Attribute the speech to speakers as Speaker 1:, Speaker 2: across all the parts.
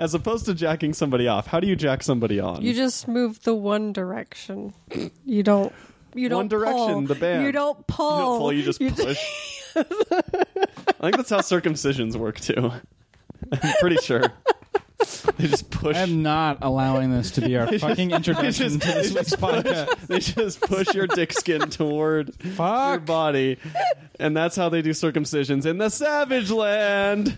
Speaker 1: As opposed to jacking somebody off, how do you jack somebody on?
Speaker 2: You just move the one direction. You don't. You don't.
Speaker 1: One Direction,
Speaker 2: pull.
Speaker 1: the band.
Speaker 2: You don't pull.
Speaker 1: You don't pull, you just push. I think that's how circumcisions work too. I'm pretty sure. They just push.
Speaker 3: I'm not allowing this to be our fucking introduction
Speaker 1: just-
Speaker 3: to this week's podcast.
Speaker 1: They just push your dick skin toward your
Speaker 3: Fuck.
Speaker 1: body. And that's how they do circumcisions in the savage land.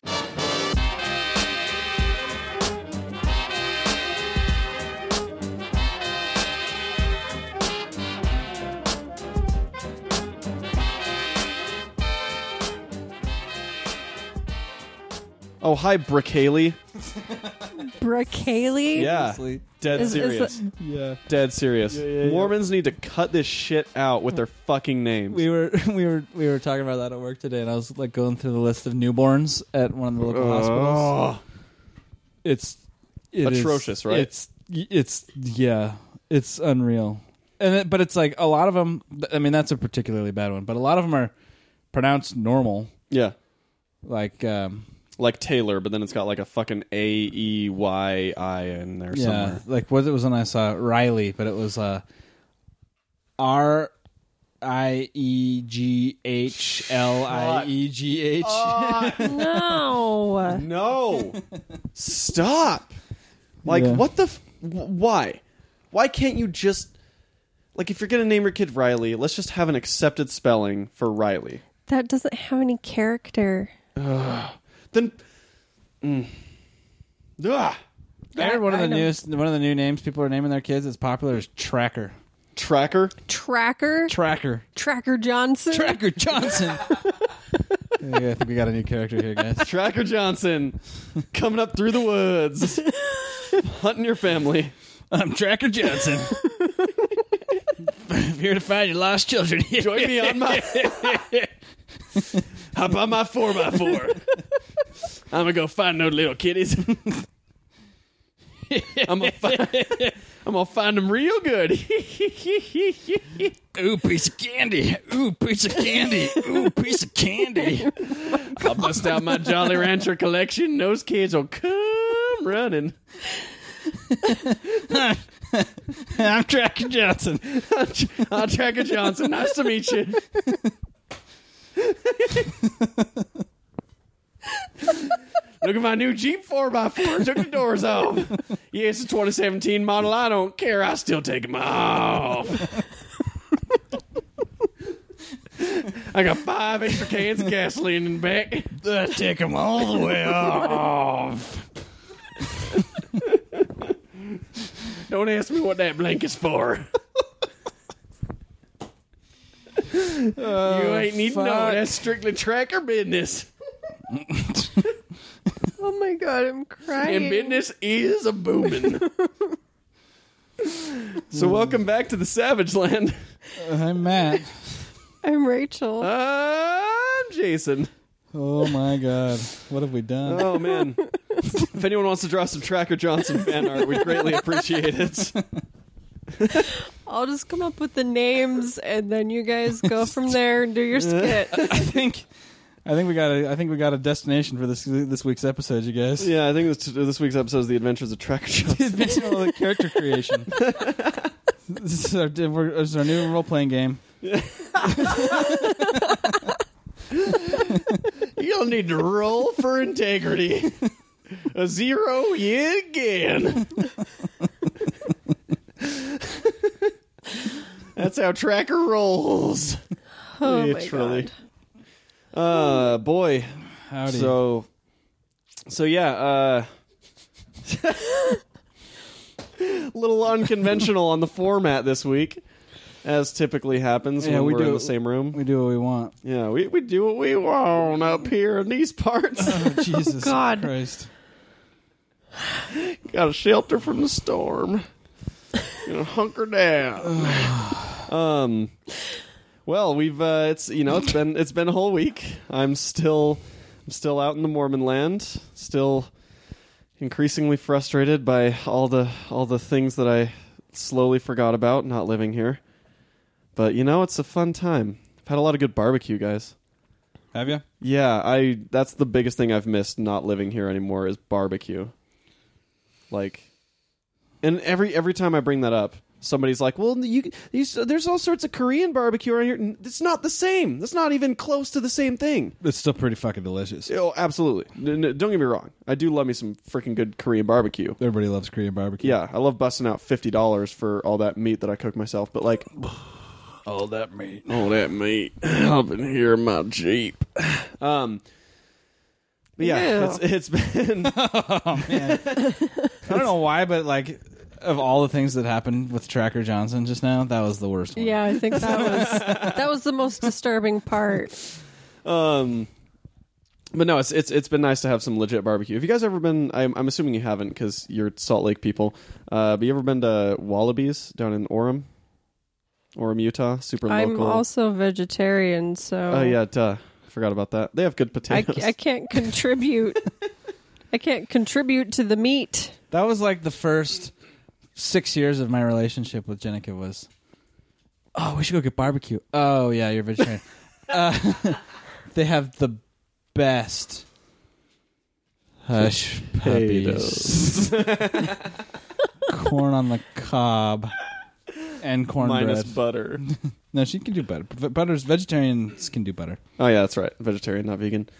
Speaker 1: Oh, hi, Brick Haley.
Speaker 2: Brocaley.
Speaker 1: Yeah. Dead
Speaker 2: Is- is
Speaker 1: serious.
Speaker 2: the-
Speaker 3: Yeah.
Speaker 1: Dead serious.
Speaker 3: Yeah, yeah, yeah.
Speaker 1: Mormons need to cut this shit out with their fucking names.
Speaker 3: We were we were we were talking about that at work today and I was like going through the list of newborns at one of the local hospitals.
Speaker 1: Ugh.
Speaker 3: It's it is-
Speaker 1: Atrocious, right?
Speaker 3: It's it's yeah, it's unreal. And it, but it's like a lot of them I mean that's a particularly bad one, but a lot of them are pronounced normal
Speaker 1: Yeah.
Speaker 3: like um
Speaker 1: Like Taylor, but then it's got like a fucking A E Y I in there
Speaker 3: yeah,
Speaker 1: somewhere.
Speaker 3: like what it was when I saw Riley, but it was uh R I E G H L I E G H.
Speaker 2: Oh, No.
Speaker 1: No. Stop. Like,
Speaker 3: Yeah.
Speaker 1: what the. F- wh- why? Why can't you just. Like, if you're going to name your kid Riley, let's just have an accepted spelling for Riley.
Speaker 2: that doesn't have any character.
Speaker 1: Then. Mm. Ugh.
Speaker 3: I heard one of
Speaker 2: I
Speaker 3: the
Speaker 2: know.
Speaker 3: newest, one of the new names people are naming their kids. It's popular is Tracker.
Speaker 1: Tracker?
Speaker 2: Tracker.
Speaker 3: Tracker.
Speaker 2: Tracker Johnson.
Speaker 3: Tracker Johnson. yeah, I think we got a new character here, guys.
Speaker 1: Tracker Johnson coming up through the woods, hunting your family.
Speaker 3: I'm Tracker Johnson. I'm here to find your lost children.
Speaker 1: Join me on my. Hop on my 4 by 4 I'm going to go find those little kitties. I'm going to I'm gonna find them real good.
Speaker 3: Ooh, piece of candy. Ooh, piece of candy. Ooh, piece of candy.
Speaker 1: I'll bust out my Jolly Rancher collection. Those kids will come running.
Speaker 3: I'm Tracker Johnson.
Speaker 1: I'm Tracker Johnson. Nice to meet you. Look at my new Jeep 4x4. Took the doors off. Yeah, it's a 2017 model. I don't care. I still take them off. I got five extra cans of gasoline in the back.
Speaker 3: I take them all the way
Speaker 1: Off. don't ask me what that blanket's for. You ain't need no.
Speaker 3: fuck.
Speaker 1: That's strictly tracker business.
Speaker 2: Oh my god, I'm crying.
Speaker 1: And business is a booming. so welcome back to the Savage Land.
Speaker 3: I'm Matt.
Speaker 2: I'm Rachel.
Speaker 1: I'm Jason.
Speaker 3: Oh my god. What have we done?
Speaker 1: Oh man. if anyone wants to draw some Tracker Johnson fan art, we greatly appreciate it.
Speaker 2: I'll just come up with the names, and then you guys go from there and do your skit.
Speaker 3: I think I think we got a I think we got a destination for this this week's episode, you guys.
Speaker 1: Yeah, I think this, this week's episode is The Adventures of Tracker Johnson.
Speaker 3: Adventure of the character creation. this, is our, we're- this is our new role playing game.
Speaker 1: You'll need to roll for integrity. A zero yet again. That's how Tracker rolls.
Speaker 2: Oh
Speaker 1: Literally.
Speaker 2: my god.
Speaker 1: Uh, boy.
Speaker 3: Howdy.
Speaker 1: So, so yeah. Uh, little unconventional on the format this week, as typically happens
Speaker 3: Yeah,
Speaker 1: when we
Speaker 3: we
Speaker 1: are
Speaker 3: do
Speaker 1: in the
Speaker 3: it-
Speaker 1: same room.
Speaker 3: we do what we want.
Speaker 1: yeah, we, we do what we want up here in these parts.
Speaker 3: Oh, Jesus
Speaker 2: God.
Speaker 3: Christ.
Speaker 1: Got a shelter from the storm. Gonna hunker down. um. Well, we've uh, it's you know it's been it's been a whole week. I'm still I'm still out in the Mormon land. Still increasingly frustrated by all the all the things that I slowly forgot about not living here. But you know it's a fun time. I've had a lot of good barbecue, guys.
Speaker 3: Have you?
Speaker 1: Yeah, I that's the biggest thing I've missed not living here anymore is barbecue. Like, and every every time I bring that up, somebody's like, "Well, you, you there's all sorts of Korean barbecue around here. and It's not the same. That's not even close to the same thing."
Speaker 3: It's still pretty fucking delicious.
Speaker 1: Oh, absolutely. N- n- don't get me wrong. I do love me some freaking good Korean barbecue.
Speaker 3: Everybody loves Korean barbecue.
Speaker 1: Yeah, I love busting out fifty dollars for all that meat that I cook myself. But like,
Speaker 3: all that meat.
Speaker 1: all that meat up in here in my jeep. Um, but yeah,
Speaker 2: Ew.
Speaker 1: it's, it's been
Speaker 3: I don't know why, but like of all the things that happened with Tracker Johnson just now, that was the worst one.
Speaker 2: Yeah, I think that was that was the most disturbing part.
Speaker 1: Um, but no, it's it's it's been nice to have some legit barbecue. Have you guys ever been? I'm, I'm assuming you haven't because you're Salt Lake people. Uh, but you ever been to Wallabies down in Orem, Orem, Utah? Super
Speaker 2: I'm
Speaker 1: local.
Speaker 2: also vegetarian, so
Speaker 1: oh yeah, duh. Forgot about that. They have good
Speaker 2: I,
Speaker 1: potatoes.
Speaker 2: I can't contribute. I can't contribute to the meat.
Speaker 3: That was like the first six years of my relationship with Jenica was. Oh, we should go get barbecue. Oh yeah, you're vegetarian. uh, they have the best hush puppies, corn on the cob, and cornbread.
Speaker 1: Minus butter.
Speaker 3: no, she can do better. V- Butter's vegetarians can do better.
Speaker 1: Oh yeah, that's right. Vegetarian, not vegan.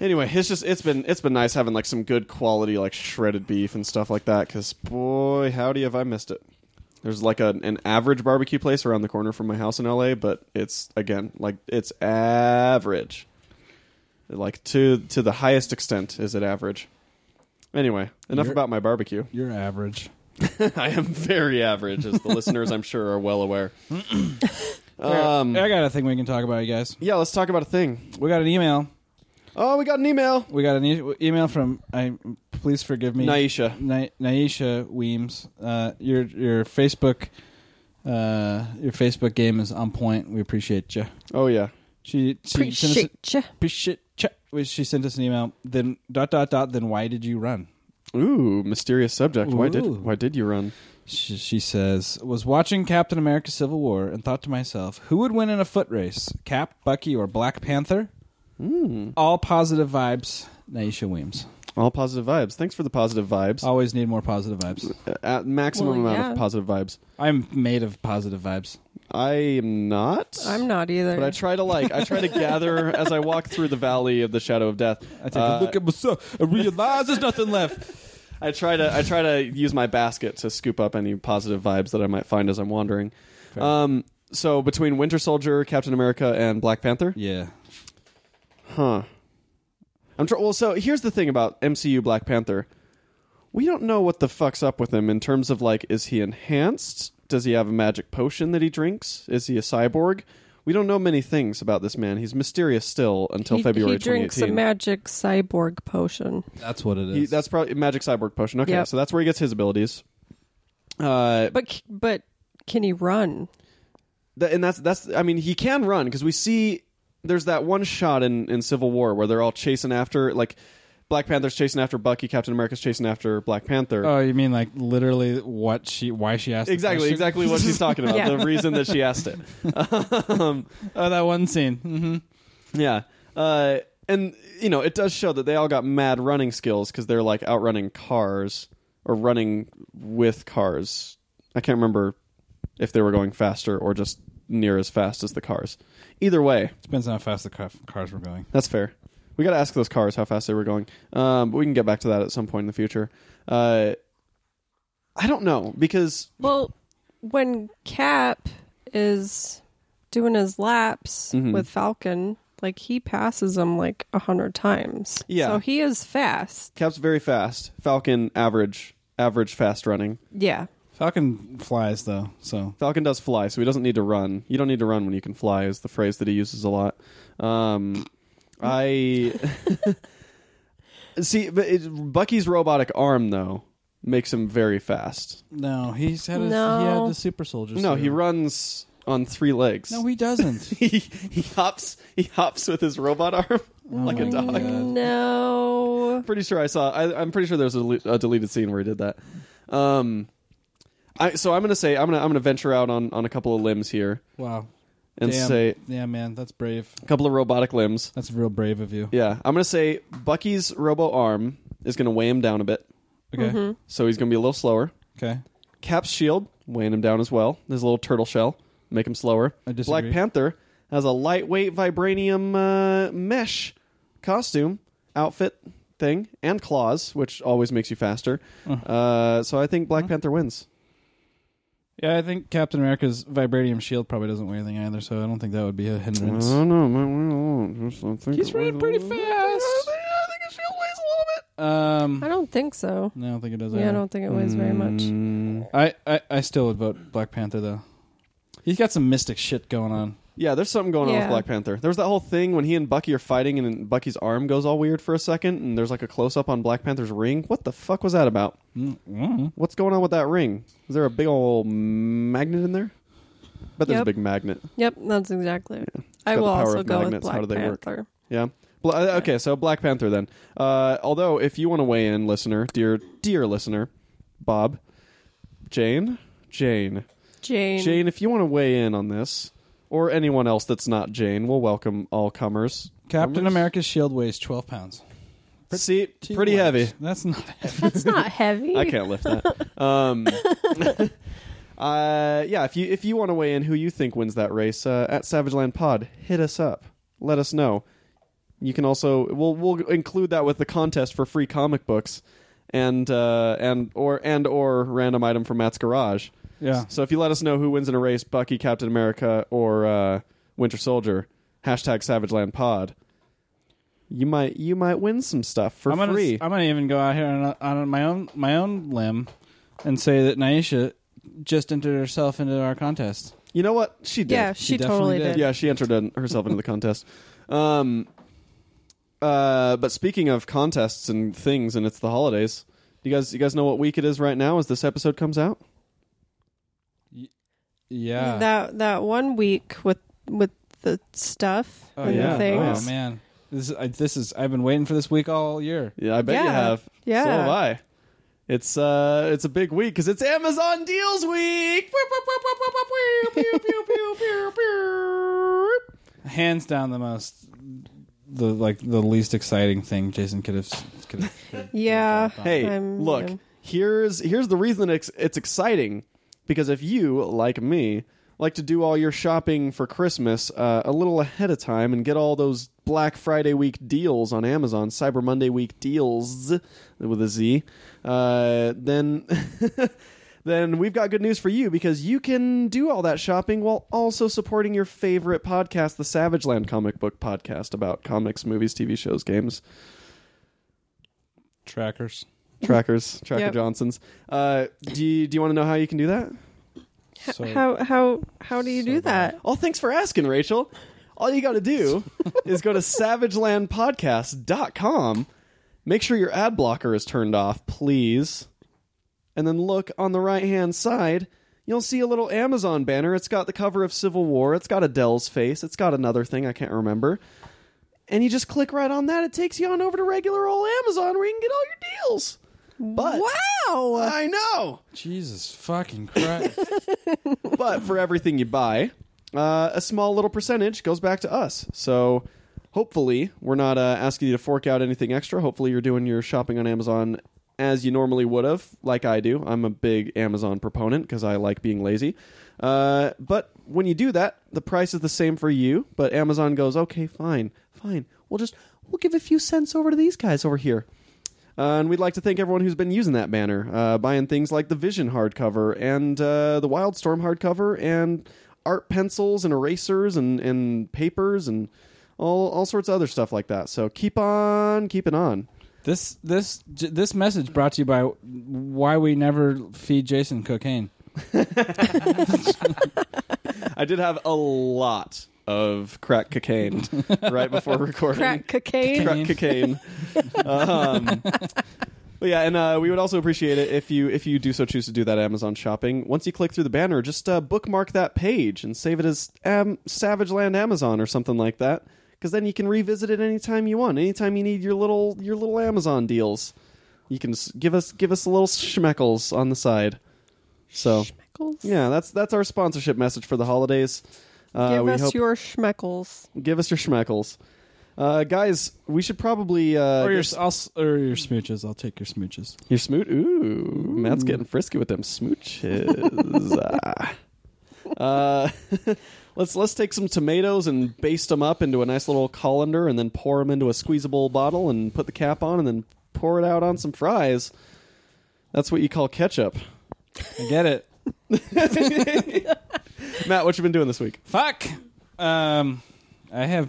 Speaker 1: Anyway, it's just it's been it's been nice having like some good quality like shredded beef and stuff like that. Because boy, howdy have I missed it. There's like a, an average barbecue place around the corner from my house in LA, but it's again like it's average. Like to to the highest extent is it average. Anyway, enough
Speaker 3: You're-
Speaker 1: about my barbecue.
Speaker 3: You're average.
Speaker 1: I am very average, as the listeners I'm sure are well aware. um,
Speaker 3: I got a thing we can talk about, you guys.
Speaker 1: yeah, let's talk about a thing.
Speaker 3: We got an email.
Speaker 1: Oh, we got an email.
Speaker 3: We got an e- email from. I please forgive me.
Speaker 1: Naisha.
Speaker 3: Na- Naisha Weems, uh, your your Facebook uh, your Facebook game is on point. We appreciate you.
Speaker 1: Oh yeah.
Speaker 3: She she sent us
Speaker 2: Appreciate ya.
Speaker 3: appreciate ya. Well, she sent us an email. Then dot dot dot. Then why did you run?
Speaker 1: Ooh, mysterious subject. Why did
Speaker 3: Ooh.
Speaker 1: why did you run?
Speaker 3: She, she says was watching Captain America: Civil War and thought to myself, who would win in a foot race? Cap, Bucky, or Black Panther? All positive vibes. Naisha Weems.
Speaker 1: All positive vibes. Thanks for the positive vibes.
Speaker 3: Always need more positive vibes.
Speaker 1: Uh, At maximum
Speaker 2: Well,
Speaker 1: amount
Speaker 2: yeah.
Speaker 1: of positive vibes.
Speaker 3: I'm made of positive vibes.
Speaker 1: I am not.
Speaker 2: I'm not either.
Speaker 1: But I try to like. I try to gather as I walk through the valley of the shadow of death.
Speaker 3: I take
Speaker 1: uh,
Speaker 3: a look at myself and realize there's nothing left.
Speaker 1: I try to. I try to use my basket to scoop up any positive vibes that I might find as I'm wandering.
Speaker 3: Fair.
Speaker 1: Um. So between Winter Soldier, Captain America, and Black Panther,
Speaker 3: Yeah.
Speaker 1: Huh. I'm tr- well. So here's the thing about MCU Black Panther. We don't know what the fuck's up with him in terms of like, is he enhanced? Does he have a magic potion that he drinks? Is he a cyborg? We don't know many things about this man. He's mysterious still until
Speaker 2: he,
Speaker 1: February
Speaker 2: he drinks a
Speaker 1: 2018.
Speaker 2: magic cyborg potion.
Speaker 3: That's what it is.
Speaker 1: He- that's probably magic cyborg potion. Okay,
Speaker 2: Yep.
Speaker 1: so that's where he gets his abilities. Uh,
Speaker 2: But c- but can he run?
Speaker 1: Th- and that's that's I mean he can run because we see there's that one shot in in Civil War where they're all chasing after like Black Panther's chasing after Bucky, Captain America's chasing after Black Panther.
Speaker 3: oh, you mean like literally what she why she asked the
Speaker 1: exactly,
Speaker 3: question?
Speaker 1: exactly what she's talking about.
Speaker 2: Yeah.
Speaker 1: The reason that she asked it. Um,
Speaker 3: Oh, that one scene. Mm-hmm.
Speaker 1: Yeah. Uh, and you know, it does show that they all got mad running skills because they're like outrunning cars or running with cars. I can't remember if they were going faster or just near as fast as the cars. Either way,
Speaker 3: Depends on how fast the ca- cars were going.
Speaker 1: That's fair. We got to ask those cars how fast they were going. Um, but we can get back to that at some point in the future. Uh, I don't know because
Speaker 2: Well, when Cap is doing his laps
Speaker 1: Mm-hmm.
Speaker 2: with Falcon, like he passes him like a hundred times.
Speaker 1: Yeah.
Speaker 2: So he is fast.
Speaker 1: Cap's very fast. Falcon average average fast running.
Speaker 2: Yeah.
Speaker 3: Falcon flies though, so
Speaker 1: Falcon does fly, so he doesn't need to run. You don't need to run when you can fly is the phrase that he uses a lot. Um, I see, but it, Bucky's robotic arm though makes him very fast.
Speaker 3: no, he's had his, he
Speaker 2: No.
Speaker 3: had the super soldier.
Speaker 1: No, he
Speaker 3: serum.
Speaker 1: runs on three legs.
Speaker 3: No, he doesn't.
Speaker 1: he he hops he hops with his robot arm like a
Speaker 3: my
Speaker 1: dog.
Speaker 3: God.
Speaker 2: No.
Speaker 1: Pretty sure I saw. I, I'm pretty sure there's a, le- a deleted scene where he did that. Um, I so I'm gonna say I'm gonna I'm gonna venture out on on a couple of limbs here
Speaker 3: wow.
Speaker 1: and
Speaker 3: Damn.
Speaker 1: say
Speaker 3: Yeah, man, that's brave.
Speaker 1: a couple of robotic limbs.
Speaker 3: That's real brave of you.
Speaker 1: Yeah, I'm gonna say Bucky's robo arm is gonna weigh him down a bit.
Speaker 3: Okay.
Speaker 1: so he's going to be a little slower.
Speaker 3: Okay.
Speaker 1: Cap's shield, weighing him down as well. There's a little turtle shell, make him slower.
Speaker 3: I disagree.
Speaker 1: Black Panther has a lightweight vibranium uh, mesh costume, outfit thing, and claws, which always makes you faster. Uh, so I think Black Panther wins.
Speaker 3: Yeah, I think Captain America's vibranium shield probably doesn't weigh anything either, so I don't think that would be a hindrance.
Speaker 1: Mm-hmm. know.
Speaker 3: He's running pretty fast. Um,
Speaker 2: I don't think so.
Speaker 3: no, I don't think it does.
Speaker 2: Yeah, I don't think it weighs very much.
Speaker 3: Mm. I, I, I still would vote Black Panther though. He's got some mystic shit going on.
Speaker 1: Yeah, there's something going on with
Speaker 2: Yeah.
Speaker 1: Black Panther. There was that whole thing when he and Bucky are fighting and Bucky's arm goes all weird for a second and there's like a close up on Black Panther's ring. What the fuck was that about?
Speaker 3: Mm-hmm.
Speaker 1: What's going on with that ring? Is there a big old magnet in there? But there's a
Speaker 2: Yep.
Speaker 1: big magnet.
Speaker 2: Yep, that's exactly it. I
Speaker 1: got
Speaker 2: will
Speaker 1: the power
Speaker 2: also
Speaker 1: of
Speaker 2: go with
Speaker 1: magnets. How
Speaker 2: Black
Speaker 1: do they work?
Speaker 2: Panther.
Speaker 1: Yeah. Bla- uh, okay, so Black Panther then. Uh, although, if you want to weigh in, listener, dear, dear listener, Bob, Jane, Jane,
Speaker 2: Jane.
Speaker 1: Jane, if you want to weigh in on this, or anyone else that's not Jane, we'll welcome all comers.
Speaker 3: Captain
Speaker 1: Comers?
Speaker 3: America's shield weighs twelve pounds.
Speaker 1: See,
Speaker 3: Two
Speaker 1: pretty
Speaker 3: weighs.
Speaker 1: heavy.
Speaker 3: That's not heavy.
Speaker 2: That's not heavy.
Speaker 1: I can't lift that. Um, uh, yeah, if you if you want to weigh in, who you think wins that race uh, at Savage Land Pod, hit us up. Let us know. You can also we'll we'll include that with the contest for free comic books, and uh, and or and or random item from Matt's garage.
Speaker 3: Yeah.
Speaker 1: So if you let us know who wins in a race, Bucky, Captain America, or uh, Winter Soldier, hashtag Savage Land Pod. You might you might win some stuff for
Speaker 3: I'm gonna,
Speaker 1: free.
Speaker 3: I'm gonna even go out here on, on my own my own limb and say that Naisha just entered herself into our contest.
Speaker 1: you know what? She did.
Speaker 2: yeah, she,
Speaker 3: She definitely
Speaker 2: totally
Speaker 3: did.
Speaker 2: did.
Speaker 1: Yeah, she entered in, herself into the contest. Um, uh, but speaking of contests and things, and it's the holidays. You guys, you guys know what week it is right now as this episode comes out?
Speaker 3: Yeah.
Speaker 2: That that one week with with the stuff
Speaker 3: oh
Speaker 2: and
Speaker 3: yeah.
Speaker 2: the things.
Speaker 3: Oh man. This is, I, this is I've been waiting for this week all year.
Speaker 1: Yeah, I bet you
Speaker 2: Yeah.
Speaker 1: have.
Speaker 2: Yeah.
Speaker 1: so have I. It's uh, it's a big week because it's Amazon Deals Week.
Speaker 3: hands down the most the like the least exciting thing Jason could have could have
Speaker 2: Yeah.
Speaker 1: hey,
Speaker 2: I'm-
Speaker 1: look,
Speaker 2: Um, yeah.
Speaker 1: here's here's the reason it's it's exciting because if you like me like to do all your shopping for Christmas uh, a little ahead of time and get all those Black Friday week deals on Amazon, Cyber Monday week deals with a Z, uh, then. Then we've got good news for you because you can do all that shopping while also supporting your favorite podcast, the Savage Land comic book podcast about comics, movies, TV shows, games
Speaker 3: trackers.
Speaker 1: trackers, Tracker
Speaker 2: Yep.
Speaker 1: Johnsons. Uh, do you, do you want to know how you can do that?
Speaker 3: So
Speaker 2: How how how do you
Speaker 3: So
Speaker 2: do that?
Speaker 1: Oh, thanks for asking, Rachel. All you got to do is go to savagelandpodcast.com. Make sure your ad blocker is turned off, please. And then look on the right hand side. You'll see a little Amazon banner. It's got the cover of Civil War. It's got Adele's face. It's got another thing I can't remember. And you just click right on that. It takes you on over to regular old Amazon where you can get all your deals. But
Speaker 2: Wow.
Speaker 1: I know.
Speaker 3: Jesus fucking Christ.
Speaker 1: but for everything you buy, uh, a small little percentage goes back to us. So hopefully, we're not uh, asking you to fork out anything extra. Hopefully, you're doing your shopping on Amazon as you normally would have, like I do. I'm a big Amazon proponent because I like being lazy. Uh, but when you do that, the price is the same for you. But Amazon goes, okay, fine, fine. We'll just we'll give a few cents over to these guys over here. Uh, and we'd like to thank everyone who's been using that banner, uh, buying things like the Vision hardcover and uh, the Wildstorm hardcover and art pencils and erasers and, and papers and all, all sorts of other stuff like that. So keep on keeping on.
Speaker 3: this this j- this message brought to you by why we never feed Jason cocaine.
Speaker 1: I did have a lot of crack cocaine right before recording.
Speaker 2: Crack cocaine.
Speaker 1: Crack cocaine. um, but yeah, and uh, we would also appreciate it if you if you do so choose to do that Amazon shopping. Once you click through the banner, just uh, bookmark that page and save it as um, Savage Land Amazon or something like that. Because then you can revisit it anytime you want, anytime you need your little your little Amazon deals. You can s- give us give us a little schmeckles on the side. So
Speaker 2: Schmeckles.
Speaker 1: yeah, that's that's our sponsorship message for the holidays. Uh,
Speaker 2: Give
Speaker 1: we
Speaker 2: us
Speaker 1: hope
Speaker 2: your schmeckles.
Speaker 1: give us your schmeckles. Uh, guys, we should probably uh,
Speaker 3: or your
Speaker 1: get-
Speaker 3: I'll, s- or your smooches. I'll take your smooches.
Speaker 1: your smoot. Ooh, Matt's getting frisky with them smooches. Ah. uh, let's let's take some tomatoes and baste them up into a nice little colander, and then pour them into a squeezable bottle, and put the cap on, and then pour it out on some fries. That's what you call ketchup.
Speaker 3: I get it.
Speaker 1: Matt, what you been doing this week?
Speaker 3: Fuck. Um, I have.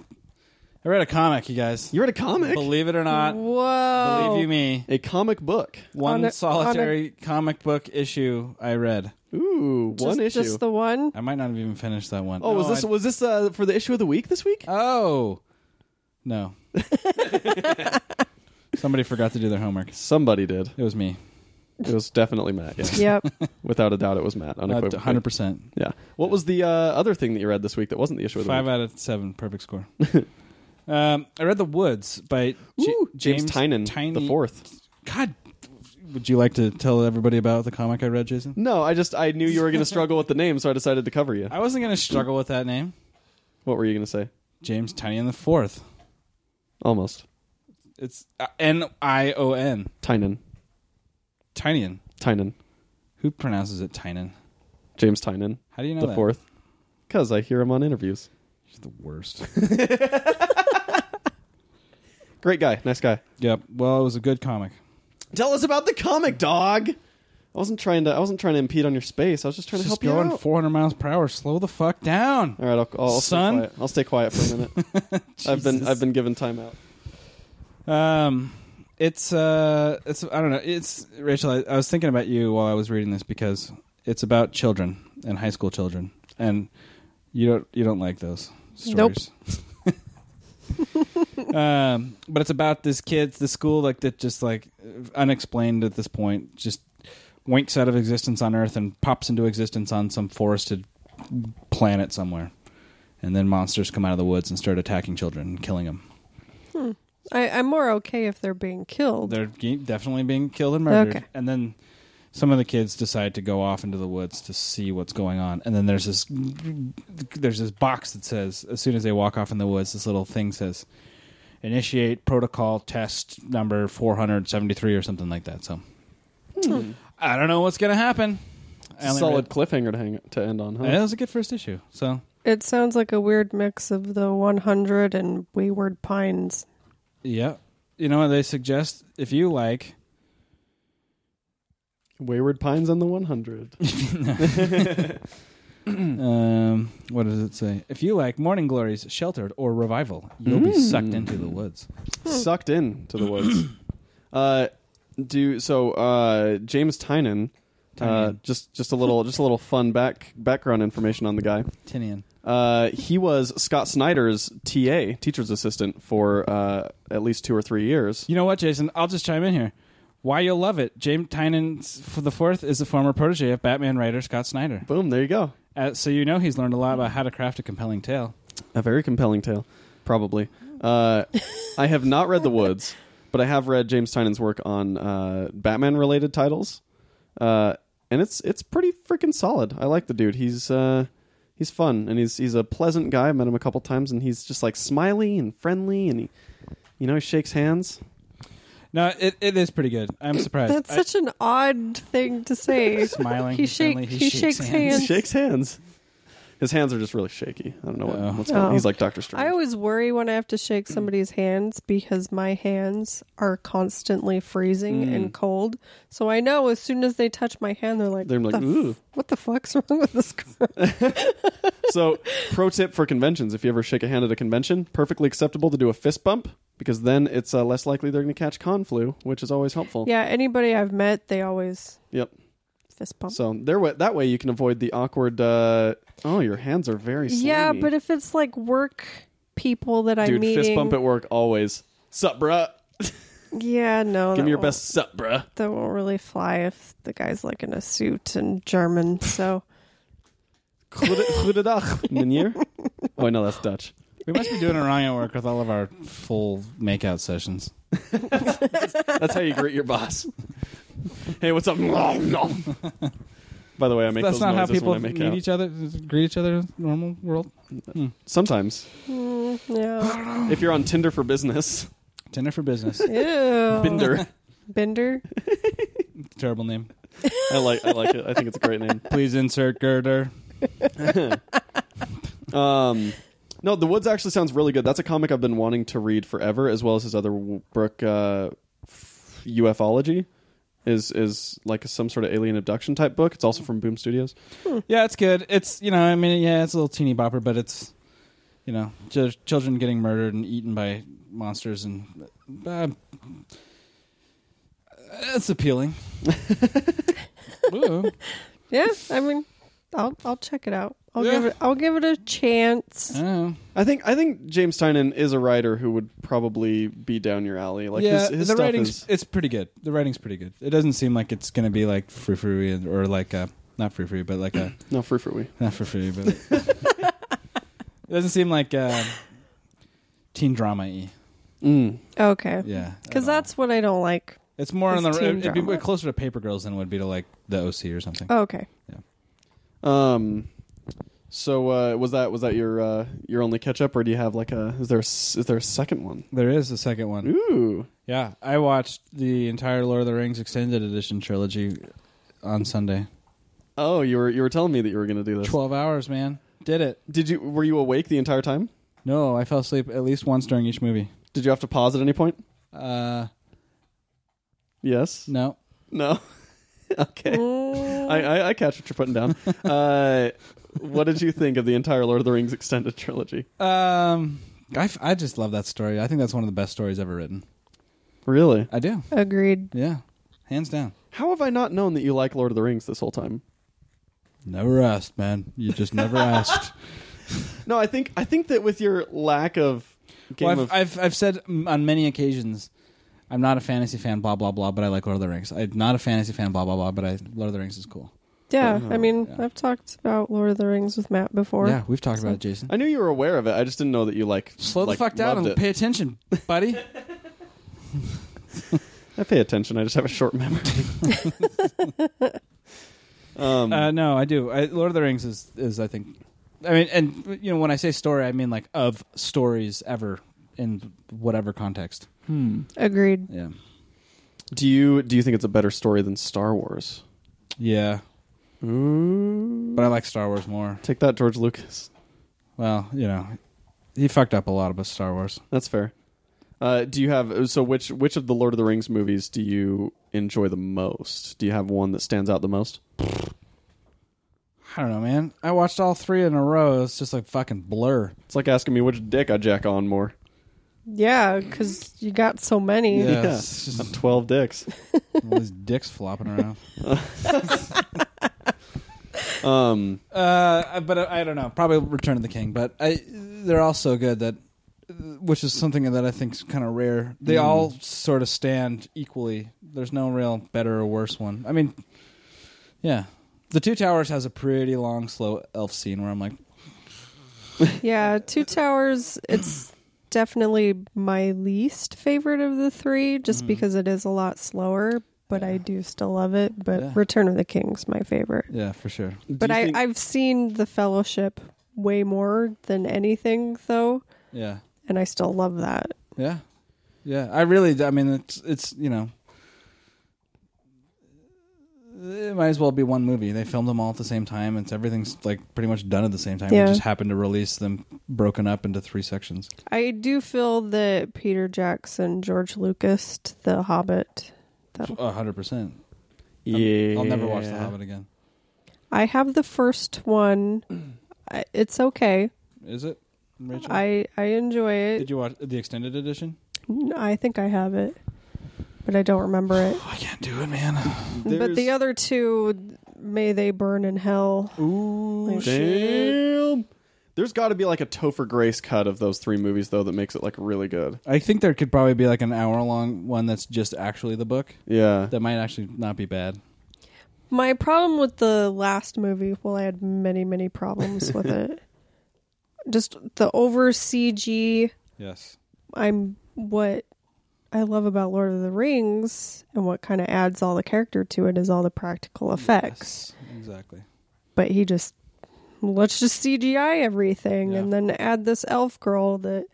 Speaker 3: I read a comic, you guys.
Speaker 1: You read a comic,
Speaker 3: Believe it or not,
Speaker 2: Whoa.
Speaker 3: believe you me.
Speaker 1: a comic book.
Speaker 3: One
Speaker 2: On a-
Speaker 3: solitary comic book issue I read.
Speaker 1: Ooh,
Speaker 2: Just,
Speaker 1: one issue.
Speaker 2: Just the one.
Speaker 3: I might not have even finished that one.
Speaker 1: oh, was
Speaker 3: No,
Speaker 1: this
Speaker 3: I-
Speaker 1: was this uh, for the issue of the week this week?
Speaker 3: Oh, no. Somebody forgot to do their homework.
Speaker 1: Somebody did.
Speaker 3: It was me.
Speaker 1: It was definitely Matt. Yeah.
Speaker 2: Yep.
Speaker 1: Without a doubt, it was Matt. Unequivocally.
Speaker 3: Hundred percent.
Speaker 1: Yeah. What was the uh, other thing that you read this week that wasn't the issue of the
Speaker 3: Five
Speaker 1: week?
Speaker 3: out of seven, perfect score. um, I read The Woods by J-
Speaker 1: Ooh, James, Tynan,
Speaker 3: Tynan-
Speaker 1: the fourth.
Speaker 3: God, would you like to tell everybody about the comic I read, Jason?
Speaker 1: No, I just I knew you were going to struggle with the name, so I decided to cover you.
Speaker 3: I wasn't going to struggle with that name,
Speaker 1: What were you going to say?
Speaker 3: James Tynan the Fourth.
Speaker 1: Almost
Speaker 3: It's uh, N I O N
Speaker 1: Tynan,
Speaker 3: Tynan.
Speaker 1: Tynan,
Speaker 3: Who pronounces it Tynan?
Speaker 1: James Tynan,
Speaker 3: How do you know
Speaker 1: the
Speaker 3: that?
Speaker 1: fourth, because I hear him on interviews.
Speaker 3: He's the worst.
Speaker 1: Great guy, nice guy.
Speaker 3: yep. Well, it was a good comic.
Speaker 1: Tell us about the comic dog. I wasn't trying to. I wasn't trying to impede on your space. I was just trying
Speaker 3: It's
Speaker 1: to
Speaker 3: just
Speaker 1: help you
Speaker 3: going
Speaker 1: out.
Speaker 3: 400 miles per hour. Slow the fuck down.
Speaker 1: All right, I'll, I'll, I'll
Speaker 3: Son?
Speaker 1: stay quiet. I'll stay quiet for a minute. I've been
Speaker 3: Jesus.
Speaker 1: I've been given timeout.
Speaker 3: Um, it's uh, it's I don't know. It's Rachel. I, I was thinking about you while I was reading this because it's about children and high school children, and you don't you don't like those
Speaker 2: Nope.
Speaker 3: stories. um, but it's about this kid, the school like that, just like unexplained at this point, just winks out of existence on Earth and pops into existence on some forested planet somewhere. And then monsters come out of the woods and start attacking children and killing them.
Speaker 2: I, I'm more okay if they're being killed.
Speaker 3: They're ge- definitely being killed and murdered.
Speaker 2: Okay.
Speaker 3: And then some of the kids decide to go off into the woods to see what's going on. And then there's this there's this box that says as soon as they walk off in the woods, this little thing says initiate protocol test number 473 or something like that. So I don't know what's going to happen. I only
Speaker 1: Hmm. Solid
Speaker 3: read-
Speaker 1: cliffhanger to hang to end on, huh?
Speaker 3: Yeah, It was a good first issue. So
Speaker 2: It sounds like a weird mix of the 100 and Wayward Pines.
Speaker 3: yeah, you know what they suggest if you like
Speaker 1: Wayward Pines on the 100.
Speaker 3: Um, what does it say? If you like Morning Glories, Sheltered, or Revival, you'll
Speaker 1: Hmm.
Speaker 3: be sucked into the woods.
Speaker 1: Sucked in to the woods. Uh, do so. Uh, James Tynan. Uh,
Speaker 3: Tynan.
Speaker 1: just just a little just a little fun back background information on the guy.
Speaker 3: Tinian.
Speaker 1: Uh, he was Scott Snyder's TA, teacher's assistant, for uh, at least two or three years.
Speaker 3: You know what, Jason? I'll just chime in here. Why you'll love it. James Tynan for the fourth is a former protege of Batman writer Scott Snyder.
Speaker 1: Boom! There you go.
Speaker 3: Uh, so you know he's learned a lot about how to craft a compelling tale.
Speaker 1: A very compelling tale, probably. Uh, I have not read The Woods, but I have read James Tynan's work on uh, Batman-related titles, uh, and it's it's pretty freaking solid. I like the dude. He's uh, he's fun and he's he's a pleasant guy. I met him a couple times, and he's just like smiley and friendly, and he, you know, he shakes hands.
Speaker 3: No, it, it is pretty good. I'm surprised.
Speaker 2: That's
Speaker 3: I-
Speaker 2: such an odd thing to say.
Speaker 3: Smiling,
Speaker 2: He, shake,
Speaker 3: friendly,
Speaker 2: he,
Speaker 3: he
Speaker 2: shakes,
Speaker 3: shakes
Speaker 2: hands.
Speaker 1: He shakes hands. His hands are just really shaky. I don't know what,
Speaker 3: Oh.
Speaker 1: what's going on.
Speaker 2: Oh.
Speaker 1: He's like Doctor Strange.
Speaker 2: I always worry when I have to shake somebody's hands because my hands are constantly freezing
Speaker 1: Mm.
Speaker 2: and cold. So I know as soon as they touch my hand, they're like,
Speaker 1: They're
Speaker 2: what,
Speaker 1: like,
Speaker 2: the
Speaker 1: "Ooh." Oh.
Speaker 2: F- what the fuck's wrong with this girl?
Speaker 1: So, pro tip for conventions: if you ever shake a hand at a convention, perfectly acceptable to do a fist bump because then it's uh, less likely they're going to catch con flu, which is always helpful.
Speaker 2: yeah, anybody I've met, they always
Speaker 1: Yep.
Speaker 2: fist bump.
Speaker 1: So there, wa- that way you can avoid the awkward. Uh, oh, your hands are very. Slimy.
Speaker 2: yeah, but if it's like work people that I'm
Speaker 1: dude,
Speaker 2: meeting,
Speaker 1: fist bump at work always. Sup, bruh?
Speaker 2: yeah, no,
Speaker 1: Give
Speaker 2: that
Speaker 1: me your
Speaker 2: won't-
Speaker 1: best sup, bruh.
Speaker 2: That won't really fly if the guy's like in a suit and German. So
Speaker 1: Goede- Goedendag, meneer. Oh no, that's Dutch.
Speaker 3: we must be doing it wrong at work with all of our full makeout sessions.
Speaker 1: That's how you greet your boss. Hey, what's up? By the way, I make
Speaker 3: That's
Speaker 1: those
Speaker 3: not how
Speaker 1: noises
Speaker 3: people
Speaker 1: when I make
Speaker 3: meet
Speaker 1: out.
Speaker 3: each other, greet each other in the normal world.
Speaker 1: Sometimes.
Speaker 2: Mm, Yeah.
Speaker 1: If you're on Tinder for business,
Speaker 3: Tinder for Business.
Speaker 1: Oh,
Speaker 2: Ew.
Speaker 1: Binder.
Speaker 2: Bender.
Speaker 3: Terrible name.
Speaker 1: I like I like it. I think it's a great name.
Speaker 3: Please insert girder.
Speaker 1: Um, no, The Woods actually sounds really good. That's a comic I've been wanting to read forever, as well as his other w- Brooke uh, f- UFology is is like some sort of alien abduction type book. It's also from Boom Studios.
Speaker 3: Yeah, it's good. It's you know, I mean, yeah, it's a little teeny bopper, but it's you know, ch- children getting murdered and eaten by monsters, and uh, it's appealing. Ooh.
Speaker 2: Yeah. I mean, I'll I'll check it out. I'll
Speaker 3: Yeah.
Speaker 2: give it. I'll give it a chance.
Speaker 3: Oh.
Speaker 1: I think I think James Tynan is a writer who would probably be down your alley. Like
Speaker 3: yeah,
Speaker 1: his, his
Speaker 3: the
Speaker 1: stuff
Speaker 3: writing's
Speaker 1: is
Speaker 3: it's pretty good. The writing's pretty good. It doesn't seem like it's gonna be like frou frou or like a not frou frou, but like a
Speaker 1: no free for we.
Speaker 3: not for free, but it doesn't seem like uh, teen drama y.
Speaker 1: Mm.
Speaker 2: Okay.
Speaker 3: Yeah,
Speaker 2: Because
Speaker 3: at all.
Speaker 2: that's what I don't like.
Speaker 3: it's more on
Speaker 2: it's
Speaker 3: the
Speaker 2: teen
Speaker 3: it'd be
Speaker 2: drama.
Speaker 3: closer to Paper Girls than it would be to like the OC or something.
Speaker 2: Oh, okay.
Speaker 1: Um, so uh, was that was that your uh, your only catch up, or do you have like a is there a s is there a second one?
Speaker 3: There is a second one.
Speaker 1: Ooh,
Speaker 3: Yeah, I watched the entire Lord of the Rings extended edition trilogy on Sunday.
Speaker 1: oh, you were you were telling me that you were going to do this.
Speaker 3: Twelve hours, man. Did it?
Speaker 1: Did you were you awake the entire time?
Speaker 3: No, I fell asleep at least once during each movie.
Speaker 1: Did you have to pause at any point?
Speaker 3: Uh,
Speaker 1: Yes.
Speaker 3: no.
Speaker 1: No. okay.
Speaker 2: Mm,
Speaker 1: I, I, I catch what you're putting down. uh, what did you think of the entire Lord of the Rings extended trilogy?
Speaker 3: Um, I, f- I just love that story. I think that's one of the best stories ever written.
Speaker 1: Really?
Speaker 3: I do.
Speaker 2: agreed.
Speaker 3: Yeah, hands down.
Speaker 1: How have I not known that you like Lord of the Rings this whole time?
Speaker 3: Never asked, man. You just never asked.
Speaker 1: No, I think I think that with your lack of game
Speaker 3: well, I've,
Speaker 1: of
Speaker 3: I've I've said mm, on many occasions, I'm not a fantasy fan. Blah blah blah. But I like Lord of the Rings. I'm not a fantasy fan. Blah blah blah. But I Lord of the Rings is cool.
Speaker 2: Yeah.
Speaker 1: Oh,
Speaker 2: I mean,
Speaker 3: yeah.
Speaker 2: I've talked about Lord of the Rings with Matt before.
Speaker 3: yeah, we've talked
Speaker 2: so-
Speaker 3: about it, Jason.
Speaker 1: I knew you were aware of it. I just didn't know that you like
Speaker 3: Slow
Speaker 1: like,
Speaker 3: the fuck down
Speaker 1: loved
Speaker 3: and
Speaker 1: it.
Speaker 3: pay attention, buddy.
Speaker 1: I pay attention. I just have a short memory. um,
Speaker 3: uh, no, I do. I, Lord of the Rings is is I think. I mean, and you know, when I say story, I mean like of stories ever in whatever context.
Speaker 2: Agreed.
Speaker 3: Yeah.
Speaker 1: do you do you think it's a better story than Star Wars?
Speaker 3: Yeah. But I like Star Wars more.
Speaker 1: Take that, George Lucas.
Speaker 3: Well, you know, he fucked up a lot about Star Wars.
Speaker 1: That's fair. Uh, do you have so which which of the Lord of the Rings movies do you enjoy the most? Do you have one that stands out the most?
Speaker 3: I don't know, man. I watched all three in a row. It's just like fucking blur.
Speaker 1: It's like asking me which dick I jack on more.
Speaker 2: Yeah, because you got so many.
Speaker 3: Yeah.
Speaker 1: Yeah.
Speaker 3: it's just
Speaker 1: I'm twelve dicks.
Speaker 3: all these dicks flopping around.
Speaker 1: Um,
Speaker 3: Uh, but I, I don't know. Probably Return of the King. But I, they're all so good that, which is something that I think's kind of rare. They all sort of stand equally. There's no real better or worse one. I mean, yeah. The Two Towers has a pretty long, slow elf scene where I'm like,
Speaker 2: Yeah, Two Towers, it's definitely my least favorite of the three just because it is a lot slower, but I do still love it. But
Speaker 3: Yeah.
Speaker 2: Return of the King's my favorite.
Speaker 3: yeah, for sure.
Speaker 2: But
Speaker 1: do you
Speaker 2: I,
Speaker 1: think-
Speaker 2: I've seen The Fellowship way more than anything, though,
Speaker 3: Yeah.
Speaker 2: and I still love that.
Speaker 3: Yeah, yeah. I really. I mean, it's it's you know, it might as well be one movie. They filmed them all at the same time. It's everything's like pretty much done at the same time.
Speaker 2: Yeah.
Speaker 3: We just happened to release them broken up into three sections.
Speaker 2: I do feel that Peter Jackson, George Lucas, to The Hobbit. That,
Speaker 3: A hundred percent.
Speaker 1: yeah,
Speaker 3: I'll never watch The Hobbit again.
Speaker 2: I have the first one. I- It's okay.
Speaker 3: Is it? Rachel?
Speaker 2: I, I enjoy it.
Speaker 3: did you watch the extended edition?
Speaker 2: No, I think I have it, but I don't remember it.
Speaker 3: I can't do it, man.
Speaker 2: But the other two, may they burn in hell.
Speaker 3: Ooh,
Speaker 2: Like-
Speaker 1: damn. There's got to be like a Topher Grace cut of those three movies though that makes it like really good.
Speaker 3: I think there could probably be like an hour long one that's just actually the book.
Speaker 1: Yeah,
Speaker 3: That might actually not be bad.
Speaker 2: My problem with the last movie, well, I had many, many problems with it. Just the over CG.
Speaker 3: Yes.
Speaker 2: I'm what I love about Lord of the Rings and what kind of adds all the character to it is all the practical effects.
Speaker 3: Exactly.
Speaker 2: But he just let's just CGI everything
Speaker 3: Yeah.
Speaker 2: and then add this elf girl that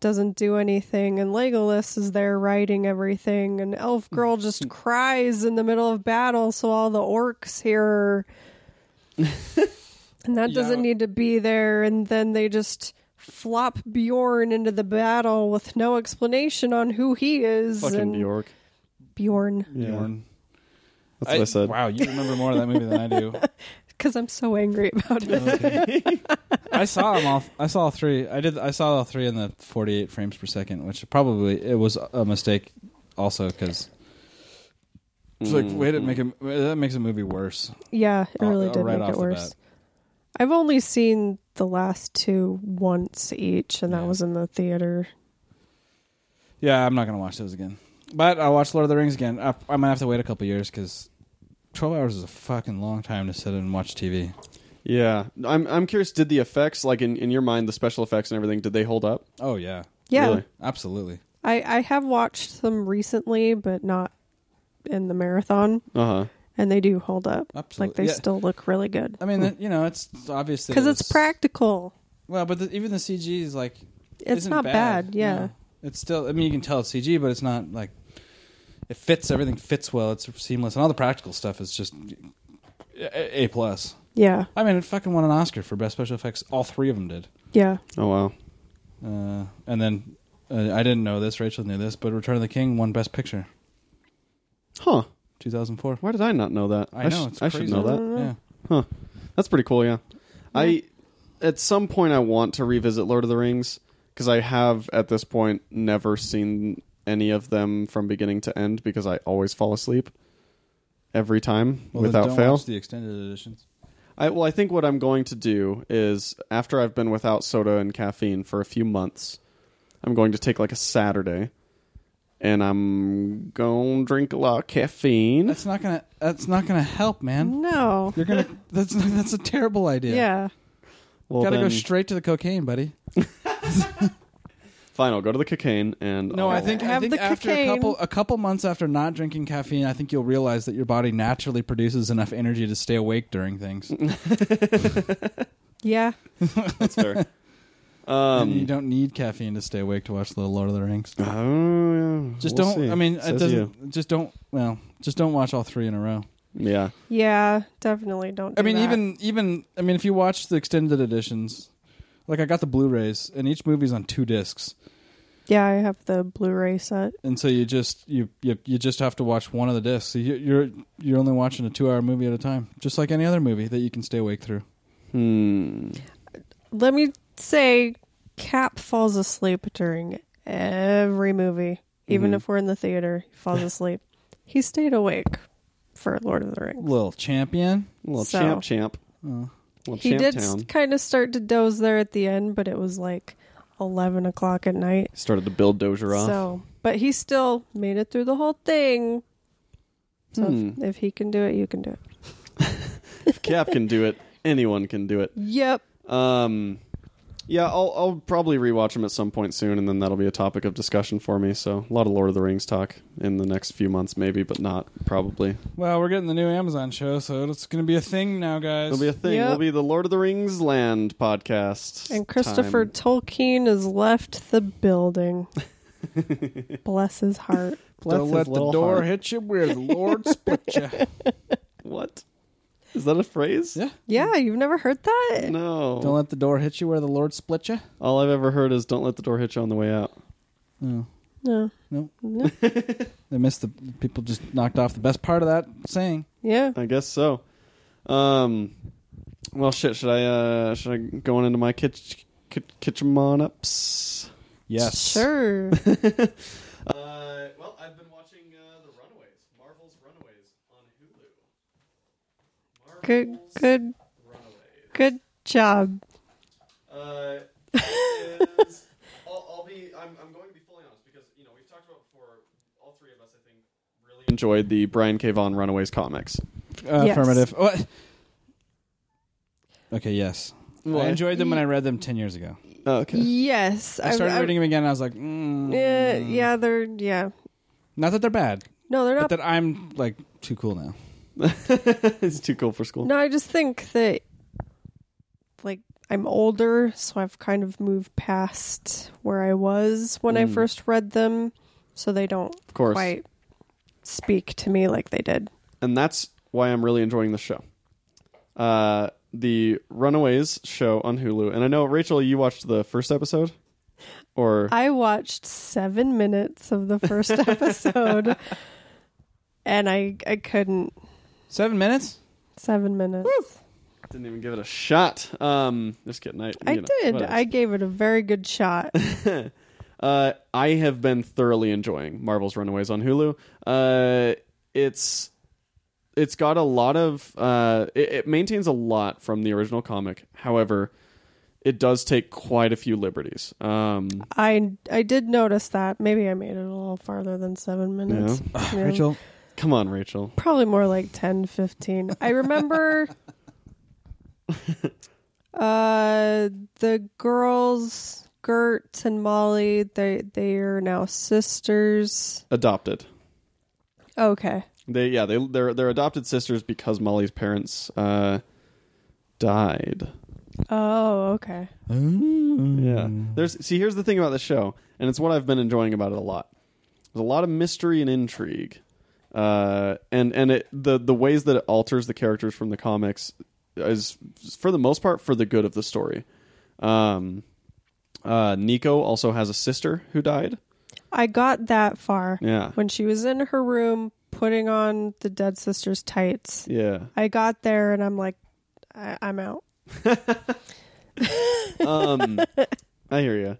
Speaker 2: doesn't do anything and Legolas is there writing everything and elf girl just cries in the middle of battle so all the orcs hear her. and that
Speaker 3: Yeah.
Speaker 2: doesn't need to be there and then they just flop Bjorn into the battle with no explanation on who he is
Speaker 1: Fucking
Speaker 2: and
Speaker 1: Bjork.
Speaker 2: Bjorn
Speaker 1: Yeah.
Speaker 3: Bjorn.
Speaker 1: That's what I said.
Speaker 3: Wow, you remember more of that movie than I do.
Speaker 2: because I'm so angry about it.
Speaker 3: I saw them all. I saw all three. I did. I saw all three in the forty-eight frames per second, which probably it was a mistake, also because it's like way to make it. That makes a movie worse.
Speaker 2: Yeah, it
Speaker 3: Oh,
Speaker 2: really
Speaker 3: uh,
Speaker 2: did
Speaker 3: right
Speaker 2: make
Speaker 3: off
Speaker 2: it
Speaker 3: the
Speaker 2: worse.
Speaker 3: bat.
Speaker 2: I've only seen the last two once each, and
Speaker 3: Yeah.
Speaker 2: that was in the theater.
Speaker 3: Yeah, I'm not gonna watch those again. But I'll watch Lord of the Rings again. I, I might have to wait a couple years because twelve hours is a fucking long time to sit and watch TV.
Speaker 1: Yeah, I'm I'm curious. Did the effects, like in, in your mind, the special effects and everything, did they hold up?
Speaker 3: Oh yeah,
Speaker 2: Yeah,
Speaker 1: Really?
Speaker 3: absolutely.
Speaker 2: I, I have watched some recently, but not in the marathon,
Speaker 1: Uh huh.
Speaker 2: and they do hold up.
Speaker 3: Absolutely.
Speaker 2: Like they
Speaker 3: Yeah.
Speaker 2: still look really good
Speaker 3: I mean, that- you know, it's obviously
Speaker 2: because it's practical.
Speaker 3: Well, but the, even the CG is like
Speaker 2: It's
Speaker 3: isn't
Speaker 2: not bad. Yeah,
Speaker 3: No. it's still. I mean, you can tell it's CG, but it's not like it fits. Everything fits well. It's seamless, and all the practical stuff is just a A plus.
Speaker 2: yeah,
Speaker 3: I mean, it fucking won an Oscar for best special effects. All three of them did.
Speaker 2: yeah.
Speaker 1: Oh wow.
Speaker 3: Uh, and then uh, I didn't know this. Rachel knew this, but Return of the King won best picture,
Speaker 1: Huh.
Speaker 3: 2004.
Speaker 1: Why did I not know that?
Speaker 3: I know, it's
Speaker 1: I should
Speaker 3: crazy.
Speaker 1: know that.
Speaker 3: Yeah.
Speaker 1: Huh. That's pretty cool. Yeah. I at some point I want to revisit Lord of the Rings because I have at this point never seen any of them from beginning to end because I always fall asleep every time
Speaker 3: Well, then
Speaker 1: without
Speaker 3: don't
Speaker 1: fail.
Speaker 3: watch the extended editions.
Speaker 1: I, well, I think what I'm going to do is after I've been without soda and caffeine for a few months, I'm going to take like a Saturday, and I'm gonna drink a lot of caffeine.
Speaker 3: That's not gonna. That's not gonna help, man.
Speaker 2: No.
Speaker 3: You're gonna. That's not, that's a terrible idea.
Speaker 2: Yeah.
Speaker 1: Well,
Speaker 3: Gotta go
Speaker 1: then-
Speaker 3: straight to the cocaine, buddy.
Speaker 1: Fine, I'll go to the cocaine and
Speaker 3: No,
Speaker 1: I'll-
Speaker 3: I think I
Speaker 2: Have
Speaker 3: think
Speaker 2: the
Speaker 3: after a
Speaker 2: cocaine.
Speaker 3: couple a couple months after not drinking caffeine, I think you'll realize that your body naturally produces enough energy to stay awake during things.
Speaker 2: Yeah.
Speaker 1: that's fair.
Speaker 3: and you
Speaker 1: Um,
Speaker 3: don't need caffeine to stay awake to watch the Lord of the Rings.
Speaker 1: oh, yeah,
Speaker 3: Just
Speaker 1: we'll
Speaker 3: don't.
Speaker 1: see.
Speaker 3: I mean,
Speaker 1: Says
Speaker 3: it doesn't.
Speaker 1: you.
Speaker 3: Just don't. Well, just don't watch all three in a row.
Speaker 1: Yeah,
Speaker 2: Yeah. Definitely don't.
Speaker 3: I
Speaker 2: do
Speaker 3: mean,
Speaker 2: that.
Speaker 3: even even. I mean, if you watch the extended editions, like I got the Blu-rays, and each movie's on two discs,
Speaker 2: yeah, I have the Blu-ray set.
Speaker 3: and so you just you you, you just have to watch one of the discs. So you, you're you're only watching a two-hour movie at a time, just like any other movie that you can stay awake through.
Speaker 1: hmm.
Speaker 2: let me say cap falls asleep during every movie even
Speaker 1: Mhm.
Speaker 2: if we're in the theater he falls asleep he stayed awake for lord of the rings
Speaker 3: Little champion.
Speaker 1: little
Speaker 2: So-
Speaker 1: champ, champ,
Speaker 3: Oh.
Speaker 1: little
Speaker 2: he
Speaker 1: champ
Speaker 2: did
Speaker 1: town.
Speaker 2: kind of start to doze there at the end but it was like 11 o'clock at night
Speaker 1: Started to build Dozier off.
Speaker 2: so but he still made it through the whole thing so if,
Speaker 1: Hmm.
Speaker 2: if he can do it you can do it
Speaker 1: If Cap can do it. Anyone can do it.
Speaker 2: yep
Speaker 1: Um, yeah, I'll, I'll probably rewatch them at some point soon, and then that'll be a topic of discussion for me. So a lot of Lord of the Rings talk in the next few months, maybe, but not probably.
Speaker 3: Well, we're getting the new Amazon show, so it's going to be a thing now, guys.
Speaker 1: It'll be a thing.
Speaker 2: Yep.
Speaker 1: We'll be the Lord of the Rings land podcast.
Speaker 2: and christopher
Speaker 1: time.
Speaker 2: tolkien has left the building bless his heart
Speaker 1: Bless
Speaker 3: Don't
Speaker 1: his
Speaker 3: let the
Speaker 1: little
Speaker 3: door
Speaker 1: heart.
Speaker 3: hit you where the Lord split you.
Speaker 1: What is that a phrase?
Speaker 3: Yeah.
Speaker 2: yeah you've never heard that
Speaker 1: No.
Speaker 3: Don't let the door hit you where the Lord split you.
Speaker 1: All I've ever heard is "Don't let the door hit you on the way out."
Speaker 3: No,
Speaker 2: No.
Speaker 3: Oh, no,
Speaker 2: No.
Speaker 3: they missed the people. Just knocked off the best part of that saying.
Speaker 2: Yeah.
Speaker 1: I guess so. Um, well, shit. Should I uh, should I go on into my kitchen kitchen on ups?
Speaker 3: Yes,
Speaker 2: Sure.
Speaker 1: Uh, well, I've been watching uh, the Runaways, Marvel's Runaways on Hulu.
Speaker 2: good
Speaker 1: Marvel's
Speaker 2: good
Speaker 1: Runaways.
Speaker 2: good job.
Speaker 1: Uh, is- I'll, I'll be. I'm, I'm going to be fully honest because you know we've talked about before. All three of us, I think, really enjoyed the Brian K. Vaughan Runaways comics.
Speaker 3: Uh,
Speaker 2: Yes.
Speaker 3: affirmative. What? Okay, yes.
Speaker 1: What? Oh,
Speaker 3: I enjoyed them when I read them ten years ago.
Speaker 1: okay.
Speaker 2: Yes.
Speaker 3: I started reading them again. and I was like, mm,
Speaker 2: Yeah, yeah, they're yeah.
Speaker 3: Not that they're bad,
Speaker 2: No, they're
Speaker 3: but
Speaker 2: not
Speaker 3: that I'm like too cool now.
Speaker 1: it's too cool for school.
Speaker 2: No, I just think that like I'm older, so I've kind of moved past where I was when I
Speaker 1: Mm.
Speaker 2: first read them, so they don't
Speaker 1: Of course.
Speaker 2: quite speak to me like they did.
Speaker 1: and that's why I'm really enjoying the show. Uh, the Runaways show on Hulu, and I know Rachel, you watched the first episode, or
Speaker 2: I watched seven minutes of the first episode, and I I couldn't
Speaker 3: Seven minutes?
Speaker 2: seven minutes.
Speaker 1: didn't even give it a shot. Um, just kidding. I,
Speaker 2: I
Speaker 1: you know,
Speaker 2: did.
Speaker 1: whatever.
Speaker 2: I gave it a very good shot.
Speaker 1: uh, I have been thoroughly enjoying Marvel's Runaways on Hulu. Uh, it's it's got a lot of uh, it, it maintains a lot from the original comic. However, it does take quite a few liberties. Um,
Speaker 2: I I did notice that. Maybe I made it a little farther than seven minutes. Yeah.
Speaker 3: Rachel,
Speaker 1: come on, Rachel.
Speaker 2: Probably more like 10, 15. I remember uh the girls Gert and Molly, they they are now sisters.
Speaker 1: Adopted.
Speaker 2: Okay.
Speaker 1: They yeah they they're they're adopted sisters because Molly's parents uh, died.
Speaker 2: Oh, okay.
Speaker 1: Yeah. There's see here's the thing about the show, and it's what I've been enjoying about it a lot. There's a lot of mystery and intrigue. Uh, and and it, the the ways that it alters the characters from the comics is for the most part for the good of the story. Um, uh, Nico also has a sister who died.
Speaker 2: I got that far
Speaker 1: Yeah.
Speaker 2: when she was in her room putting on the dead sister's tights.
Speaker 1: Yeah.
Speaker 2: I got there and I'm like I, I'm out.
Speaker 1: um, I hear you.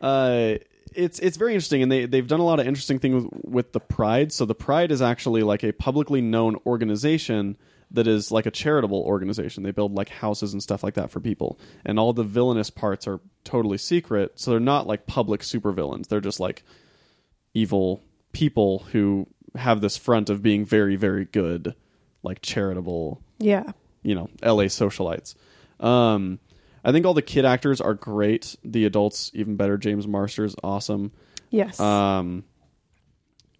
Speaker 1: Uh, it's it's very interesting, and they they've done a lot of interesting things with, with the Pride. So the Pride is actually like a publicly known organization that is like a charitable organization. They build like houses and stuff like that for people, and all the villainous parts are totally secret. So they're not like public supervillains. They're just like evil people who have this front of being very very good, like charitable
Speaker 2: Yeah.
Speaker 1: you know LA socialites. Um, I think all the kid actors are great. The adults even better. James Marsters awesome.
Speaker 2: Yes.
Speaker 1: Um,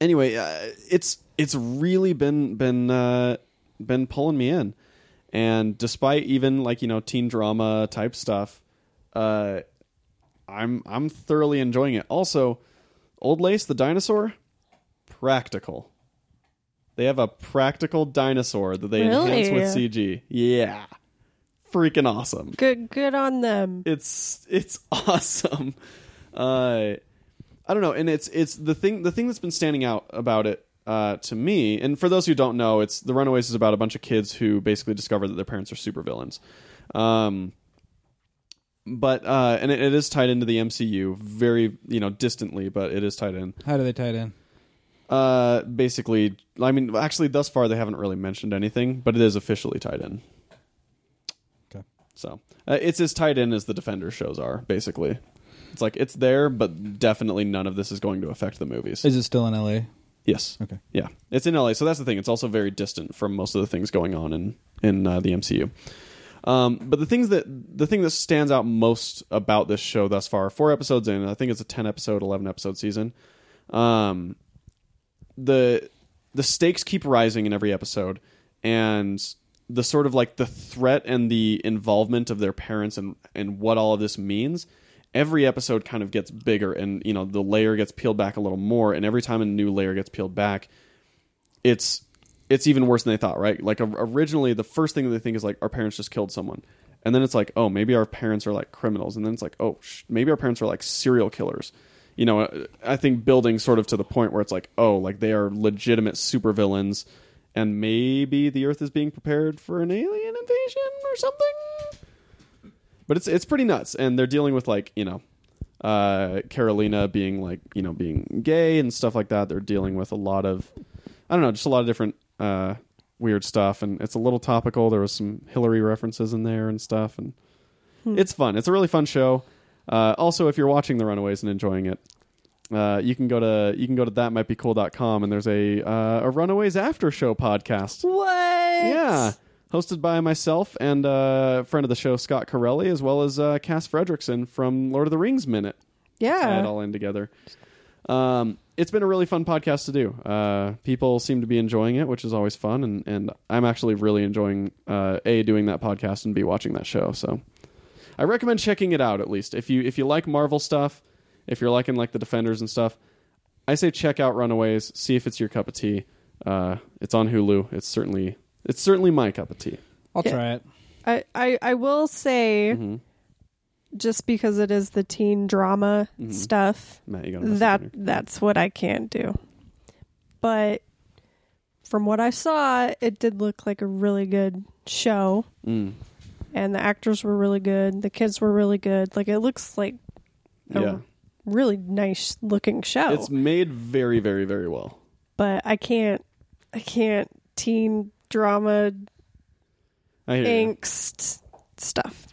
Speaker 1: anyway, uh, it's it's really been been uh, been pulling me in, and despite even like you know teen drama type stuff, uh, I'm I'm thoroughly enjoying it. Also, Old Lace the dinosaur, practical. They have a practical dinosaur that they enhance with
Speaker 2: Really?
Speaker 1: CG. Yeah, freaking awesome
Speaker 2: good good on them.
Speaker 1: it's it's awesome. Uh, I don't know, and it's it's the thing the thing that's been standing out about it uh, to me. And for those who don't know, it's The Runaways is about a bunch of kids who basically discover that their parents are supervillains. Um, but uh, and it, it is tied into the MCU very you know distantly, but it is tied in.
Speaker 3: how do they tie it in?
Speaker 1: Uh, basically, I mean, actually, thus far they haven't really mentioned anything, but it is officially tied in.
Speaker 3: Okay.
Speaker 1: So uh, it's as tied in as the Defender shows are. Basically, it's like it's there, but definitely none of this is going to affect the movies.
Speaker 3: Is it still in LA?
Speaker 1: yes.
Speaker 3: Okay.
Speaker 1: Yeah, it's in LA, so that's the thing. It's also very distant from most of the things going on in in uh, the MCU. Um, but the things that the thing that stands out most about this show thus far, four episodes in, and I think it's a ten episode, eleven episode season. Um, the the stakes keep rising in every episode, and the sort of like the threat and the involvement of their parents and and what all of this means. Every episode kind of gets bigger, and you know the layer gets peeled back a little more, and every time a new layer gets peeled back, it's it's even worse than they thought, right? Like o- originally, the first thing that they think is like our parents just killed someone, and then it's like, oh, maybe our parents are like criminals, and then it's like, oh, sh- maybe our parents are like serial killers. You know, uh, I think building sort of to the point where it's like, oh, like they are legitimate supervillains, and maybe the Earth is being prepared for an alien invasion or something. But it's it's pretty nuts, and they're dealing with like you know, uh, Carolina being like you know being gay and stuff like that. They're dealing with a lot of I don't know, just a lot of different uh, weird stuff, and it's a little topical. There was some Hillary references in there and stuff, and it's fun. It's a really fun show. Uh, also, if you're watching The Runaways and enjoying it, uh, you can go to you can go to thatmightbecool.com, and there's a uh, a Runaways after show podcast.
Speaker 2: What?
Speaker 1: Yeah. Hosted by myself and uh, friend of the show Scott Corelli, as well as uh, Cass Fredrickson from Lord of the Rings Minute tie it
Speaker 2: Yeah.
Speaker 1: all in together. Um, it's been a really fun podcast to do. Uh, people seem to be enjoying it, which is always fun, and, and I'm actually really enjoying uh, a doing that podcast and b watching that show. So I recommend checking it out at least if you if you like Marvel stuff, if you're liking like the Defenders and stuff. I say check out Runaways. See if it's your cup of tea. Uh, it's on Hulu. It's certainly it's certainly my cup of tea.
Speaker 3: I'll
Speaker 2: Yeah.
Speaker 3: try it.
Speaker 2: I, I, I will say,
Speaker 1: Mhm.
Speaker 2: just because it is the teen drama
Speaker 1: Mhm.
Speaker 2: stuff,
Speaker 1: Matt, you got a message
Speaker 2: that
Speaker 1: in here.
Speaker 2: that's what I can do. But from what I saw, it did look like a really good show,
Speaker 1: Mm.
Speaker 2: and the actors were really good. The kids were really good. Like it looks like a
Speaker 1: Yeah.
Speaker 2: really nice looking show.
Speaker 1: It's made very very very well.
Speaker 2: but I can't, I can't teen drama
Speaker 1: I hear you.
Speaker 2: angst stuff.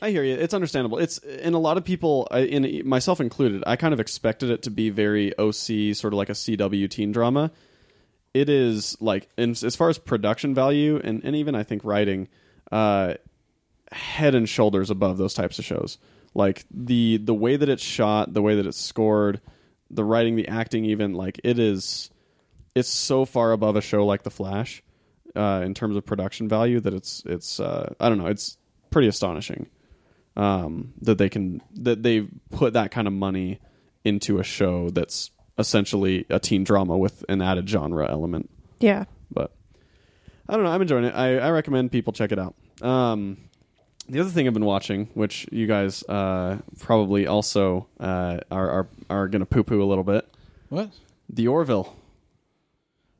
Speaker 1: I hear you. It's understandable. It's and a lot of people, I- in myself included, I kind of expected it to be very OC, sort of like a CW teen drama. It is like, and as far as production value and and even I think writing, uh, head and shoulders above those types of shows. Like the the way that it's shot, the way that it's scored, the writing, the acting, even like it is, it's so far above a show like The Flash, uh, in terms of production value that it's it's uh, I don't know, it's pretty astonishing um, that they can that they put that kind of money into a show that's essentially a teen drama with an added genre element.
Speaker 2: Yeah.
Speaker 1: But I don't know. I'm enjoying it. I, I recommend people check it out. Um, the other thing I've been watching, which you guys uh, probably also uh, are are, are going to poo poo a little bit,
Speaker 3: What?
Speaker 1: The Orville.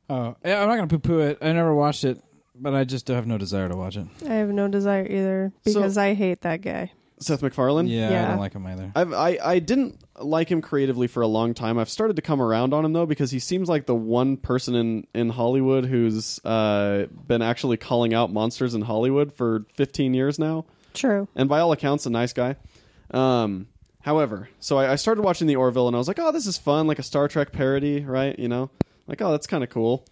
Speaker 3: Oh, yeah, I'm not gonna poo-poo it. I never watched it, but I just have no desire to watch it.
Speaker 2: I have no desire either
Speaker 1: So-
Speaker 2: because I hate that guy.
Speaker 1: Seth MacFarlane.
Speaker 3: Yeah, I
Speaker 2: Yeah.
Speaker 3: don't like him either.
Speaker 1: I've, I I didn't like him creatively for a long time. I've started to come around on him though because he seems like the one person in in Hollywood who's uh, been actually calling out monsters in Hollywood for 15 years now,
Speaker 2: True.
Speaker 1: and by all accounts, a nice guy. Um, however, so I, I started watching the Orville and I was like, oh, this is fun, like a Star Trek parody, right? You know, like oh, that's kind of cool.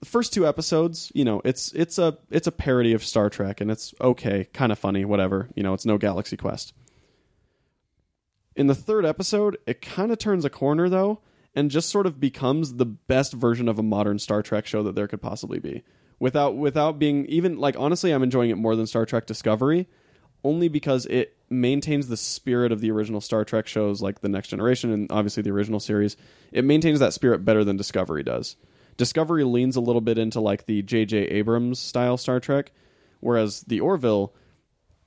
Speaker 1: The first two episodes, you know, it's it's a it's a parody of Star Trek and it's okay, kind of funny, whatever. You know, it's no Galaxy Quest in the third episode, it kind of turns a corner though, and just sort of becomes the best version of a modern Star Trek show that there could possibly be. Without without being even like honestly, I'm enjoying it more than Star Trek Discovery, only because it maintains the spirit of the original Star Trek shows, like the Next Generation and obviously the original series. It maintains that spirit better than Discovery does. Discovery leans a little bit into like the J.J. Abrams style Star Trek, whereas the Orville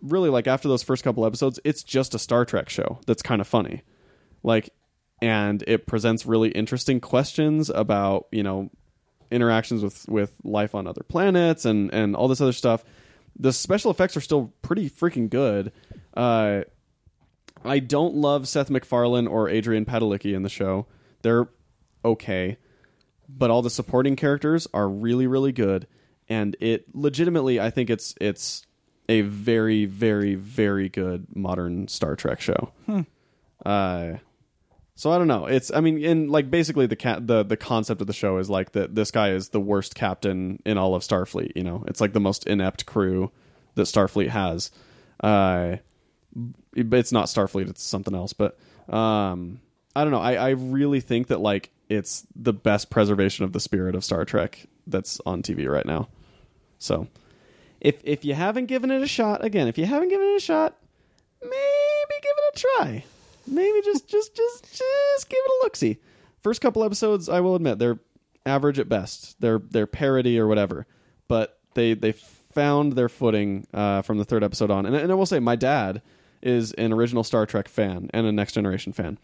Speaker 1: really like after those first couple episodes, it's just a Star Trek show that's kind of funny. Like and it presents really interesting questions about, you know, interactions with with life on other planets and and all this other stuff. The special effects are still pretty freaking good. Uh I don't love Seth MacFarlane or Adrian Padalecki in the show. They're okay, but all the supporting characters are really really good and it legitimately I think it's it's a very very very good modern Star Trek show. Uh so I don't know. It's I mean, in like basically the cat the the concept of the show is like that this guy is the worst captain in all of Starfleet. You know, it's like the most inept crew that Starfleet has. Uh, but it's not Starfleet; it's something else. But um, I don't know. I I really think that like it's the best preservation of the spirit of Star Trek that's on TV right now. So if if you haven't given it a shot, again, if you haven't given it a shot, maybe give it a try. Maybe just just just just give it a look see. First couple episodes, I will admit, they're average at best. They're they're parody or whatever, but they they found their footing uh, from the third episode on. And, and I will say, my dad is an original Star Trek fan and a Next Generation fan.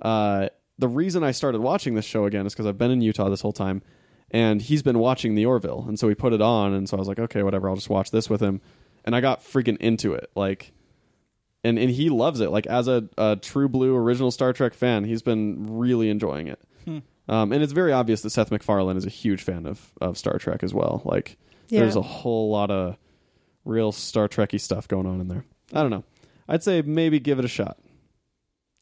Speaker 1: Uh, the reason I started watching this show again is because I've been in Utah this whole time, and he's been watching The Orville, and so he put it on, and so I was like, okay, whatever, I'll just watch this with him, and I got freaking into it, like, and and he loves it, like as a, a true blue original Star Trek fan, he's been really enjoying it, um, and it's very obvious that Seth MacFarlane is a huge fan of of Star Trek as well, like,
Speaker 2: Yeah.
Speaker 1: there's a whole lot of real Star Trekky stuff going on in there. I don't know, I'd say maybe give it a shot.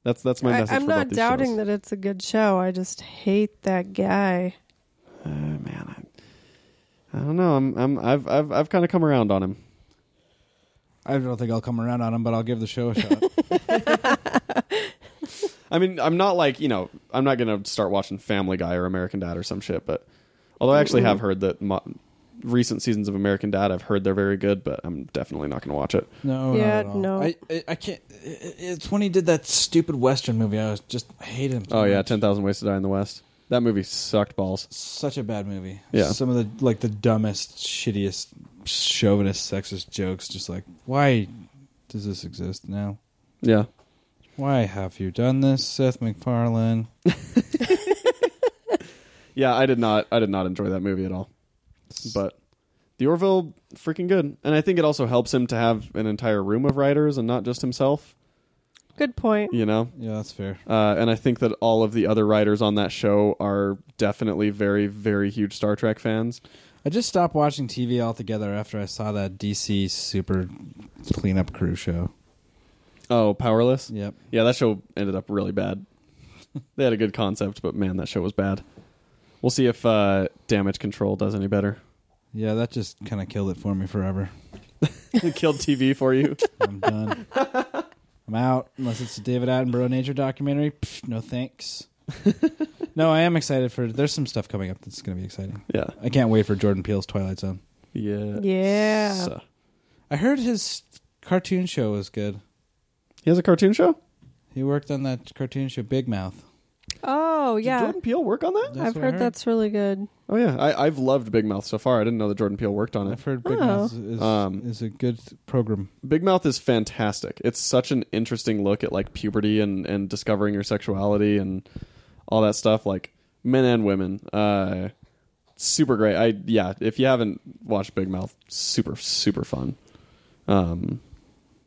Speaker 1: That's that's my
Speaker 2: I,
Speaker 1: message.
Speaker 2: I'm
Speaker 1: for both
Speaker 2: not
Speaker 1: these
Speaker 2: doubting
Speaker 1: shows.
Speaker 2: that it's a good show. I just hate that guy.
Speaker 1: Uh, man, I, I don't know. I'm, I'm, I've, I've, I've kind of come around on him.
Speaker 3: I don't think I'll come around on him, but I'll give the show a shot.
Speaker 1: I mean, I'm not like you know, I'm
Speaker 2: Mm-hmm.
Speaker 1: not gonna start watching Family Guy or American Dad or some shit. But although I actually have heard that mo- recent seasons of American Dad. I've heard they're very good, but I'm definitely not going to watch it.
Speaker 3: No,
Speaker 2: Yeah,
Speaker 3: not at all.
Speaker 2: no.
Speaker 3: I, I, I can't. i- i- It's when he did that stupid western movie. I was just I hated him. so
Speaker 1: Oh yeah,
Speaker 3: much.
Speaker 1: Ten Thousand Ways to Die in the West. That movie sucked balls.
Speaker 3: such a bad movie.
Speaker 1: Yeah.
Speaker 3: some of the like the dumbest, shittiest, chauvinist, sexist jokes. Just like, why does this exist now?
Speaker 1: Yeah,
Speaker 3: Why have you done this, Seth MacFarlane?
Speaker 1: yeah. I did not. I did not enjoy that movie at all. But the Orville freaking good, and I think it also helps him to have an entire room of writers and not just himself.
Speaker 2: Good point.
Speaker 1: You know,
Speaker 3: yeah, that's fair.
Speaker 1: Uh, and I think that all of the other writers on that show are definitely very, very huge Star Trek fans.
Speaker 3: I just stopped watching TV altogether after I saw that DC Super Cleanup Crew show.
Speaker 1: Oh, Powerless?
Speaker 3: Yep.
Speaker 1: Yeah, that show ended up really bad. they had a good concept, but man, that show was bad. We'll see if uh, Damage Control does any better.
Speaker 3: Yeah, that just kind of killed it for me forever.
Speaker 1: It Killed TV for you.
Speaker 3: I'm done. I'm out unless it's a David Attenborough nature documentary. Pff, no thanks. no, I am excited for. There's some stuff coming up that's going to be exciting.
Speaker 1: Yeah.
Speaker 3: I can't wait for Jordan Peele's Twilight Zone.
Speaker 1: Yeah.
Speaker 2: Yeah.
Speaker 1: So-
Speaker 3: I heard his cartoon show was good.
Speaker 1: He has a cartoon show?
Speaker 3: He worked on that cartoon show Big Mouth.
Speaker 2: Oh
Speaker 1: Did
Speaker 2: yeah,
Speaker 1: Jordan Peele work on that?
Speaker 3: That's
Speaker 2: I've
Speaker 3: what I
Speaker 2: heard, that's really good.
Speaker 1: Oh, yeah. I- I've loved Big Mouth so far. I didn't know that Jordan Peele worked on it.
Speaker 3: I've heard Big
Speaker 2: Oh.
Speaker 3: Mouth is
Speaker 1: Um,
Speaker 3: is a good program.
Speaker 1: Big Mouth is fantastic. It's such an interesting look at like puberty and and discovering your sexuality and all that stuff. Like men and women, uh, super great. I yeah. If you haven't watched Big Mouth, super super fun. Um,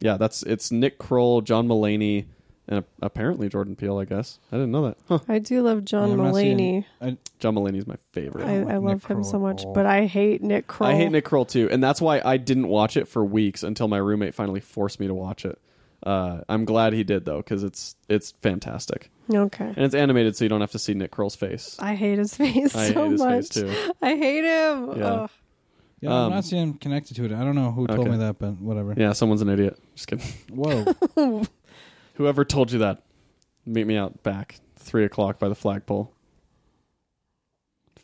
Speaker 1: yeah, that's it's Nick Kroll, John Mulaney, and a- apparently Jordan Peele. I guess I didn't know that. Huh.
Speaker 2: I do love John
Speaker 3: Yeah, I'm not
Speaker 2: Mulaney.
Speaker 3: seeing- I,
Speaker 1: John Mulaney's my favorite.
Speaker 2: I,
Speaker 3: don't like
Speaker 2: I love
Speaker 3: Nick
Speaker 2: him
Speaker 3: Kroll
Speaker 2: so
Speaker 3: at
Speaker 2: much,
Speaker 3: all.
Speaker 2: but I hate Nick Kroll.
Speaker 1: I hate Nick Kroll too, and that's why I didn't watch it for weeks until my roommate finally forced me to watch it. Uh, I'm glad he did though, because it's it's fantastic
Speaker 2: Okay,
Speaker 1: and it's animated, so you don't have to see Nick Kroll's face.
Speaker 2: I hate his face
Speaker 1: I
Speaker 2: so
Speaker 1: hate his
Speaker 2: much.
Speaker 1: face too.
Speaker 2: I hate him.
Speaker 1: Yeah.
Speaker 2: Ugh.
Speaker 3: yeah,
Speaker 1: Um,
Speaker 3: I'm not seeing him connected to it. I don't know who told
Speaker 1: Okay.
Speaker 3: me that, but whatever.
Speaker 1: Yeah, someone's an idiot. Just kidding.
Speaker 3: Whoa.
Speaker 1: Whoever told you that, meet me out back three o'clock by the flagpole.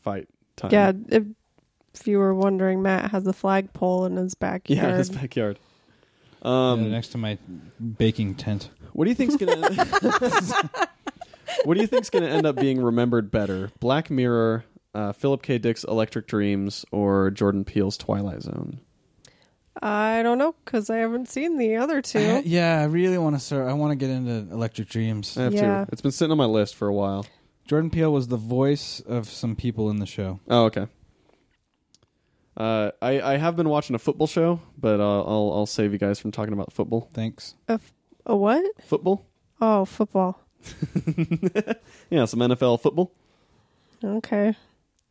Speaker 1: Fight time.
Speaker 2: Yeah, if, if you were wondering, Matt has a flagpole in his backyard.
Speaker 1: yeah, his backyard.
Speaker 3: Yeah,
Speaker 1: Um,
Speaker 3: next to my baking tent.
Speaker 1: what do you think's gonna? what do you think's gonna end up being remembered better? Black Mirror, uh, Philip K. Dick's Electric Dreams, or Jordan Peele's Twilight Zone?
Speaker 2: I don't know because I haven't seen the other two.
Speaker 3: I- yeah, I really want to start. I want to get into Electric Dreams.
Speaker 1: I have
Speaker 2: Yeah.
Speaker 1: to. It's been sitting on my list for a while.
Speaker 3: Jordan Peele was the voice of some people in the show.
Speaker 1: Oh, okay. Uh, I I have been watching a football show, but uh, I'll I'll save you guys from talking about football.
Speaker 3: Thanks.
Speaker 2: A what?
Speaker 1: Football,
Speaker 2: Oh, football.
Speaker 1: yeah, some NFL football.
Speaker 2: Okay.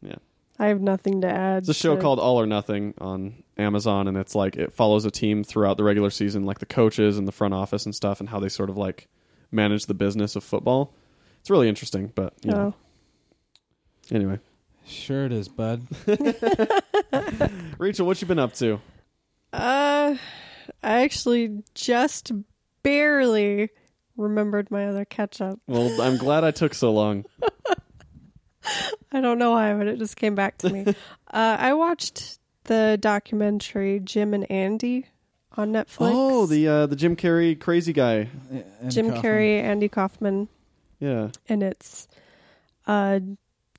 Speaker 1: Yeah.
Speaker 2: I have nothing to add.
Speaker 1: It's a show
Speaker 2: to-
Speaker 1: called All or Nothing on Amazon, and it's like it follows a team throughout the regular season, like the coaches and the front office and stuff, and how they sort of like manage the business of football. It's really interesting, but you know.
Speaker 2: Oh.
Speaker 1: Anyway,
Speaker 3: Sure it is, bud.
Speaker 1: Rachel, what you been up to?
Speaker 2: Uh, I actually just barely remembered my other catch up.
Speaker 1: Well, I'm glad I took so long.
Speaker 2: I don't know why, but it just came back to me. uh, I watched the documentary Jim and Andy on Netflix.
Speaker 1: Oh, the uh, the Jim Carrey crazy guy.
Speaker 3: And
Speaker 2: Jim
Speaker 3: Kaufman.
Speaker 2: Carrey, Andy Kaufman,
Speaker 1: Yeah.
Speaker 2: and it's uh,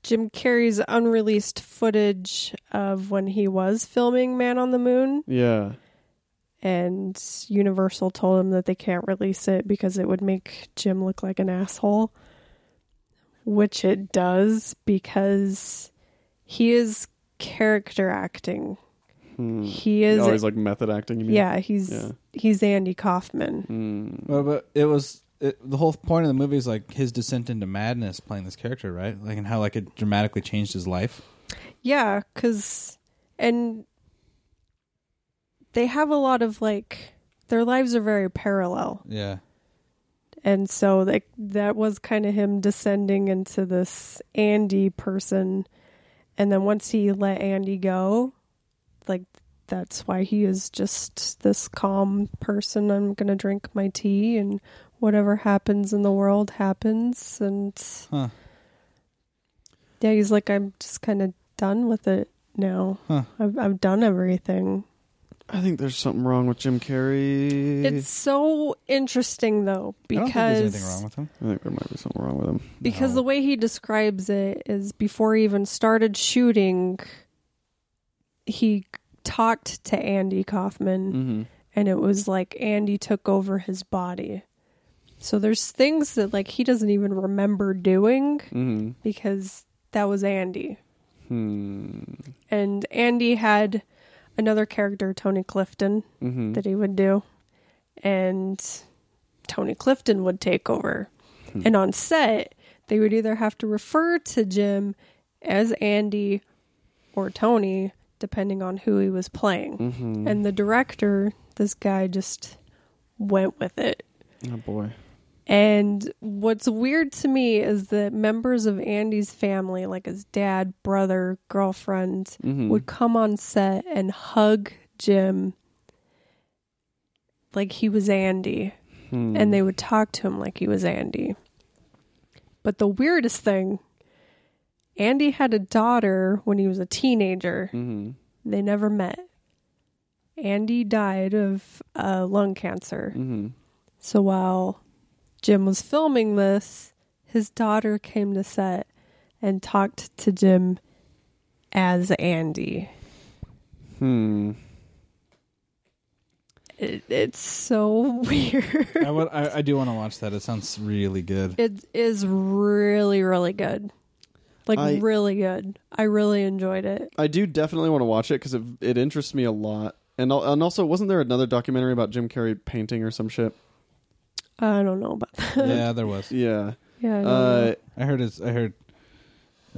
Speaker 2: Jim Carrey's unreleased footage of when he was filming Man on the Moon,
Speaker 1: Yeah.
Speaker 2: and Universal told him that they can't release it because it would make Jim look like an asshole, which it does because he is character acting.
Speaker 1: Hmm.
Speaker 2: He
Speaker 1: He's
Speaker 2: is
Speaker 1: always like method acting. You mean?
Speaker 2: yeah, he's
Speaker 1: Yeah.
Speaker 2: he's Andy Kaufman.
Speaker 1: Hmm.
Speaker 3: Well, but it was it, the whole point of the movie is like his descent into madness, playing this character, right? Like and how like it dramatically changed his life.
Speaker 2: Yeah, because, and they have a lot of like, their lives are very parallel.
Speaker 3: Yeah.
Speaker 2: And so, like, that was kind of him descending into this Andy person. And then once he let Andy go, like, that's why he is just this calm person. I'm going to drink my tea and whatever happens in the world happens. And
Speaker 3: Huh.
Speaker 2: yeah, he's like, I'm just kind of done with it now.
Speaker 3: Huh.
Speaker 2: I've I've done everything.
Speaker 1: I think there's something wrong with Jim Carrey.
Speaker 2: It's so interesting though
Speaker 3: I don't think there's
Speaker 2: because
Speaker 3: anything wrong with him.
Speaker 1: I think there might be something wrong with him.
Speaker 2: because
Speaker 3: No.
Speaker 2: the way he describes it is before he even started shooting, he talked to Andy Kaufman.
Speaker 3: Mm.
Speaker 1: Mm-hmm.
Speaker 2: and it was like Andy took over his body. So there's things that like he doesn't even remember doing
Speaker 1: Mm-hmm.
Speaker 2: because that was Andy.
Speaker 1: Hmm.
Speaker 2: And Andy had another character Tony Clifton
Speaker 1: Mm-hmm.
Speaker 2: that he would do and Tony Clifton would take over.
Speaker 1: Hmm.
Speaker 2: And on set, they would either have to refer to Jim as Andy or Tony depending on who he was playing
Speaker 1: Mm-hmm.
Speaker 2: and the director this guy just went with it
Speaker 1: oh boy.
Speaker 2: and what's weird to me is that members of andy's family like his dad brother girlfriend
Speaker 1: Mm-hmm.
Speaker 2: would come on set and hug jim like he was andy
Speaker 1: Hmm.
Speaker 2: and they would talk to him like he was andy but the weirdest thing andy had a daughter when he was a teenager
Speaker 1: Mm-hmm.
Speaker 2: they never met. Andy died of uh, lung cancer.
Speaker 1: Mm-hmm.
Speaker 2: So while Jim was filming this, his daughter came to set and talked to Jim as Andy.
Speaker 1: Hmm.
Speaker 2: It, it's so weird.
Speaker 3: I, would, I, I do want to watch that. It sounds really good.
Speaker 2: It is really, really good. Like,
Speaker 1: I-
Speaker 2: really good. I really enjoyed it.
Speaker 1: I do definitely want to watch it because it, it interests me a lot. And al- and also, wasn't there another documentary about Jim Carrey painting or some shit?
Speaker 2: I don't know about that.
Speaker 3: yeah, there was.
Speaker 1: Yeah.
Speaker 2: Yeah. I don't
Speaker 1: Uh,
Speaker 2: know.
Speaker 3: I heard his. I heard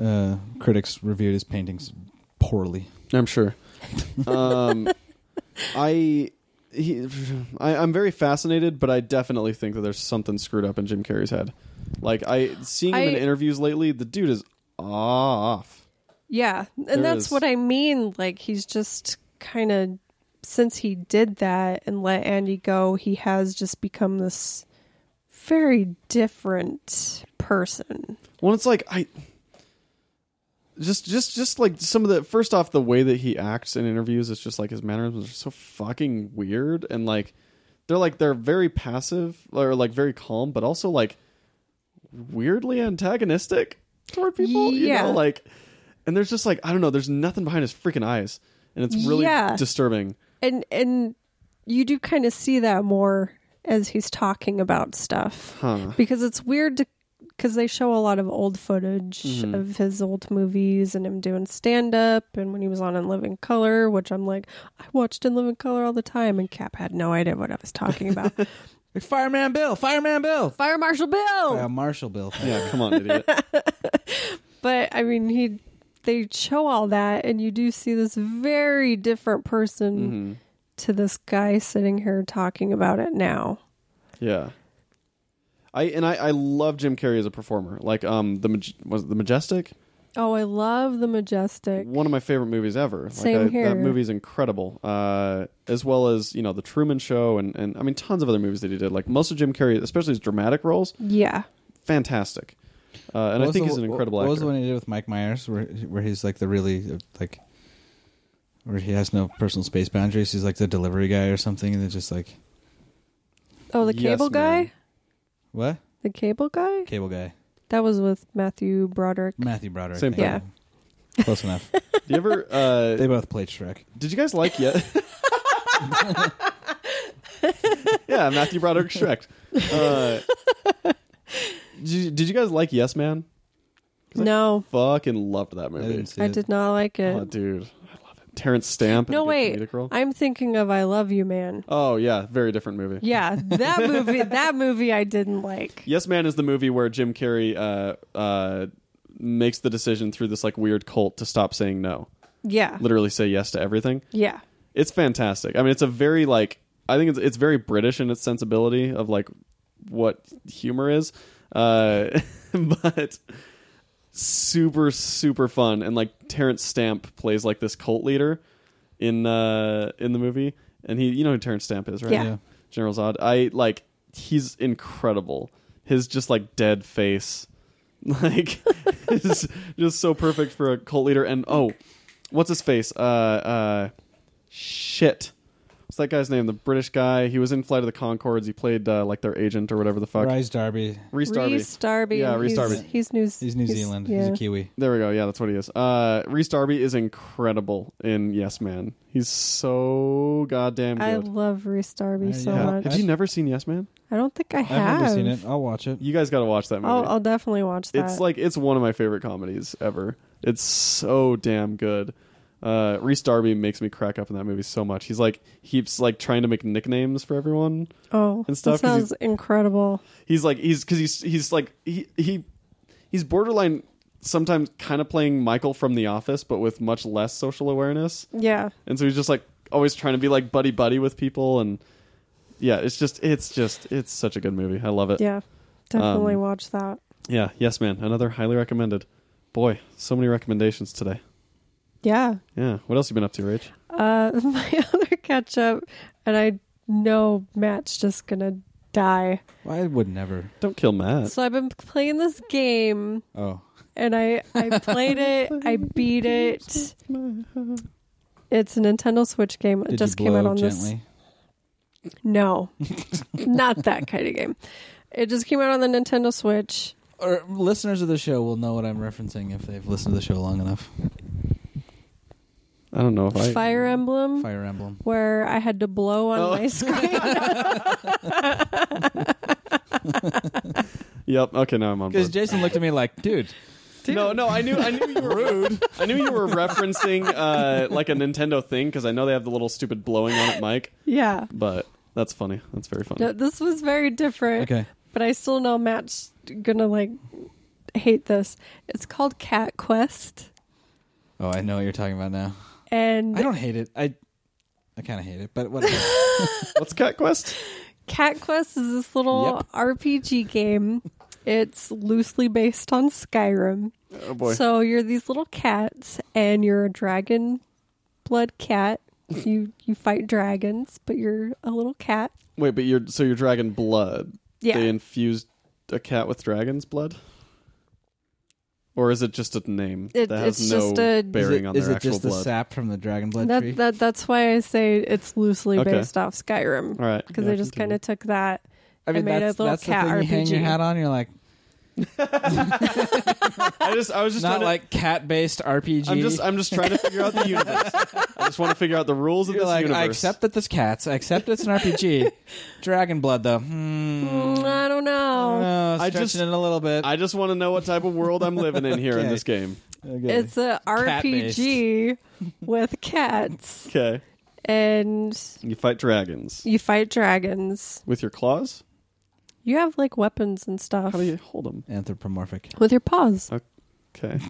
Speaker 3: uh, critics reviewed his paintings poorly.
Speaker 1: I'm sure. Um, I. He, I, I'm very fascinated, but I definitely think that there's something screwed up in Jim Carrey's head. Like I seeing him in
Speaker 2: I-
Speaker 1: interviews lately, the dude is off.
Speaker 2: Yeah,
Speaker 1: There
Speaker 2: and that's
Speaker 1: is-
Speaker 2: what I mean. Like he's just kind of since he did that and let Andy go, he has just become this very different person.
Speaker 1: Well, it's like I just just just like some of the first off the way that he acts in interviews it's just like his mannerisms are so fucking weird and like they're like they're very passive or like very calm but also like weirdly antagonistic toward people you
Speaker 2: Yeah.
Speaker 1: know like and there's just like I don't know there's nothing behind his freaking eyes and it's really
Speaker 2: Yeah.
Speaker 1: disturbing
Speaker 2: And and you do kind of see that more as he's talking about stuff.
Speaker 1: huh
Speaker 2: because it's weird to because they show a lot of old footage
Speaker 1: Mm-hmm.
Speaker 2: of his old movies and him doing stand up and when he was on In Living Color, which I'm like, I watched In Living Color all the time, and Cap had no idea what I was talking about.
Speaker 3: Like Fireman Bill, Fireman Bill,
Speaker 2: Fire Marshal Bill!
Speaker 3: uh, Marshall Bill.
Speaker 1: yeah come on idiot
Speaker 2: But I mean, he they show all that, and you do see this very different
Speaker 1: Mhm.
Speaker 2: person to this guy sitting here talking about it now.
Speaker 1: Yeah. I and I, I love Jim Carrey as a performer. Like um the Maj- was it the Majestic
Speaker 2: Oh, I love the majestic.
Speaker 1: one of my favorite movies ever. Like
Speaker 2: Same
Speaker 1: I,
Speaker 2: here.
Speaker 1: That movie's incredible. Uh, as well as you know the Truman Show and and I mean tons of other movies that he did. Like most of Jim Carrey, especially his dramatic roles,
Speaker 2: Yeah.
Speaker 1: fantastic. Uh, and
Speaker 3: What
Speaker 1: I
Speaker 3: was
Speaker 1: think
Speaker 3: the-
Speaker 1: he's an incredible
Speaker 3: what,
Speaker 1: actor.
Speaker 3: What was the one he did with Mike Myers, where where he's like the really uh, like, where he has no personal space boundaries. He's like the delivery guy or something, and it's just like
Speaker 2: Oh, the
Speaker 1: Yes,
Speaker 2: cable guy?
Speaker 1: man.
Speaker 3: what
Speaker 2: The cable guy?
Speaker 3: cable guy
Speaker 2: That was with Matthew Broderick.
Speaker 3: Matthew Broderick.
Speaker 1: Same
Speaker 3: thank
Speaker 2: thing.
Speaker 3: you. close enough.
Speaker 1: Do you ever? Uh,
Speaker 3: They both played Shrek.
Speaker 1: did you guys like yet? yeah, Matthew Broderick Shrek. Uh, did, you, did you guys like Yes Man? 'Cause I
Speaker 2: No,
Speaker 1: Fucking loved that
Speaker 3: I
Speaker 1: movie.
Speaker 3: didn't see
Speaker 2: I
Speaker 3: it.
Speaker 2: did not like it.
Speaker 1: Oh, dude, I love it. Terrence Stamp. in
Speaker 2: No,
Speaker 1: a good
Speaker 2: wait.
Speaker 1: comedic role.
Speaker 2: I'm thinking of I Love You Man.
Speaker 1: Oh yeah, very different movie.
Speaker 2: Yeah, that movie. that movie I didn't like.
Speaker 1: Yes Man is the movie where Jim Carrey uh, uh, makes the decision through this like weird cult to stop saying no.
Speaker 2: Yeah,
Speaker 1: Literally say yes to everything.
Speaker 2: yeah,
Speaker 1: It's fantastic. I mean, it's a very like I think it's it's very British in its sensibility of like what humor is, uh, but super super fun and like Terrence Stamp plays like this cult leader in uh, in the movie, and he you know who Terrence Stamp is, right?
Speaker 2: Yeah.
Speaker 3: Yeah.
Speaker 1: General Zod. I like he's incredible. His just like dead face, like is just so perfect for a cult leader. And oh, what's his face? Uh, uh, shit. What's that guy's name? The British guy. He was in Flight of the Concords. He played uh, like their agent or whatever the fuck.
Speaker 3: Rise Darby.
Speaker 1: Reese Darby.
Speaker 2: Reese Darby.
Speaker 1: Yeah, Reese
Speaker 2: He's-
Speaker 1: Darby.
Speaker 2: He's New.
Speaker 3: He's New Zealand.
Speaker 2: Yeah.
Speaker 3: He's a Kiwi.
Speaker 1: There we go. Yeah, that's what he is. Uh, Reese Darby is incredible in Yes Man. He's so goddamn
Speaker 2: I
Speaker 1: good.
Speaker 2: love Reese Darby
Speaker 3: Yeah.
Speaker 2: so
Speaker 1: Uh, yeah.
Speaker 2: much.
Speaker 1: Have you never seen Yes Man?
Speaker 2: I don't think I
Speaker 3: I've
Speaker 2: have.
Speaker 3: never seen it. I'll watch it.
Speaker 1: You guys got to watch that movie.
Speaker 2: I'll, I'll definitely watch that.
Speaker 1: it's like it's one of my favorite comedies ever. It's so damn good. Uh, Reese Darby makes me crack up in that movie so much. He's like he's like trying to make nicknames for everyone.
Speaker 2: oh,
Speaker 1: and stuff
Speaker 2: that
Speaker 1: 'cause
Speaker 2: sounds incredible.
Speaker 1: He's like he's because he's he's like he he he's borderline sometimes kind of playing Michael from The Office, but with much less social awareness.
Speaker 2: Yeah,
Speaker 1: and so he's just like always trying to be like buddy buddy with people and yeah it's just it's just it's such a good movie i love it yeah,
Speaker 2: yeah, definitely
Speaker 1: Um,
Speaker 2: watch that.
Speaker 1: yes man another highly recommended boy so many recommendations today
Speaker 2: Yeah.
Speaker 1: yeah what else you been up to rach
Speaker 2: Uh, my other catch up, and I know Matt's just gonna die.
Speaker 3: I would never.
Speaker 1: don't kill
Speaker 3: Uh.
Speaker 1: matt
Speaker 2: So I've been playing this game,
Speaker 3: Oh,
Speaker 2: and I I played it. I beat it. It's a Nintendo Switch game. It
Speaker 3: did
Speaker 2: just
Speaker 3: you
Speaker 2: came
Speaker 3: blow
Speaker 2: out on this
Speaker 3: gently?
Speaker 2: No, not that kind of game. It just came out on the Nintendo Switch.
Speaker 3: Or listeners of the show will know what I'm referencing if they've listened to the show long enough.
Speaker 1: i don't know if i
Speaker 2: Fire Emblem,
Speaker 3: Fire Emblem.
Speaker 2: where I had to blow on
Speaker 1: Oh.
Speaker 2: my screen.
Speaker 1: yep okay now i'm on
Speaker 3: Because
Speaker 1: board
Speaker 3: Jason looked at me like, dude,
Speaker 1: no no i knew i knew you were rude i knew you were referencing uh like a nintendo thing because i know they have the little stupid blowing on it mic
Speaker 2: yeah,
Speaker 1: but that's funny that's very funny
Speaker 2: no, this was very different.
Speaker 3: Okay.
Speaker 2: but I still know Matt's gonna like hate this. It's called Cat Quest,
Speaker 3: Oh, I know what you're talking about now. I
Speaker 2: and
Speaker 3: don't hate it. I I kind of hate it, but whatever.
Speaker 1: what's cat quest
Speaker 2: Cat Quest is this little
Speaker 3: Yep.
Speaker 2: RPG game. It's loosely based on Skyrim.
Speaker 1: oh boy
Speaker 2: So you're these little cats, and you're a dragon blood cat. You you fight dragons, but you're a little cat.
Speaker 1: Wait, but you're so you're dragon blood.
Speaker 2: Yeah.
Speaker 1: They infused a cat with dragon's blood? Or is it just a name
Speaker 2: It-
Speaker 1: that has
Speaker 2: it's
Speaker 1: no
Speaker 2: just a-
Speaker 1: bearing
Speaker 3: is it,
Speaker 1: on
Speaker 3: is
Speaker 1: their
Speaker 3: it
Speaker 1: actual
Speaker 3: just the
Speaker 1: blood?
Speaker 3: sap from the dragon blood tree?
Speaker 2: That, that that's why I say it's loosely
Speaker 1: Okay.
Speaker 2: based off Skyrim
Speaker 1: All right.
Speaker 2: because
Speaker 1: yeah,
Speaker 2: they just kind
Speaker 1: continue.
Speaker 2: of took that.
Speaker 3: I
Speaker 2: I
Speaker 3: mean,
Speaker 2: made a
Speaker 3: that's,
Speaker 2: little
Speaker 3: that's the
Speaker 2: cat
Speaker 3: thing you hang your
Speaker 2: RPG.
Speaker 3: hat on. You're like,
Speaker 1: I just I was just
Speaker 3: not
Speaker 1: trying to-
Speaker 3: like cat based RPG.
Speaker 1: I'm just I'm just trying to figure out the universe. I just want to figure out the rules of
Speaker 3: You're
Speaker 1: this
Speaker 3: like,
Speaker 1: universe.
Speaker 3: I accept that there's cats. I accept it's an RPG. dragon blood, though. Hmm.
Speaker 2: Mm, I don't know.
Speaker 3: No,
Speaker 1: I
Speaker 3: stretching
Speaker 1: just-
Speaker 3: it a little bit.
Speaker 1: I just want to know what type of world I'm living in here in
Speaker 3: Okay.
Speaker 1: this game.
Speaker 3: Okay.
Speaker 2: It's a RPG with cats,
Speaker 1: Okay.
Speaker 2: and
Speaker 1: You fight dragons
Speaker 2: you fight dragons.
Speaker 1: with your claws?
Speaker 2: You have like weapons and stuff
Speaker 1: How do you hold them?
Speaker 3: anthropomorphic.
Speaker 2: with your paws.
Speaker 1: Okay.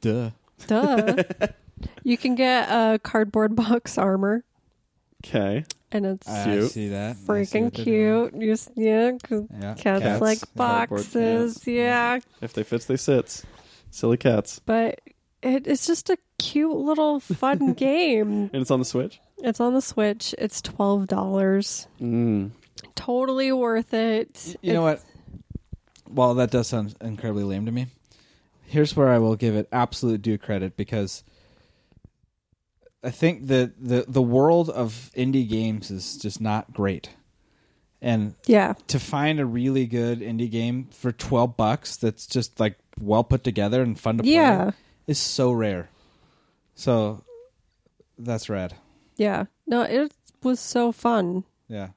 Speaker 3: Duh.
Speaker 2: Duh. you can get a cardboard box armor,
Speaker 1: Okay.
Speaker 2: and it's
Speaker 3: Ah, I
Speaker 1: Cute.
Speaker 3: see that. I see
Speaker 2: freaking
Speaker 3: what they're doing.
Speaker 2: cute. You s- yeah, 'cause
Speaker 3: Yeah.
Speaker 2: cats, like
Speaker 1: Cardboard
Speaker 2: boxes.
Speaker 1: cats.
Speaker 2: Yeah,
Speaker 1: If they fits, they sits. Silly cats.
Speaker 2: but it, it's just a cute little fun game.
Speaker 1: And it's on the Switch?
Speaker 2: It's on the Switch. It's twelve dollars.
Speaker 1: Mm.
Speaker 2: Totally worth it.
Speaker 3: You know what? While that does sound incredibly lame to me, here's where I will give it absolute due credit because I think the the, the world of indie games is just not great. And
Speaker 2: Yeah,
Speaker 3: to find a really good indie game for 12 bucks that's just like well put together and fun to play
Speaker 2: Yeah.
Speaker 3: is so rare. So that's rad.
Speaker 2: yeah. No, it was so fun.
Speaker 3: Yeah.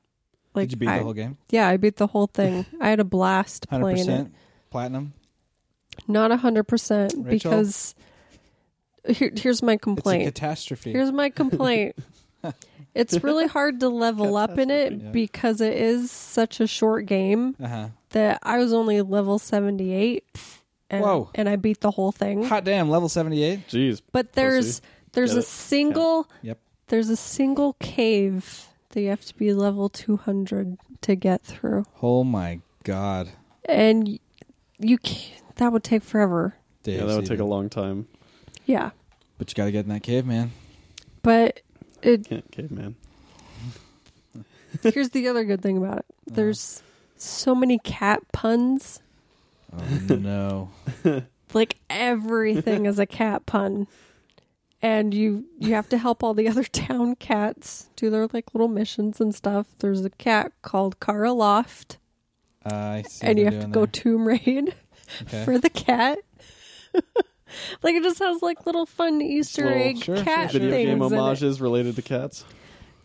Speaker 2: Like,
Speaker 3: Did you beat
Speaker 2: I,
Speaker 3: the whole game?
Speaker 2: yeah, I beat the whole thing. I had a blast playing it.
Speaker 3: 100% platinum?
Speaker 2: Not a hundred percent
Speaker 3: Rachel?
Speaker 2: because here, here's my
Speaker 3: It's a
Speaker 2: complaint.
Speaker 3: catastrophe.
Speaker 2: Here's my complaint. it's really hard to level up in it
Speaker 3: Yeah.
Speaker 2: because it is such a short game
Speaker 3: uh-huh.
Speaker 2: that I was only level seventy eight. And,
Speaker 3: Whoa.
Speaker 2: and I beat the whole thing.
Speaker 3: Hot damn, level 78?
Speaker 1: Jeez.
Speaker 2: But there's
Speaker 1: Pussy.
Speaker 2: there's
Speaker 1: Get
Speaker 2: a
Speaker 1: it?
Speaker 2: single
Speaker 3: Yep.
Speaker 2: there's a single cave that you have to be level 200 to get through.
Speaker 3: Oh my god.
Speaker 2: And y- you can't, that would take forever.
Speaker 1: Yeah, that would take a long time.
Speaker 2: Yeah.
Speaker 3: But you gotta get in that cave, man.
Speaker 2: But it
Speaker 1: Can't caveman.
Speaker 2: here's the other good thing about it.
Speaker 3: Uh-huh.
Speaker 2: There's so many cat puns.
Speaker 3: Oh no.
Speaker 2: Like everything is a cat pun. and you you have to help all the other town cats do their like little missions and stuff. There's a cat called Cara Loft,
Speaker 3: Uh, I see
Speaker 2: and you
Speaker 3: what
Speaker 2: have to
Speaker 3: they're
Speaker 2: go
Speaker 3: doing
Speaker 2: tomb raid
Speaker 3: there. Okay.
Speaker 2: for the cat. like it just has like little fun Easter
Speaker 4: little-
Speaker 2: egg
Speaker 3: Sure, sure,
Speaker 2: cat
Speaker 3: sure.
Speaker 4: Video game
Speaker 2: things in it.
Speaker 4: homages related to cats.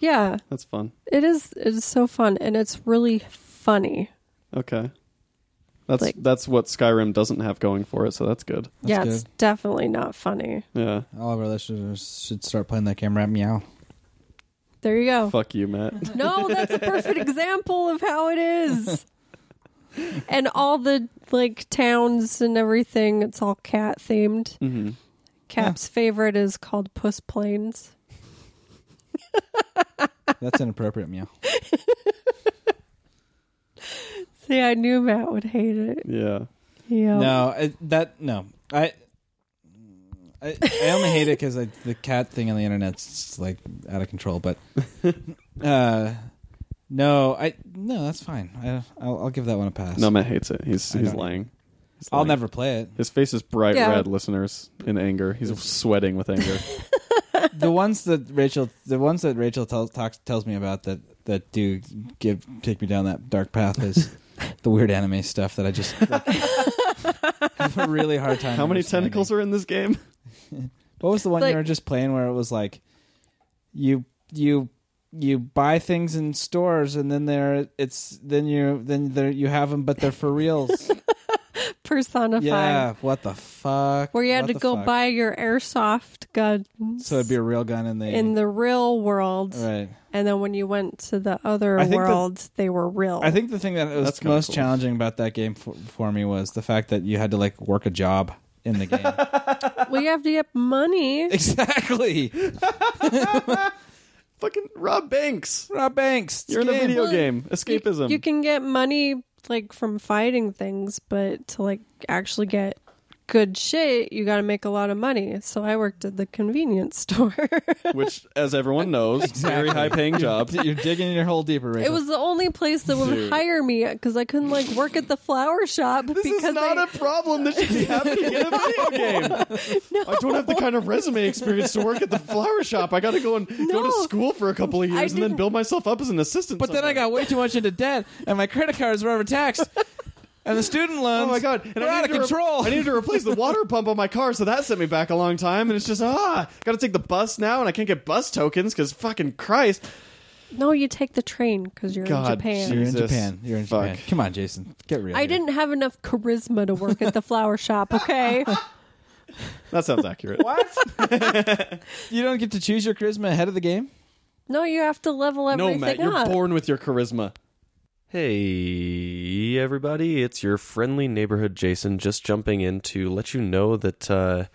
Speaker 2: Yeah,
Speaker 4: That's fun.
Speaker 2: it is. It is so fun, and it's really funny.
Speaker 4: Okay. That's
Speaker 2: Like-
Speaker 4: that's what Skyrim doesn't have going for it, so that's good.
Speaker 3: That's
Speaker 2: yeah, it's
Speaker 3: good.
Speaker 2: definitely not funny.
Speaker 4: Yeah.
Speaker 3: All of our listeners should start playing that game. Rap meow.
Speaker 2: There you go.
Speaker 4: Fuck you, Matt.
Speaker 2: No, that's a perfect example of how it is. and all the like towns and everything, it's all cat themed.
Speaker 1: Mm-hmm.
Speaker 4: Mhm.
Speaker 2: Cap's favorite is called Puss Plains.
Speaker 3: That's inappropriate meow.
Speaker 2: See, I knew Matt would hate it.
Speaker 4: Yeah.
Speaker 2: Yeah.
Speaker 3: No, I, that no. I I, I only hate it because the cat thing on the internet's just, like out of control. But uh, no, I no, that's fine. I, I'll, I'll give that one a pass.
Speaker 4: No, Matt hates it. He's
Speaker 3: I
Speaker 4: he's
Speaker 3: don't-
Speaker 4: lying. He's
Speaker 3: I'll
Speaker 4: lying.
Speaker 3: never play it.
Speaker 4: His face is bright
Speaker 2: Yeah.
Speaker 4: red, listeners, in anger. He's sweating with anger.
Speaker 3: the ones that Rachel, the ones that Rachel tells talks, tells me about that that do give take me down that dark path is the weird anime stuff that I just have a really hard time.
Speaker 4: How many tentacles are in this game?
Speaker 3: What was the one
Speaker 2: Like-
Speaker 3: you were just playing where it was like you you you buy things in stores and then they're it's then you then they're, you have them but they're for reals.
Speaker 2: Personified.
Speaker 3: yeah, what the fuck?
Speaker 2: Where you had
Speaker 3: What
Speaker 2: to
Speaker 3: the
Speaker 2: go
Speaker 3: fuck?
Speaker 2: buy your airsoft guns
Speaker 3: So it'd be a real gun in the
Speaker 2: in the real world.
Speaker 3: right.
Speaker 2: And then when you went to the other
Speaker 3: I think the-
Speaker 2: world, they were real.
Speaker 3: I think the thing that was
Speaker 4: That's kinda
Speaker 3: most
Speaker 4: cool.
Speaker 3: challenging about that game for, for me was the fact that you had to like work a job in the game.
Speaker 2: well, you have to get money.
Speaker 3: exactly,
Speaker 4: Fucking Rob Banks.
Speaker 3: Rob Banks.
Speaker 4: You're in a
Speaker 3: game.
Speaker 4: video
Speaker 2: Well,
Speaker 4: game. Escapism.
Speaker 2: You, you can get money like from fighting things, but to like actually get good shit, you got to make a lot of money. So I worked at the convenience store.
Speaker 4: which, as everyone knows,
Speaker 3: Exactly.
Speaker 4: very high-paying job.
Speaker 3: You're digging your hole deeper,
Speaker 2: it
Speaker 3: Rachel.
Speaker 2: was the only place that would
Speaker 4: Dude.
Speaker 2: hire me because I couldn't like work at the flower shop
Speaker 4: This
Speaker 2: because
Speaker 4: is not
Speaker 2: I,
Speaker 4: a problem that should be happening in a video game. I don't have the kind of resume experience to work at the flower shop. I got to go and go to
Speaker 2: No.
Speaker 4: school for a couple of
Speaker 2: I
Speaker 4: years and then
Speaker 2: didn't-
Speaker 4: build myself up as an assistant.
Speaker 3: But then
Speaker 4: somewhere.
Speaker 3: I got way too much into debt, and my credit cards were overtaxed, and the student
Speaker 4: Oh
Speaker 3: loans.
Speaker 4: my god!
Speaker 3: they're
Speaker 4: I
Speaker 3: out of
Speaker 4: needed to re-
Speaker 3: control.
Speaker 4: I needed to replace the water pump on my car, so that sent me back a long time. And it's just ah, got to take the bus now, and I can't get bus tokens because fucking Christ!
Speaker 2: no, you take the train because you're
Speaker 4: God,
Speaker 2: in Japan.
Speaker 4: Jesus.
Speaker 3: You're in Japan. You're in
Speaker 4: Fuck.
Speaker 3: Japan. Come on, Jason. Get real.
Speaker 2: I
Speaker 3: here.
Speaker 2: didn't have enough charisma to work at the flower shop. Okay,
Speaker 4: That sounds accurate.
Speaker 3: What? you don't get to choose your charisma ahead of the game.
Speaker 2: no, you have to level
Speaker 4: No,
Speaker 2: everything
Speaker 4: Matt, you're
Speaker 2: up.
Speaker 4: born with your charisma.
Speaker 1: Hey, everybody, it's your friendly neighborhood Jason just jumping in to let you know that uh,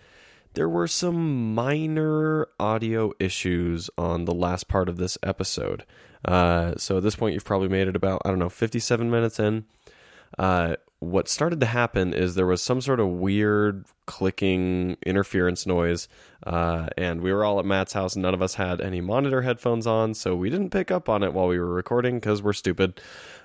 Speaker 1: there were some minor audio issues on the last part of this episode. Uh, so at this point, you've probably made it about, I don't know, 57 minutes in. Uh, what started to happen is there was some sort of weird clicking interference noise, uh, and we were all at Matt's house. and None of us had any monitor headphones on, so we didn't pick up on it while we were recording because we're stupid.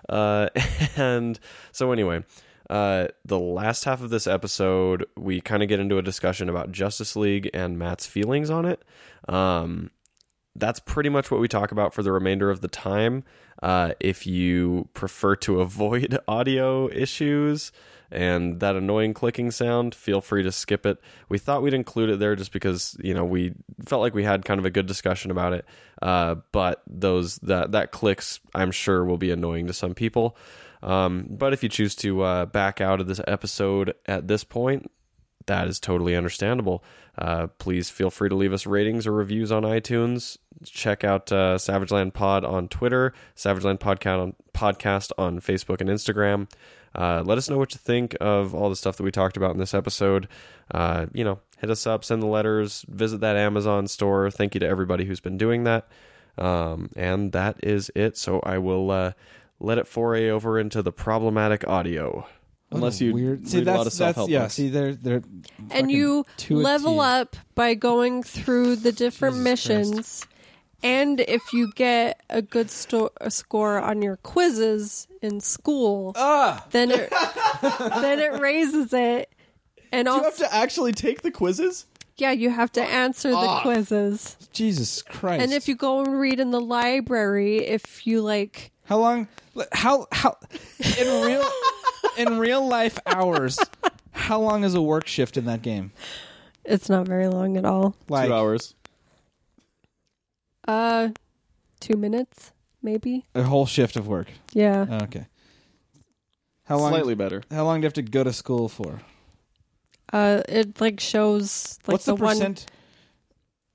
Speaker 1: Uh, and so, anyway, uh, the last half of this episode, we kind of get into a discussion about Justice League and Matt's feelings on it. Um, that's pretty much what we talk about for the remainder of the time. Uh, if you prefer to avoid audio issues and that annoying clicking sound, feel free to skip it. We thought we'd include it there just because you know we felt like we had kind of a good discussion about it. Uh, but those that that clicks, I'm sure, will be annoying to some people. Um, but if you choose to uh, back out of this episode at this point, that is totally understandable. Uh, please feel free to leave us ratings or reviews on iTunes. Check out uh, Savage Land Pod on Twitter, Savage Land Podcast on, podcast on Facebook and Instagram. Uh, let us know what you think of all the stuff that we talked about in this episode. Uh, you know, hit us up, send the letters, visit that Amazon store. Thank you to everybody who's been doing that. Um, and that is it. So I will uh, let it foray over into the problematic audio.
Speaker 4: Unless you
Speaker 3: see,
Speaker 4: read a
Speaker 3: that's,
Speaker 4: lot of self-help
Speaker 3: that's, yeah.
Speaker 4: books.
Speaker 3: See, they're they're fucking
Speaker 2: and you
Speaker 3: to a
Speaker 2: level
Speaker 3: T.
Speaker 2: up by going through the different
Speaker 3: Jesus Christ.
Speaker 2: missions and if you get a good sto- a score on your quizzes in school
Speaker 3: Ah!
Speaker 2: then it then it raises it and
Speaker 4: you have
Speaker 2: also
Speaker 4: to actually take the quizzes.
Speaker 2: Yeah, you have to answer the
Speaker 3: Ah!
Speaker 5: off.
Speaker 2: quizzes.
Speaker 3: Jesus Christ!
Speaker 2: And if you go and read in the library, if you like,
Speaker 3: how long? How how in real in real life hours? How long is a work shift in that game?
Speaker 2: it's not very long at all.
Speaker 3: Like
Speaker 5: Two hours.
Speaker 2: Uh, two minutes, maybe.
Speaker 3: a whole shift of work.
Speaker 2: Yeah.
Speaker 3: Oh, okay. How long?
Speaker 5: Slightly better.
Speaker 3: How long do you have to go to school for?
Speaker 2: Uh, it like shows like
Speaker 3: What's the,
Speaker 2: one.
Speaker 3: percent?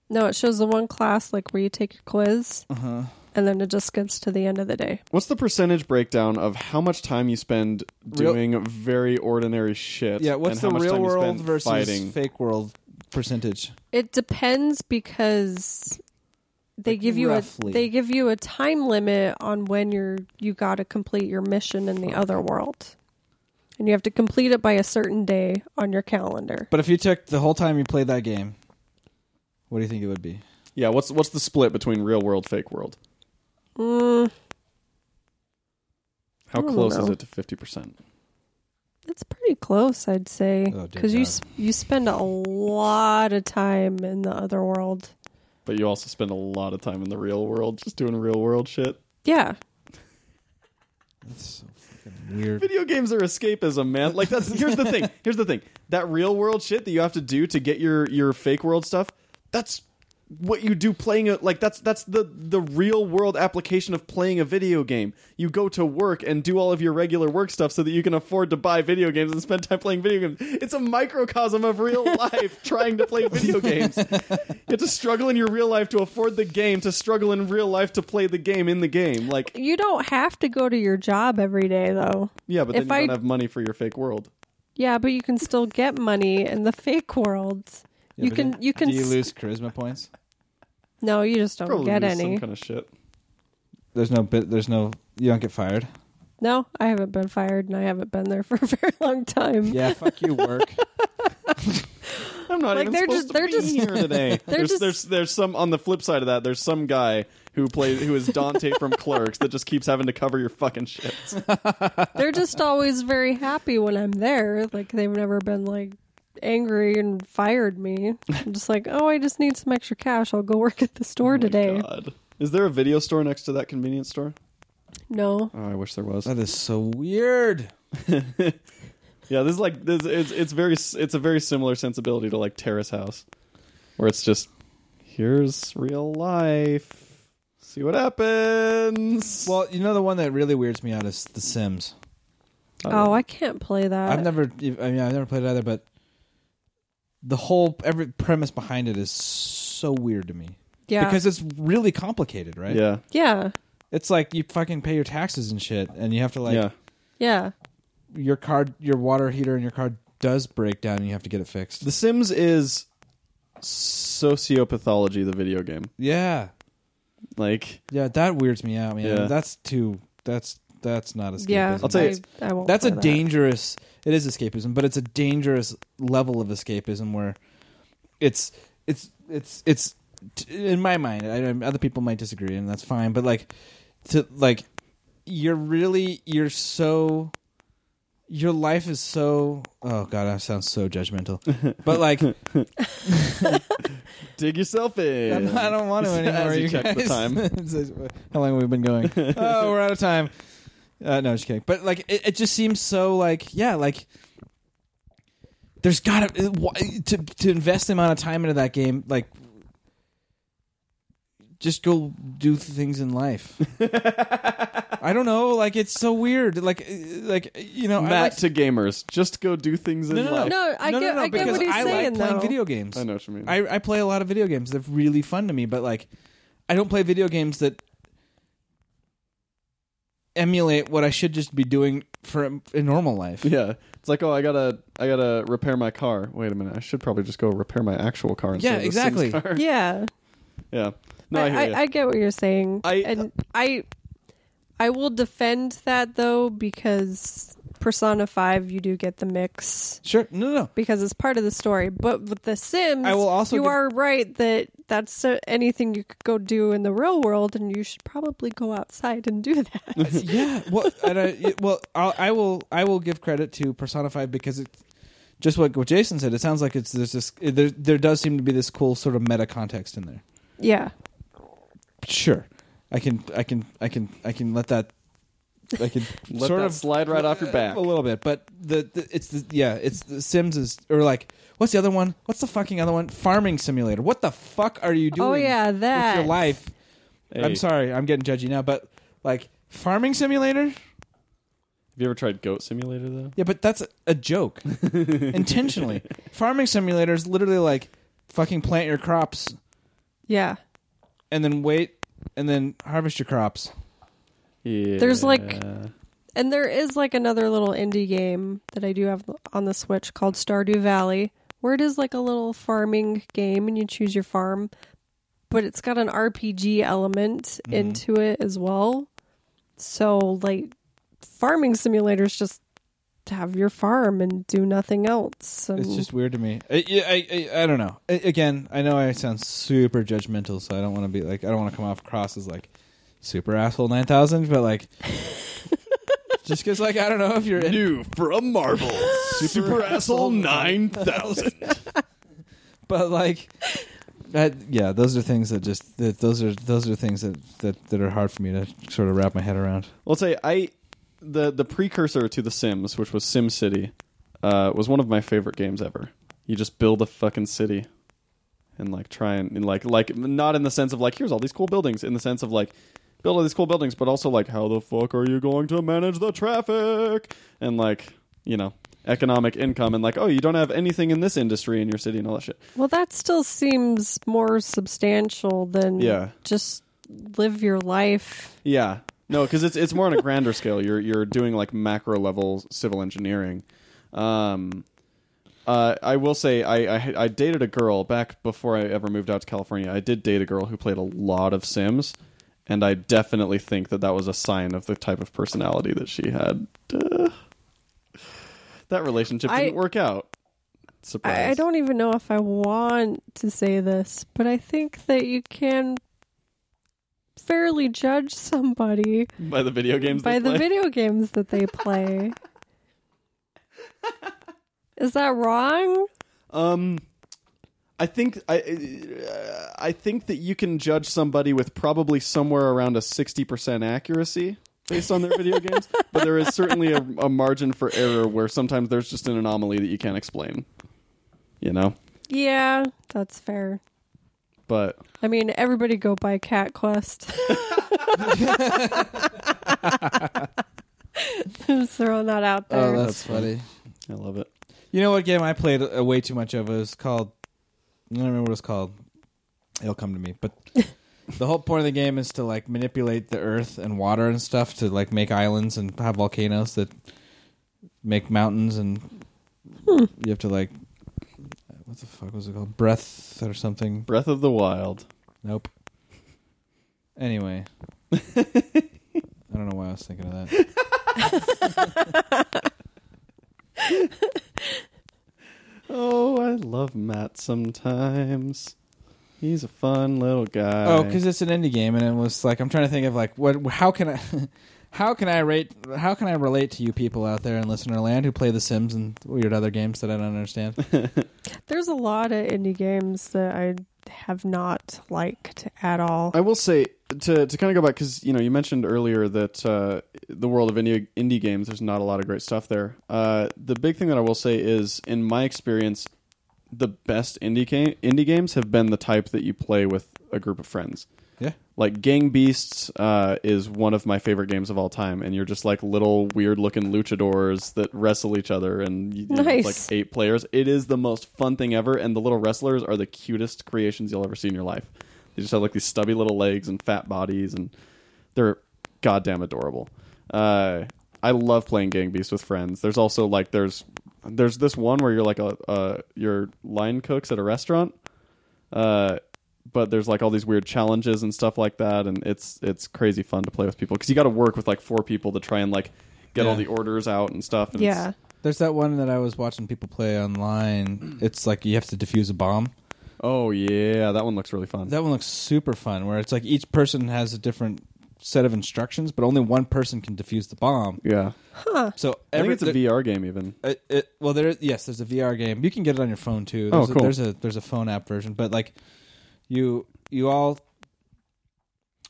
Speaker 2: No, it shows the one class like where you take your quiz,
Speaker 3: Uh huh.
Speaker 2: and then it just skips to the end of the day.
Speaker 5: What's the percentage breakdown of how much time you spend
Speaker 3: Real-
Speaker 5: doing very ordinary shit?
Speaker 3: Yeah. What's
Speaker 5: and how
Speaker 3: the
Speaker 5: much
Speaker 3: real
Speaker 5: time you
Speaker 3: world
Speaker 5: spend
Speaker 3: versus
Speaker 5: fighting?
Speaker 3: fake world percentage?
Speaker 2: It depends because they
Speaker 3: Like,
Speaker 2: give you
Speaker 3: roughly.
Speaker 2: a they give you a time limit on when you're you got to complete your mission in
Speaker 3: Oh.
Speaker 2: the other world. And you have to complete it by a certain day on your calendar.
Speaker 3: But if you took the whole time you played that game, what do you think it would be?
Speaker 5: Yeah, what's what's the split between real world, fake world?
Speaker 2: Mm,
Speaker 5: How
Speaker 2: I don't
Speaker 5: close
Speaker 2: know.
Speaker 5: is it to fifty percent?
Speaker 2: it's pretty close, I'd say,
Speaker 3: Oh, dear
Speaker 2: because you
Speaker 3: God.
Speaker 2: s- you spend a lot of time in the other world.
Speaker 5: But you also spend a lot of time in the real world, just doing real world shit.
Speaker 2: Yeah,
Speaker 3: That's so fucking weird.
Speaker 5: Video games are escapism, man. Like that's here's the thing. Here's the thing. That real world shit that you have to do to get your your fake world stuff, that's what you do playing a like that's that's the the real world application of playing a video game. You go to work and do all of your regular work stuff so that you can afford to buy video games and spend time playing video games. It's a microcosm of real life trying to play video games. You have to struggle in your real life to afford the game, to struggle in real life to play the game in the game. Like
Speaker 2: you don't have to go to your job every day though.
Speaker 5: yeah, but then
Speaker 2: If
Speaker 5: you don't
Speaker 2: I-
Speaker 5: have money for your fake world.
Speaker 2: Yeah, but you can still get money in the fake world. you
Speaker 3: but
Speaker 2: can
Speaker 3: then-
Speaker 2: you can
Speaker 3: Do you
Speaker 2: s-
Speaker 3: lose charisma points?
Speaker 2: no, you just don't
Speaker 5: Probably
Speaker 2: get
Speaker 5: lose some
Speaker 2: any.
Speaker 5: kind of shit.
Speaker 3: There's no bit. There's no. You don't get fired.
Speaker 2: No, I haven't been fired and I haven't been there for a very long time.
Speaker 3: Yeah. Fuck you. Work.
Speaker 5: I'm not
Speaker 2: Like,
Speaker 5: even
Speaker 2: they're
Speaker 5: supposed
Speaker 2: just-
Speaker 5: to
Speaker 2: they're
Speaker 5: be
Speaker 2: just-
Speaker 5: here today. there's,
Speaker 2: just-
Speaker 5: there's there's some on the flip side of that. There's some guy who plays who is Dante from Clerks that just keeps having to cover your fucking shit.
Speaker 2: They're just always very happy when I'm there. Like they've never been like angry and fired me. I'm just like, "Oh, I just need some extra cash. I'll go work at the
Speaker 3: Oh
Speaker 2: store today."
Speaker 5: Oh, God. Is there a video store next to that convenience store?
Speaker 2: No.
Speaker 5: Oh, I wish there was.
Speaker 3: That is so weird.
Speaker 5: Yeah, this is like this. It's it's very s- it's a very similar sensibility to like Terrace House, where it's just here's real life. See what happens.
Speaker 3: Well, you know the one that really weirds me out is The Sims.
Speaker 2: Oh, I can't play that.
Speaker 3: Uh, I've never. e, I mean, I've never played it either, but the whole every premise behind it is so weird to me
Speaker 2: yeah.
Speaker 3: because it's really complicated, right?
Speaker 5: yeah,
Speaker 2: yeah.
Speaker 3: It's like you fucking pay your taxes and shit, and you have to like
Speaker 5: yeah.
Speaker 2: Yeah.
Speaker 3: your car, your water heater in your car does break down, and you have to get it fixed.
Speaker 5: The Sims is sociopathology, the video game.
Speaker 3: Yeah,
Speaker 5: Like
Speaker 3: yeah, that weirds me out, man.
Speaker 5: Yeah.
Speaker 3: That's too. That's that's not escapism.
Speaker 2: Yeah.
Speaker 5: I'll tell you-
Speaker 2: I, I won't
Speaker 3: that's a
Speaker 2: play that.
Speaker 3: dangerous it is escapism but it's a dangerous level of escapism where it's it's it's it's t- in my mind I, I- other people might disagree and that's fine but like to like you're really you're so your life is so oh god i sound so judgmental but like
Speaker 5: dig yourself in.
Speaker 3: I'm- i don't want to
Speaker 5: As
Speaker 3: anymore
Speaker 5: you
Speaker 3: you
Speaker 5: check the
Speaker 3: guys.
Speaker 5: time.
Speaker 3: It's like, how long have we been going oh we're out of time uh, no just kidding but like it, it just seems so like yeah like there's gotta it- why- to to invest the amount of time into that game like just go do things in life i don't know like it's so weird like uh, like you know I
Speaker 5: Matt
Speaker 3: like-
Speaker 5: to gamers, just go do things in
Speaker 3: no, no,
Speaker 5: life.
Speaker 2: No, I
Speaker 3: no,
Speaker 2: get-
Speaker 3: no,
Speaker 2: I get
Speaker 3: because
Speaker 2: what he's
Speaker 3: I
Speaker 2: saying,
Speaker 3: like playing
Speaker 2: though.
Speaker 3: video games
Speaker 5: I know what you mean.
Speaker 3: I, I play a lot of video games. They're really fun to me, but like, I don't play video games that emulate what I should just be doing for a, a normal life.
Speaker 5: yeah, it's like oh, I gotta, I gotta repair my car. Wait a minute, I should probably just go repair my actual car. Instead
Speaker 3: Yeah,
Speaker 5: of this
Speaker 3: exactly.
Speaker 5: Sims car.
Speaker 2: Yeah.
Speaker 5: Yeah, no, I,
Speaker 2: I,
Speaker 5: hear ya.
Speaker 2: I, I get what you're saying.
Speaker 5: I-
Speaker 3: uh,
Speaker 2: and I I will defend that though because Persona 5 you do get the mix
Speaker 3: Sure. No, no, no.
Speaker 2: because it's part of the story. But with The Sims,
Speaker 3: I will also
Speaker 2: you
Speaker 3: give-
Speaker 2: are right that that's uh, anything you could go do in the real world and you should probably go outside and do that.
Speaker 3: yeah. Well, and I, well, I'll, I will. I will give credit to Persona Five because it just like what Jason said, it sounds like it's there's this there there does seem to be this cool sort of meta context in there.
Speaker 2: Yeah.
Speaker 3: Sure, I can I can I can I can let that I can
Speaker 5: Let
Speaker 3: sort
Speaker 5: that
Speaker 3: of
Speaker 5: slide right off your back.
Speaker 3: a little bit, but the, the it's the yeah it's the Sims is or like what's the other one? What's the fucking other one? Farming Simulator. What the fuck are you doing?
Speaker 6: Oh yeah, that.
Speaker 3: with your life.
Speaker 5: Hey,
Speaker 3: I'm sorry, I'm getting judgy now, but like Farming Simulator.
Speaker 5: Have you ever tried Goat Simulator though?
Speaker 3: Yeah, but that's a joke. Intentionally. Farming simulator is literally like fucking plant your crops
Speaker 2: Yeah.
Speaker 3: and then wait and then harvest your crops.
Speaker 5: Yeah.
Speaker 2: There's, like- And there is like another little indie game that I do have on the Switch called Stardew Valley, where it is like a little farming game and you choose your farm, but it's got an RPG element
Speaker 3: Mm-hmm.
Speaker 2: into it as well. So, like, farming simulators just to have your farm and do nothing else. And
Speaker 3: It's just weird to me. I, I, I, I don't know. I, again, I know I sound super judgmental, so I don't want to be like, I don't want to come off cross as like super asshole 9000, but like, just because, like, I don't know if you're.
Speaker 5: new from Marvel Super Asshole Nine Thousand.
Speaker 3: but like that yeah those are things that just that those are those are things that, that that are hard for me to sort of wrap my head around
Speaker 5: I'll tell you, I the the precursor to The Sims, which was Sim City, uh, was one of my favorite games ever. You just build a fucking city, and like try and, and like like not in the sense of like here's all these cool buildings, in the sense of like build all these cool buildings, but also like how the fuck are you going to manage the traffic and like you know economic income and like oh you don't have anything in this industry in your city and all that shit.
Speaker 2: well, that still seems more substantial than
Speaker 5: Yeah.
Speaker 2: just live your life.
Speaker 5: Yeah. No, because it's it's more on a grander scale. You're you're doing like macro level civil engineering. Um, uh, I will say I, I I dated a girl back before I ever moved out to California. I did date a girl who played a lot of Sims, and I definitely think that that was a sign of the type of personality that she had. Uh, that relationship
Speaker 2: I-
Speaker 5: didn't work out. Surprise!
Speaker 2: I, I don't even know if I want to say this, but I think that you can fairly judge somebody
Speaker 5: by the video games
Speaker 2: by the
Speaker 5: they play.
Speaker 2: video games that they play. Is that wrong?
Speaker 5: Um, I think I uh, I think that you can judge somebody with probably somewhere around a sixty percent accuracy based on their video games, but there is certainly a, a margin for error where sometimes there's just an anomaly that you can't explain. You know,
Speaker 2: Yeah, that's fair.
Speaker 5: but
Speaker 2: I mean, everybody go buy Cat Quest. Just throwing that out there.
Speaker 5: Oh, that's funny. I love it.
Speaker 3: you know what game i played uh, way too much of it was called i don't remember what it's called it'll come to me but the whole point of the game is to like manipulate the earth and water and stuff to like make islands and have volcanoes that make mountains and you have to like uh, what the fuck was it called breath or something
Speaker 5: Breath of the Wild.
Speaker 3: Nope. Anyway. I don't know why I was thinking of that.
Speaker 5: Oh, I love Matt sometimes. He's a fun little guy.
Speaker 3: Oh, because it's an indie game, and it was like I'm trying to think of like what, how can I, how can I rate, how can I relate to you people out there in listener land who play The Sims and weird other games that I don't understand.
Speaker 2: There's a lot of indie games that I have not liked at all.
Speaker 5: I will say to to kind of go back because you know you mentioned earlier that uh, the world of indie indie games there's not a lot of great stuff there. Uh, the big thing that I will say is, in my experience, the best indie game indie games have been the type that you play with a group of friends.
Speaker 3: Yeah.
Speaker 5: Like Gang Beasts uh, is one of my favorite games of all time, and you're just like little weird looking luchadors that wrestle each other, and you,
Speaker 2: Nice.
Speaker 5: it's like eight players. It is the most fun thing ever, and the little wrestlers are the cutest creations you'll ever see in your life. They just have like these stubby little legs and fat bodies, and they're goddamn adorable. Uh, I love playing Gang Beasts with friends. There's also like there's there's this one where you're like a uh, your line cooks at a restaurant. Uh, but there's like all these weird challenges and stuff like that, and it's it's crazy fun to play with people because you got to work with like four people to try and like get all
Speaker 3: Yeah.
Speaker 5: the orders out and stuff. And
Speaker 2: yeah.
Speaker 5: it's-
Speaker 3: There's that one that I was watching people play online. It's like you have to defuse a bomb.
Speaker 5: Oh yeah, that one looks really fun.
Speaker 3: That one looks super fun. Where it's like each person has a different set of instructions, but only one person can defuse the bomb.
Speaker 5: Yeah,
Speaker 3: So
Speaker 5: I
Speaker 3: every,
Speaker 5: think it's a
Speaker 3: there-
Speaker 5: VR game even.
Speaker 3: it, Uh, it, well, there yes, there's a VR game. You can get it on your phone too.
Speaker 5: Oh,
Speaker 3: There's
Speaker 5: cool.
Speaker 3: A, there's a there's a phone app version, but like you you all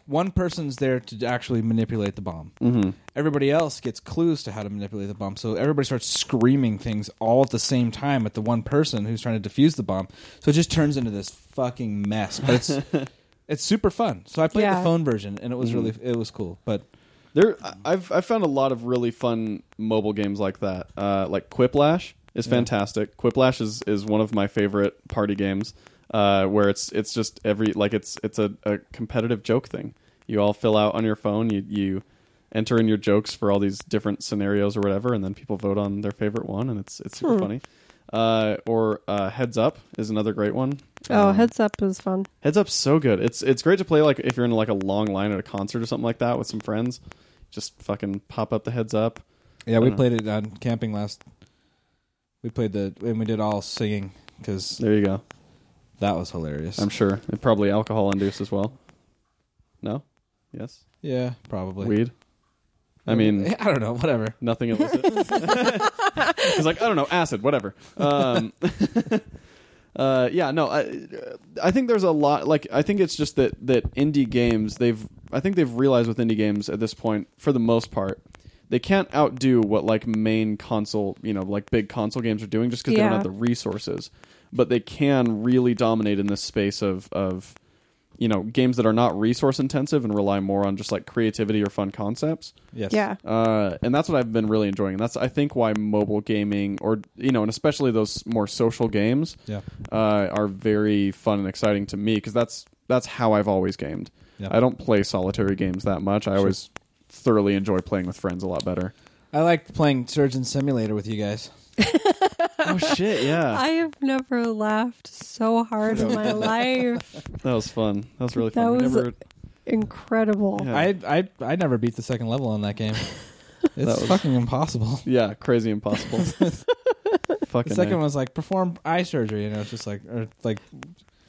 Speaker 3: one person's there to actually manipulate the bomb.
Speaker 5: Mm-hmm.
Speaker 3: Everybody else gets clues to how to manipulate the bomb. So everybody starts screaming things all at the same time at the one person who's trying to defuse the bomb. So it just turns into this fucking mess. But it's it's super fun. So I played
Speaker 2: Yeah.
Speaker 3: the phone version and it was
Speaker 5: Mm.
Speaker 3: really it was cool. But
Speaker 5: There, I- I've I've found a lot of really fun mobile games like that. Uh, like Quiplash is fantastic. Quiplash is is one of my favorite party games. Uh, where it's it's just every like it's it's a, a competitive joke thing. You all fill out on your phone. You you enter in your jokes for all these different scenarios or whatever, and then people vote on their favorite one, and it's it's
Speaker 2: Hmm.
Speaker 5: super funny. Uh, or uh, Heads Up is another great one.
Speaker 2: Oh,
Speaker 5: Um,
Speaker 2: heads up is fun.
Speaker 5: Heads Up's so good. It's it's great to play like if you're in like a long line at a concert or something like that with some friends. Just fucking pop up the heads up.
Speaker 3: Yeah,
Speaker 5: I
Speaker 3: we
Speaker 5: dunno.
Speaker 3: played it on camping last. We played the and we did all singing because
Speaker 5: There you go.
Speaker 3: that was hilarious.
Speaker 5: I'm sure it probably alcohol induced as well. No, yes,
Speaker 3: yeah, probably.
Speaker 5: weed. I mean,
Speaker 3: I don't know. Whatever.
Speaker 5: nothing illicit. It's like I don't know, acid, whatever. Um, uh, yeah, no, I I think there's a lot. Like I think it's just that that indie games they've I think they've realized with indie games at this point for the most part they can't outdo what like main console you know like big console games are doing just because they don't
Speaker 2: Yeah.
Speaker 5: have the resources, but they can really dominate in this space of of you know games that are not resource intensive and rely more on just like creativity or fun concepts
Speaker 3: Yes.
Speaker 2: Yeah.
Speaker 5: uh, and that's what I've been really enjoying. And that's I think why mobile gaming, or you know, and especially those more social games,
Speaker 3: Yeah.
Speaker 5: uh, are very fun and exciting to me because that's that's how I've always gamed.
Speaker 3: Yeah.
Speaker 5: I don't play solitary games that much. I always thoroughly enjoy playing with friends a lot better.
Speaker 3: I liked playing Surgeon Simulator with you guys.
Speaker 5: oh shit!
Speaker 3: Uh,
Speaker 5: Yeah,
Speaker 2: I have never laughed so hard in my life.
Speaker 5: that was fun. That was really
Speaker 2: That
Speaker 5: fun. We
Speaker 2: was-
Speaker 5: never-
Speaker 2: Incredible.
Speaker 5: Yeah.
Speaker 3: I I I never beat the second level on that game. It's
Speaker 5: was-
Speaker 3: fucking impossible.
Speaker 5: yeah, crazy impossible. Fucking
Speaker 3: The second
Speaker 5: A.
Speaker 3: one was like perform eye surgery, and it was just like or like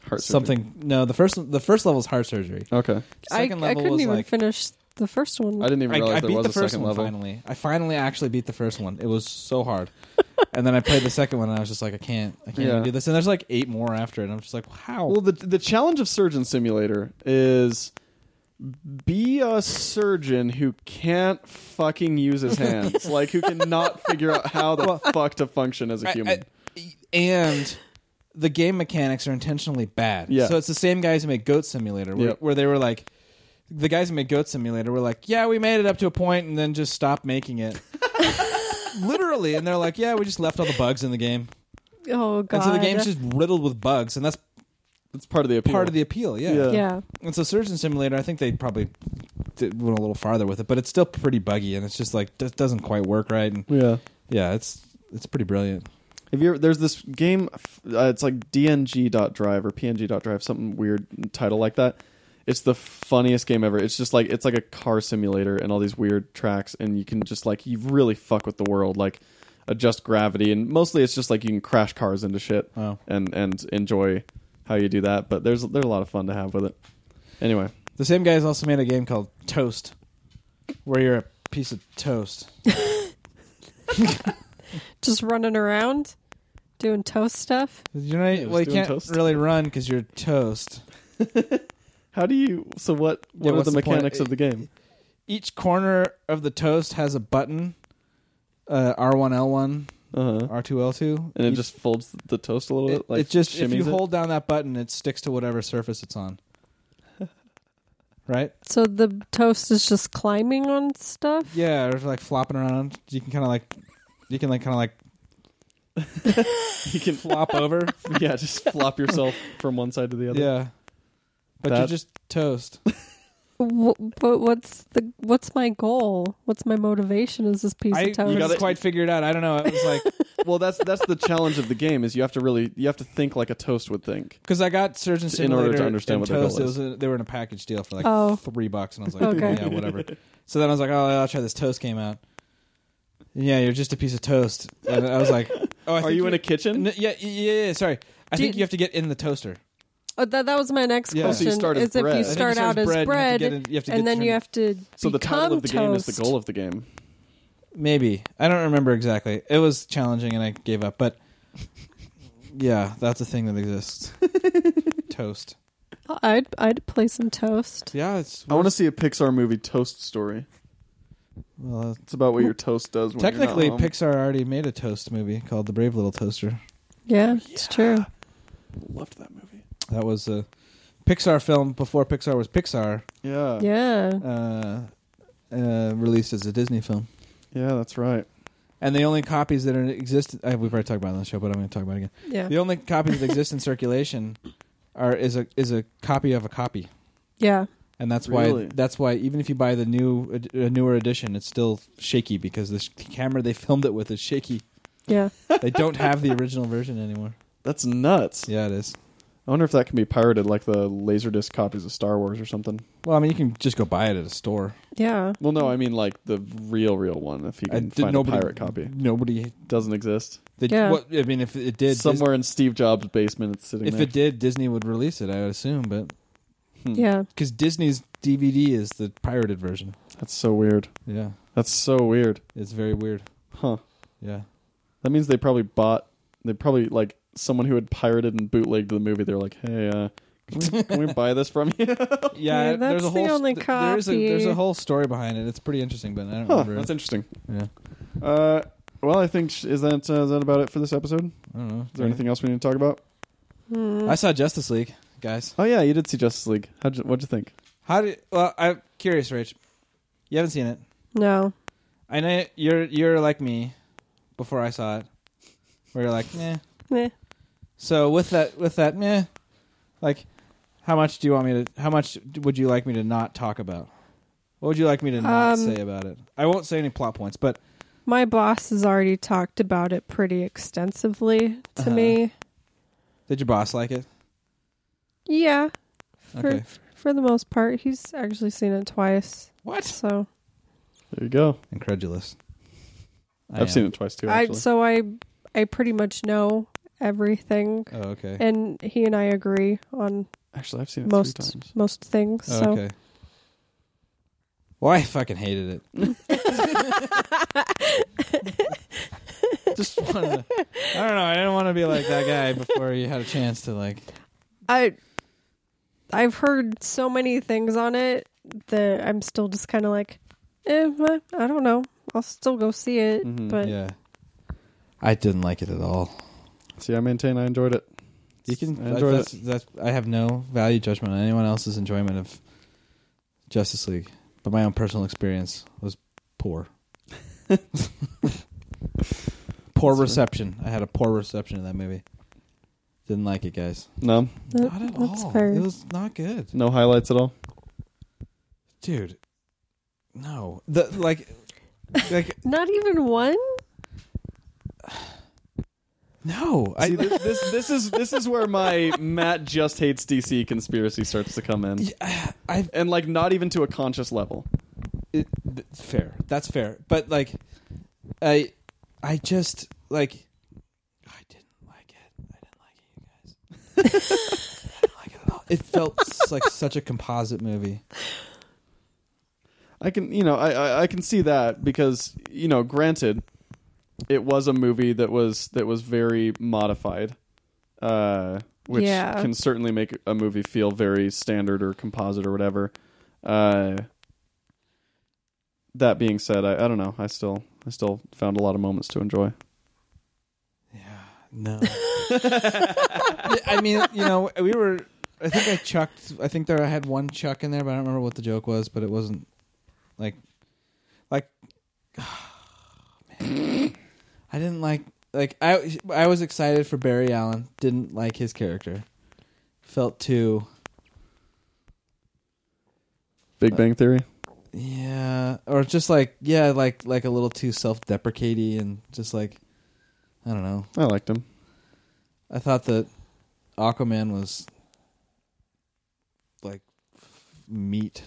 Speaker 5: Heart surgery.
Speaker 3: something. No, the first the first level is heart surgery.
Speaker 5: Okay,
Speaker 2: I,
Speaker 3: Second
Speaker 2: I
Speaker 3: level
Speaker 2: couldn't
Speaker 3: was
Speaker 2: even
Speaker 3: like
Speaker 2: finish the first one.
Speaker 5: I didn't even
Speaker 3: I,
Speaker 5: realize
Speaker 3: I
Speaker 5: there
Speaker 3: beat
Speaker 5: was
Speaker 3: the
Speaker 5: a
Speaker 3: first
Speaker 5: second
Speaker 3: one
Speaker 5: level.
Speaker 3: finally. I finally actually beat the first one. It was so hard. and then I played the second one, and I was just like, I can't, I can't
Speaker 5: Yeah.
Speaker 3: even do this. And there's like eight more after it. And I'm just like, how?
Speaker 5: Well, the the challenge of Surgeon Simulator is be a surgeon who can't fucking use his hands, like who cannot figure out how the fuck to function as a
Speaker 3: I-
Speaker 5: human.
Speaker 3: I- and the game mechanics are intentionally bad.
Speaker 5: Yeah.
Speaker 3: So it's the same guys who made Goat Simulator, where,
Speaker 5: Yep.
Speaker 3: where they were like, the guys who made Goat Simulator were like, yeah, we made it up to a point, and then just stopped making it. Literally, and they're like, yeah, we just left all the bugs in the game,
Speaker 2: oh god.
Speaker 3: and so the game's just riddled with bugs, and that's
Speaker 5: It's part of the appeal.
Speaker 3: part of the appeal.
Speaker 5: Yeah.
Speaker 2: yeah.
Speaker 3: And so Surgeon Simulator, I think they probably did, went a little farther with it, but it's still pretty buggy, and it's just like this doesn't quite work right. And
Speaker 5: yeah.
Speaker 3: yeah, it's it's pretty brilliant.
Speaker 5: Have you ever, there's this game, uh, it's like dng.drive or png.drive, something weird title like that. It's the funniest game ever. It's just like it's like a car simulator and all these weird tracks, and you can just like you really fuck with the world, like adjust gravity, and mostly it's just like you can crash cars into shit
Speaker 3: Oh.
Speaker 5: and and enjoy how you do that. But there's there's a lot of fun to have with it. Anyway,
Speaker 3: The same guys also made a game called Toast, where you're a piece of toast.
Speaker 2: Just running around doing toast stuff.
Speaker 3: You know,
Speaker 5: just
Speaker 3: well, you
Speaker 5: doing
Speaker 3: can't
Speaker 5: toast.
Speaker 3: really run because you're toast.
Speaker 5: how do you? So what?
Speaker 3: Yeah,
Speaker 5: What were
Speaker 3: what's
Speaker 5: the
Speaker 3: the point? E,
Speaker 5: mechanics of the game?
Speaker 3: Each corner of the toast has a button, uh, R1L1,
Speaker 5: Uh huh.
Speaker 3: R2L2,
Speaker 5: And it
Speaker 3: Each-
Speaker 5: just folds the toast a little
Speaker 3: it,
Speaker 5: bit. Like
Speaker 3: it just if
Speaker 5: shimmies
Speaker 3: you
Speaker 5: it?
Speaker 3: hold down that button, it sticks to whatever surface it's on. right?
Speaker 2: So the toast is just climbing on stuff.
Speaker 3: Yeah, or like flopping around. You can kind of like, you can like kind of like
Speaker 5: you can
Speaker 3: flop over.
Speaker 5: yeah, just flop yourself from one side to the other.
Speaker 3: yeah, but
Speaker 5: That-
Speaker 3: you're just toast.
Speaker 2: Wh- but what's the what's my goal? What's my motivation? Is this piece
Speaker 3: I
Speaker 2: of
Speaker 3: couldn't
Speaker 2: toast?
Speaker 5: gotta-
Speaker 3: quite figure it out. I don't know. It was like
Speaker 5: Well, that's that's the challenge of the game is you have to really you have to think like a toast would think.
Speaker 3: because I got Surgeon
Speaker 5: In
Speaker 3: Simulator
Speaker 5: order to understand
Speaker 3: and
Speaker 5: what their goal
Speaker 3: toast. It
Speaker 5: is.
Speaker 3: was a, they were in a package deal for like
Speaker 2: Oh.
Speaker 3: three bucks, and I was like,
Speaker 2: Okay.
Speaker 3: yeah, whatever. So then I was like, oh, I'll try this toast. Came out. Yeah, you're just a piece of toast. And I was like, oh, I
Speaker 5: Are
Speaker 3: think
Speaker 5: you in
Speaker 3: you're-
Speaker 5: a kitchen?
Speaker 3: N- yeah, yeah, yeah, yeah, sorry. I
Speaker 2: Do
Speaker 3: think
Speaker 2: you-
Speaker 3: you have to get in the toaster.
Speaker 2: Oh, that, that was my next
Speaker 3: Yeah. So
Speaker 2: question.
Speaker 3: you
Speaker 5: start as
Speaker 2: is if
Speaker 5: bread. I
Speaker 2: you
Speaker 5: think it
Speaker 2: start out
Speaker 3: starts
Speaker 2: as
Speaker 3: bread
Speaker 2: bread,
Speaker 3: and you have to get in- you have to
Speaker 2: and
Speaker 3: get
Speaker 2: then
Speaker 3: through-
Speaker 2: you have to
Speaker 5: So the
Speaker 2: become
Speaker 5: title of the
Speaker 2: toast.
Speaker 5: game is the goal of the game.
Speaker 3: Maybe I don't remember exactly. It was challenging, and I gave up. But yeah, that's a thing that exists. Toast.
Speaker 2: I'd I'd play some toast.
Speaker 3: Yeah, it's
Speaker 5: I want to see a Pixar movie, Toast Story.
Speaker 3: well, uh,
Speaker 5: It's about what your toast does. When
Speaker 3: technically
Speaker 5: you're not home.
Speaker 3: Pixar already made a Toast movie called The Brave Little Toaster.
Speaker 5: Oh,
Speaker 2: Yeah, it's true.
Speaker 5: loved that movie.
Speaker 3: That was a Pixar film before Pixar was Pixar.
Speaker 5: Yeah, yeah,
Speaker 2: Yeah,
Speaker 3: Uh, uh, released as a Disney film.
Speaker 5: that's right.
Speaker 3: And the only copies that are exist, uh, we've already talked about it on the show, but I'm going to talk about it again.
Speaker 2: yeah,
Speaker 3: The only copies that exist in circulation are is a is a copy of a copy,
Speaker 2: yeah.
Speaker 3: and that's
Speaker 5: Really?
Speaker 3: why that's why even if you buy the new a newer edition, it's still shaky because the sh- camera they filmed it with is shaky.
Speaker 2: Yeah,
Speaker 3: They don't have the original version anymore.
Speaker 5: That's nuts.
Speaker 3: Yeah, it is.
Speaker 5: I wonder if that can be pirated, like the laserdisc copies of Star Wars or something.
Speaker 3: Well, I mean, you can just go buy it at a store.
Speaker 2: yeah.
Speaker 5: Well, no, I mean like the real, real one. If you
Speaker 3: I
Speaker 5: can
Speaker 3: did-
Speaker 5: find
Speaker 3: nobody-
Speaker 5: a pirate copy,
Speaker 3: Nobody.
Speaker 5: doesn't exist.
Speaker 3: They,
Speaker 2: Yeah.
Speaker 3: what, I mean, if it did,
Speaker 5: Somewhere in Steve Jobs' basement, it's sitting
Speaker 3: Dis- if
Speaker 5: there.
Speaker 3: it did, Disney would release it. I would assume, but
Speaker 5: Hmm.
Speaker 2: Yeah.
Speaker 3: because Disney's DVD is the pirated version.
Speaker 5: That's so weird.
Speaker 3: Yeah,
Speaker 5: That's so weird.
Speaker 3: it's very weird.
Speaker 5: Huh.
Speaker 3: Yeah.
Speaker 5: That means they probably bought. They probably like someone who had pirated and bootlegged the movie. They're like, hey, uh, can, we, can we buy this from you?
Speaker 3: Yeah,
Speaker 2: Yeah,
Speaker 3: there's
Speaker 2: that's
Speaker 3: a
Speaker 2: the
Speaker 3: whole
Speaker 2: only
Speaker 3: st- there is a-
Speaker 2: copy.
Speaker 3: there's a whole story behind it. It's pretty interesting, but I don't
Speaker 5: huh,
Speaker 3: remember.
Speaker 5: that's
Speaker 3: it.
Speaker 5: interesting.
Speaker 3: Yeah,
Speaker 5: Uh, well, I think sh- is that uh, is that about it for this episode? Is
Speaker 3: I don't know. Is
Speaker 5: there anything else we need to talk about?
Speaker 2: Mm.
Speaker 3: I saw Justice League, guys.
Speaker 5: Oh yeah, you did see Justice League. How'd you, what'd you think?
Speaker 3: How did? Well, I'm curious, Rich. You haven't seen it.
Speaker 2: no.
Speaker 3: I know you're you're like me. Before I saw it, where you're like, meh.
Speaker 2: Eh.
Speaker 3: So with that with that meh, like, how much do you want me to? How much would you like me to not talk about? What would you like me to not
Speaker 2: Um,
Speaker 3: say about it? I won't say any plot points, but
Speaker 2: My boss has already talked about it pretty extensively to
Speaker 3: Uh-huh.
Speaker 2: me.
Speaker 3: did your boss like it?
Speaker 2: Yeah. For,
Speaker 3: Okay.
Speaker 2: for the most part, he's actually seen it twice.
Speaker 3: What?
Speaker 2: So
Speaker 5: There you go.
Speaker 3: Incredulous. I
Speaker 5: I've
Speaker 3: am.
Speaker 5: seen it twice too.
Speaker 2: I
Speaker 5: Actually,
Speaker 2: so I I pretty much know everything,
Speaker 3: Oh, okay.
Speaker 2: and he and I agree on
Speaker 5: actually I've seen it
Speaker 2: most
Speaker 5: three times.
Speaker 2: most things.
Speaker 3: Oh,
Speaker 2: so
Speaker 3: Okay. Well, I fucking hated it. Just wanted to, I don't know. I didn't want to be like that guy before you had a chance to like.
Speaker 2: I I've heard so many things on it that I'm still just kind of like, eh, well, I don't know. I'll still go see
Speaker 3: Mm.
Speaker 2: it,
Speaker 5: Mhm,
Speaker 2: but
Speaker 3: Yeah. I didn't like it at all.
Speaker 5: See, I maintain I enjoyed it.
Speaker 3: You can.
Speaker 5: I enjoyed
Speaker 3: that's, that's- I have no value judgment on anyone else's enjoyment of Justice League, but my own personal experience was poor. poor
Speaker 5: That's fair.
Speaker 3: reception. I had a poor reception of that movie. Didn't like it, guys.
Speaker 5: No,
Speaker 2: that-
Speaker 3: Not at
Speaker 2: that's
Speaker 3: all.
Speaker 2: fair.
Speaker 3: It was not good,
Speaker 5: no highlights at all.
Speaker 3: dude. No, the like, like
Speaker 2: Not even one.
Speaker 3: no. I,
Speaker 5: See, this, this this is this is where my Matt just hates DC conspiracy starts to come in,
Speaker 3: Yeah, I
Speaker 5: and like not even to a conscious level.
Speaker 3: it, th- fair. That's fair. But like, I, I just like, I didn't like it. I didn't like it, you guys. I didn't like it at all. It felt s- like such a composite movie.
Speaker 5: I can you know I, I I can see that because you know granted, it was a movie that was that was very modified, uh, which
Speaker 2: Yeah.
Speaker 5: can certainly make a movie feel very standard or composite or whatever. Uh, that being said, I, I don't know. I still I still found a lot of moments to enjoy.
Speaker 3: Yeah. No. I mean, you know, we were. I think I chucked. I think there I had one chuck in there, but I don't remember what the joke was. But it wasn't like, like, man. I didn't like. Like I, I was excited for Barry Allen. Didn't like his character. Felt too.
Speaker 5: Big Bang Theory.
Speaker 3: Yeah, or just like yeah, like like a little too self-deprecating and just like, I don't know.
Speaker 5: I liked him.
Speaker 3: I thought that Aquaman was like meat,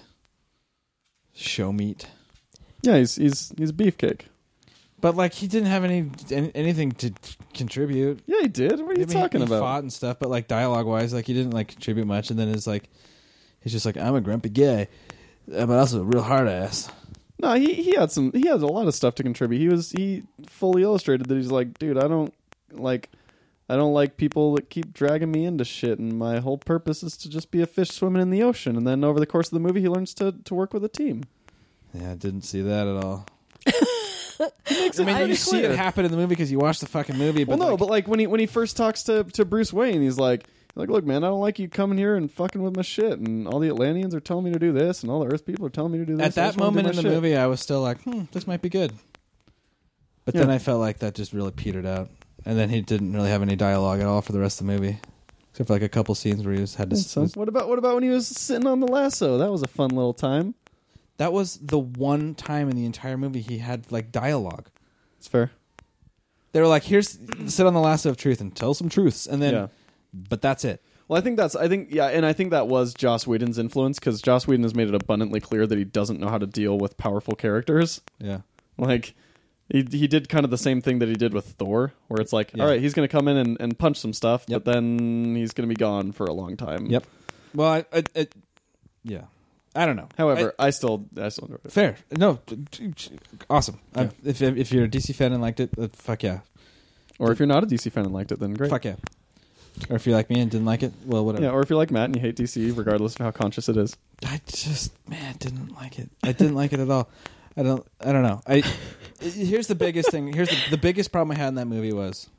Speaker 3: show meat.
Speaker 5: Yeah, he's he's he's beefcake.
Speaker 3: But like he didn't have any, an- anything to contribute.
Speaker 5: Yeah, he did. What are you
Speaker 3: I mean, he-
Speaker 5: talking
Speaker 3: he
Speaker 5: about?
Speaker 3: Fought and stuff, but like dialogue wise, like he didn't like contribute much. And then it's like he's just like I'm a grumpy guy, uh, but also a real hard ass.
Speaker 5: No, he, he had some he had a lot of stuff to contribute. He was he fully illustrated that he's like, dude, I don't like I don't like people that keep dragging me into shit and my whole purpose is to just be a fish swimming in the ocean and then over the course of the movie he learns to, to work with a team.
Speaker 3: Yeah, I didn't see that at all.
Speaker 5: Makes
Speaker 3: I mean,
Speaker 5: pretty
Speaker 3: you see
Speaker 5: clear.
Speaker 3: it happen in the movie because you watch the fucking movie.
Speaker 5: Well
Speaker 3: But
Speaker 5: no,
Speaker 3: like,
Speaker 5: but like when he when he first talks to, to Bruce Wayne, he's like like, look, man, I don't like you coming here and fucking with my shit and all the Atlanteans are telling me to do this and all the Earth people are telling me to do this.
Speaker 3: at
Speaker 5: I
Speaker 3: that
Speaker 5: just wanna do
Speaker 3: moment
Speaker 5: my
Speaker 3: in the
Speaker 5: shit."
Speaker 3: movie, I was still like, hmm, this might be good. But then
Speaker 5: Yeah.
Speaker 3: I felt like that just really petered out. And then he didn't really have any dialogue at all for the rest of the movie. Except for like a couple scenes where he just had to.
Speaker 5: So, what about what about when he was sitting on the lasso? That was a fun little time.
Speaker 3: That was the one time in the entire movie he had like dialogue.
Speaker 5: It's fair.
Speaker 3: They were like, here's sit on the lasso of truth and tell some truths. And then,
Speaker 5: Yeah.
Speaker 3: but that's it.
Speaker 5: Well, I think that's I think yeah, and I think that was Joss Whedon's influence because Joss Whedon has made it abundantly clear that he doesn't know how to deal with powerful characters.
Speaker 3: Yeah.
Speaker 5: Like he he did kind of the same thing that he did with Thor, where it's like,
Speaker 3: Yeah.
Speaker 5: all right, he's going to come in and, and punch some stuff,
Speaker 3: Yep.
Speaker 5: but then he's going to be gone for a long time.
Speaker 3: Yep. Well, I, I, I yeah. I don't know.
Speaker 5: However, I, still I still enjoyed it.
Speaker 3: Fair. No, t- t- t- awesome. I, if if you're a DC fan and liked it, uh, fuck yeah,
Speaker 5: Or if you're not a DC fan and liked it, then great.
Speaker 3: fuck yeah. Or if you're like me and didn't like it, well, whatever.
Speaker 5: Yeah, or if you're like Matt and you hate DC, regardless of how conscious it is.
Speaker 3: I just man, I didn't like it. I didn't like it at all. I don't. I don't know. I here's the biggest thing. Here's the, the biggest problem I had in that movie was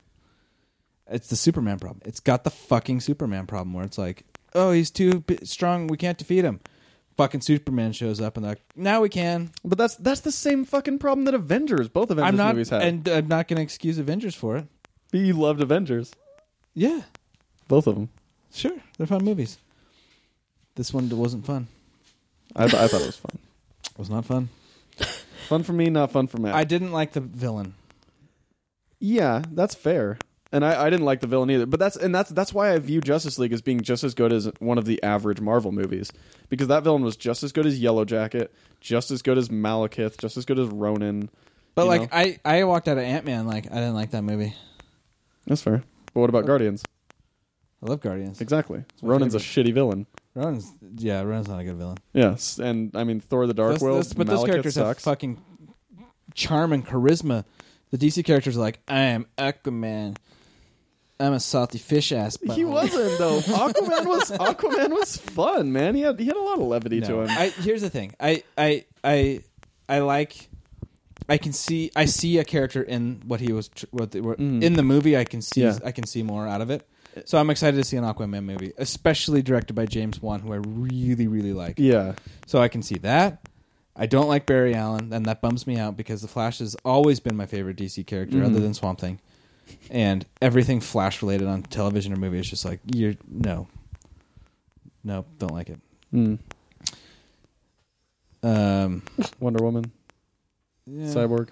Speaker 3: it's the Superman problem. It's got the fucking Superman problem where it's like, oh, he's too b- strong. We can't defeat him. Fucking Superman shows up and they're like, now we can.
Speaker 5: But that's that's the same fucking problem that Avengers, both Avengers
Speaker 3: I'm not,
Speaker 5: movies had.
Speaker 3: and I'm not going to excuse Avengers for it.
Speaker 5: you loved Avengers,
Speaker 3: Yeah.
Speaker 5: both of them.
Speaker 3: Sure, they're fun movies. This one wasn't fun.
Speaker 5: I, th- I thought it was fun.
Speaker 3: was not fun.
Speaker 5: Fun for me, not fun for Matt.
Speaker 3: I didn't like the villain.
Speaker 5: Yeah, that's fair. And I, I didn't like the villain either. But that's and that's that's why I view Justice League as being just as good as one of the average Marvel movies. Because that villain was just as good as Yellow Jacket, just as good as Malekith, just as good as Ronan.
Speaker 3: But
Speaker 5: you
Speaker 3: like
Speaker 5: know?
Speaker 3: I, I walked out of Ant Man like I didn't like that movie.
Speaker 5: that's fair. But what about Guardians?
Speaker 3: I love Guardians.
Speaker 5: Exactly.
Speaker 3: my
Speaker 5: Ronan's a shitty villain.
Speaker 3: Ronan's yeah, Ronan's not a good villain.
Speaker 5: Yes, and I mean Thor: The Dark
Speaker 3: Those-
Speaker 5: World.
Speaker 3: those- but
Speaker 5: Malekith
Speaker 3: those characters
Speaker 5: sucks.
Speaker 3: have fucking charm and charisma. The DC characters are like I am Aquaman. I'm a salty fish ass.
Speaker 5: he
Speaker 3: butthole."
Speaker 5: wasn't though. Aquaman was Aquaman was fun, man. He had he had a lot of levity to
Speaker 3: No.
Speaker 5: him.
Speaker 3: I, here's the thing. I, I, I, I like. I can see. I see a character in what he was. tr- What they were,
Speaker 5: Mm.
Speaker 3: in the movie? I can see.
Speaker 5: Yeah. Uh,
Speaker 3: I can see more out of it. So I'm excited to see an Aquaman movie, especially directed by James Wan, who I really, really like.
Speaker 5: yeah,
Speaker 3: So I can see that. I don't like Barry Allen, and that bums me out because the Flash has always been my favorite DC character,
Speaker 5: Mhm.
Speaker 3: other than Swamp Thing. And everything Flash related on television or movie is just like you're no, no, don't like it.
Speaker 5: Mm.
Speaker 3: Um,
Speaker 5: Wonder Woman,
Speaker 3: yeah.
Speaker 5: Cyborg.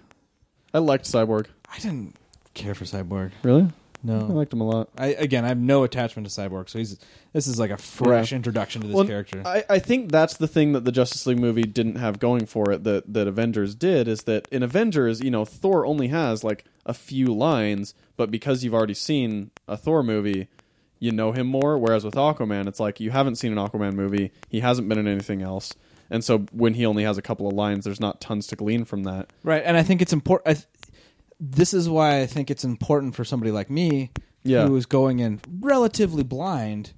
Speaker 5: I liked Cyborg. Uh,
Speaker 3: I didn't care for Cyborg.
Speaker 5: Really? I
Speaker 3: No.
Speaker 5: liked him a lot.
Speaker 3: I again, I have no attachment to Cyborg, so he's this is like a fresh introduction to this
Speaker 5: Well,
Speaker 3: character.
Speaker 5: I, I think that's the thing that the Justice League movie didn't have going for it that, that Avengers did is that in Avengers, you know, Thor only has like a few lines, but because you've already seen a Thor movie, you know him more. Whereas with Aquaman, it's like you haven't seen an Aquaman movie, he hasn't been in anything else. And so when he only has a couple of lines, there's not tons to glean from that.
Speaker 3: right, and I think it's important. I th- this is why I think it's important for somebody like me,
Speaker 5: Yeah.
Speaker 3: who is going in relatively blind.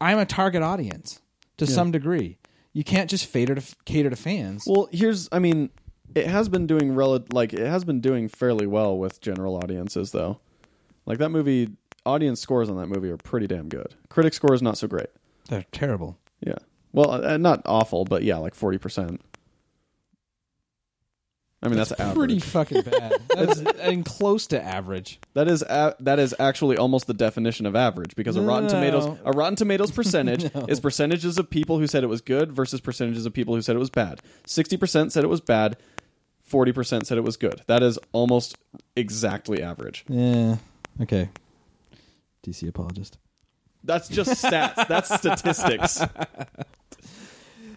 Speaker 3: I'm a target audience to
Speaker 5: Yeah.
Speaker 3: some degree. You can't just cater to, cater to fans.
Speaker 5: Well, here's I mean, it has been doing rel- like it has been doing fairly well with general audiences though. Like that movie audience scores on that movie are pretty damn good. Critic score is not so great.
Speaker 3: They're terrible.
Speaker 5: Yeah. Well, uh, not awful, but yeah, like 40%. I mean, that's,
Speaker 3: pretty
Speaker 5: average.
Speaker 3: fucking bad. That's and close to average.
Speaker 5: That is a- that is actually almost the definition of average because a Rotten
Speaker 3: No.
Speaker 5: Tomatoes a Rotten Tomatoes percentage is percentages of people who said it was good versus percentages of people who said it was bad. Sixty percent said it was bad, forty percent said it was good. That is almost exactly average.
Speaker 3: Yeah. Okay. DC apologist.
Speaker 5: That's just stats. That's statistics.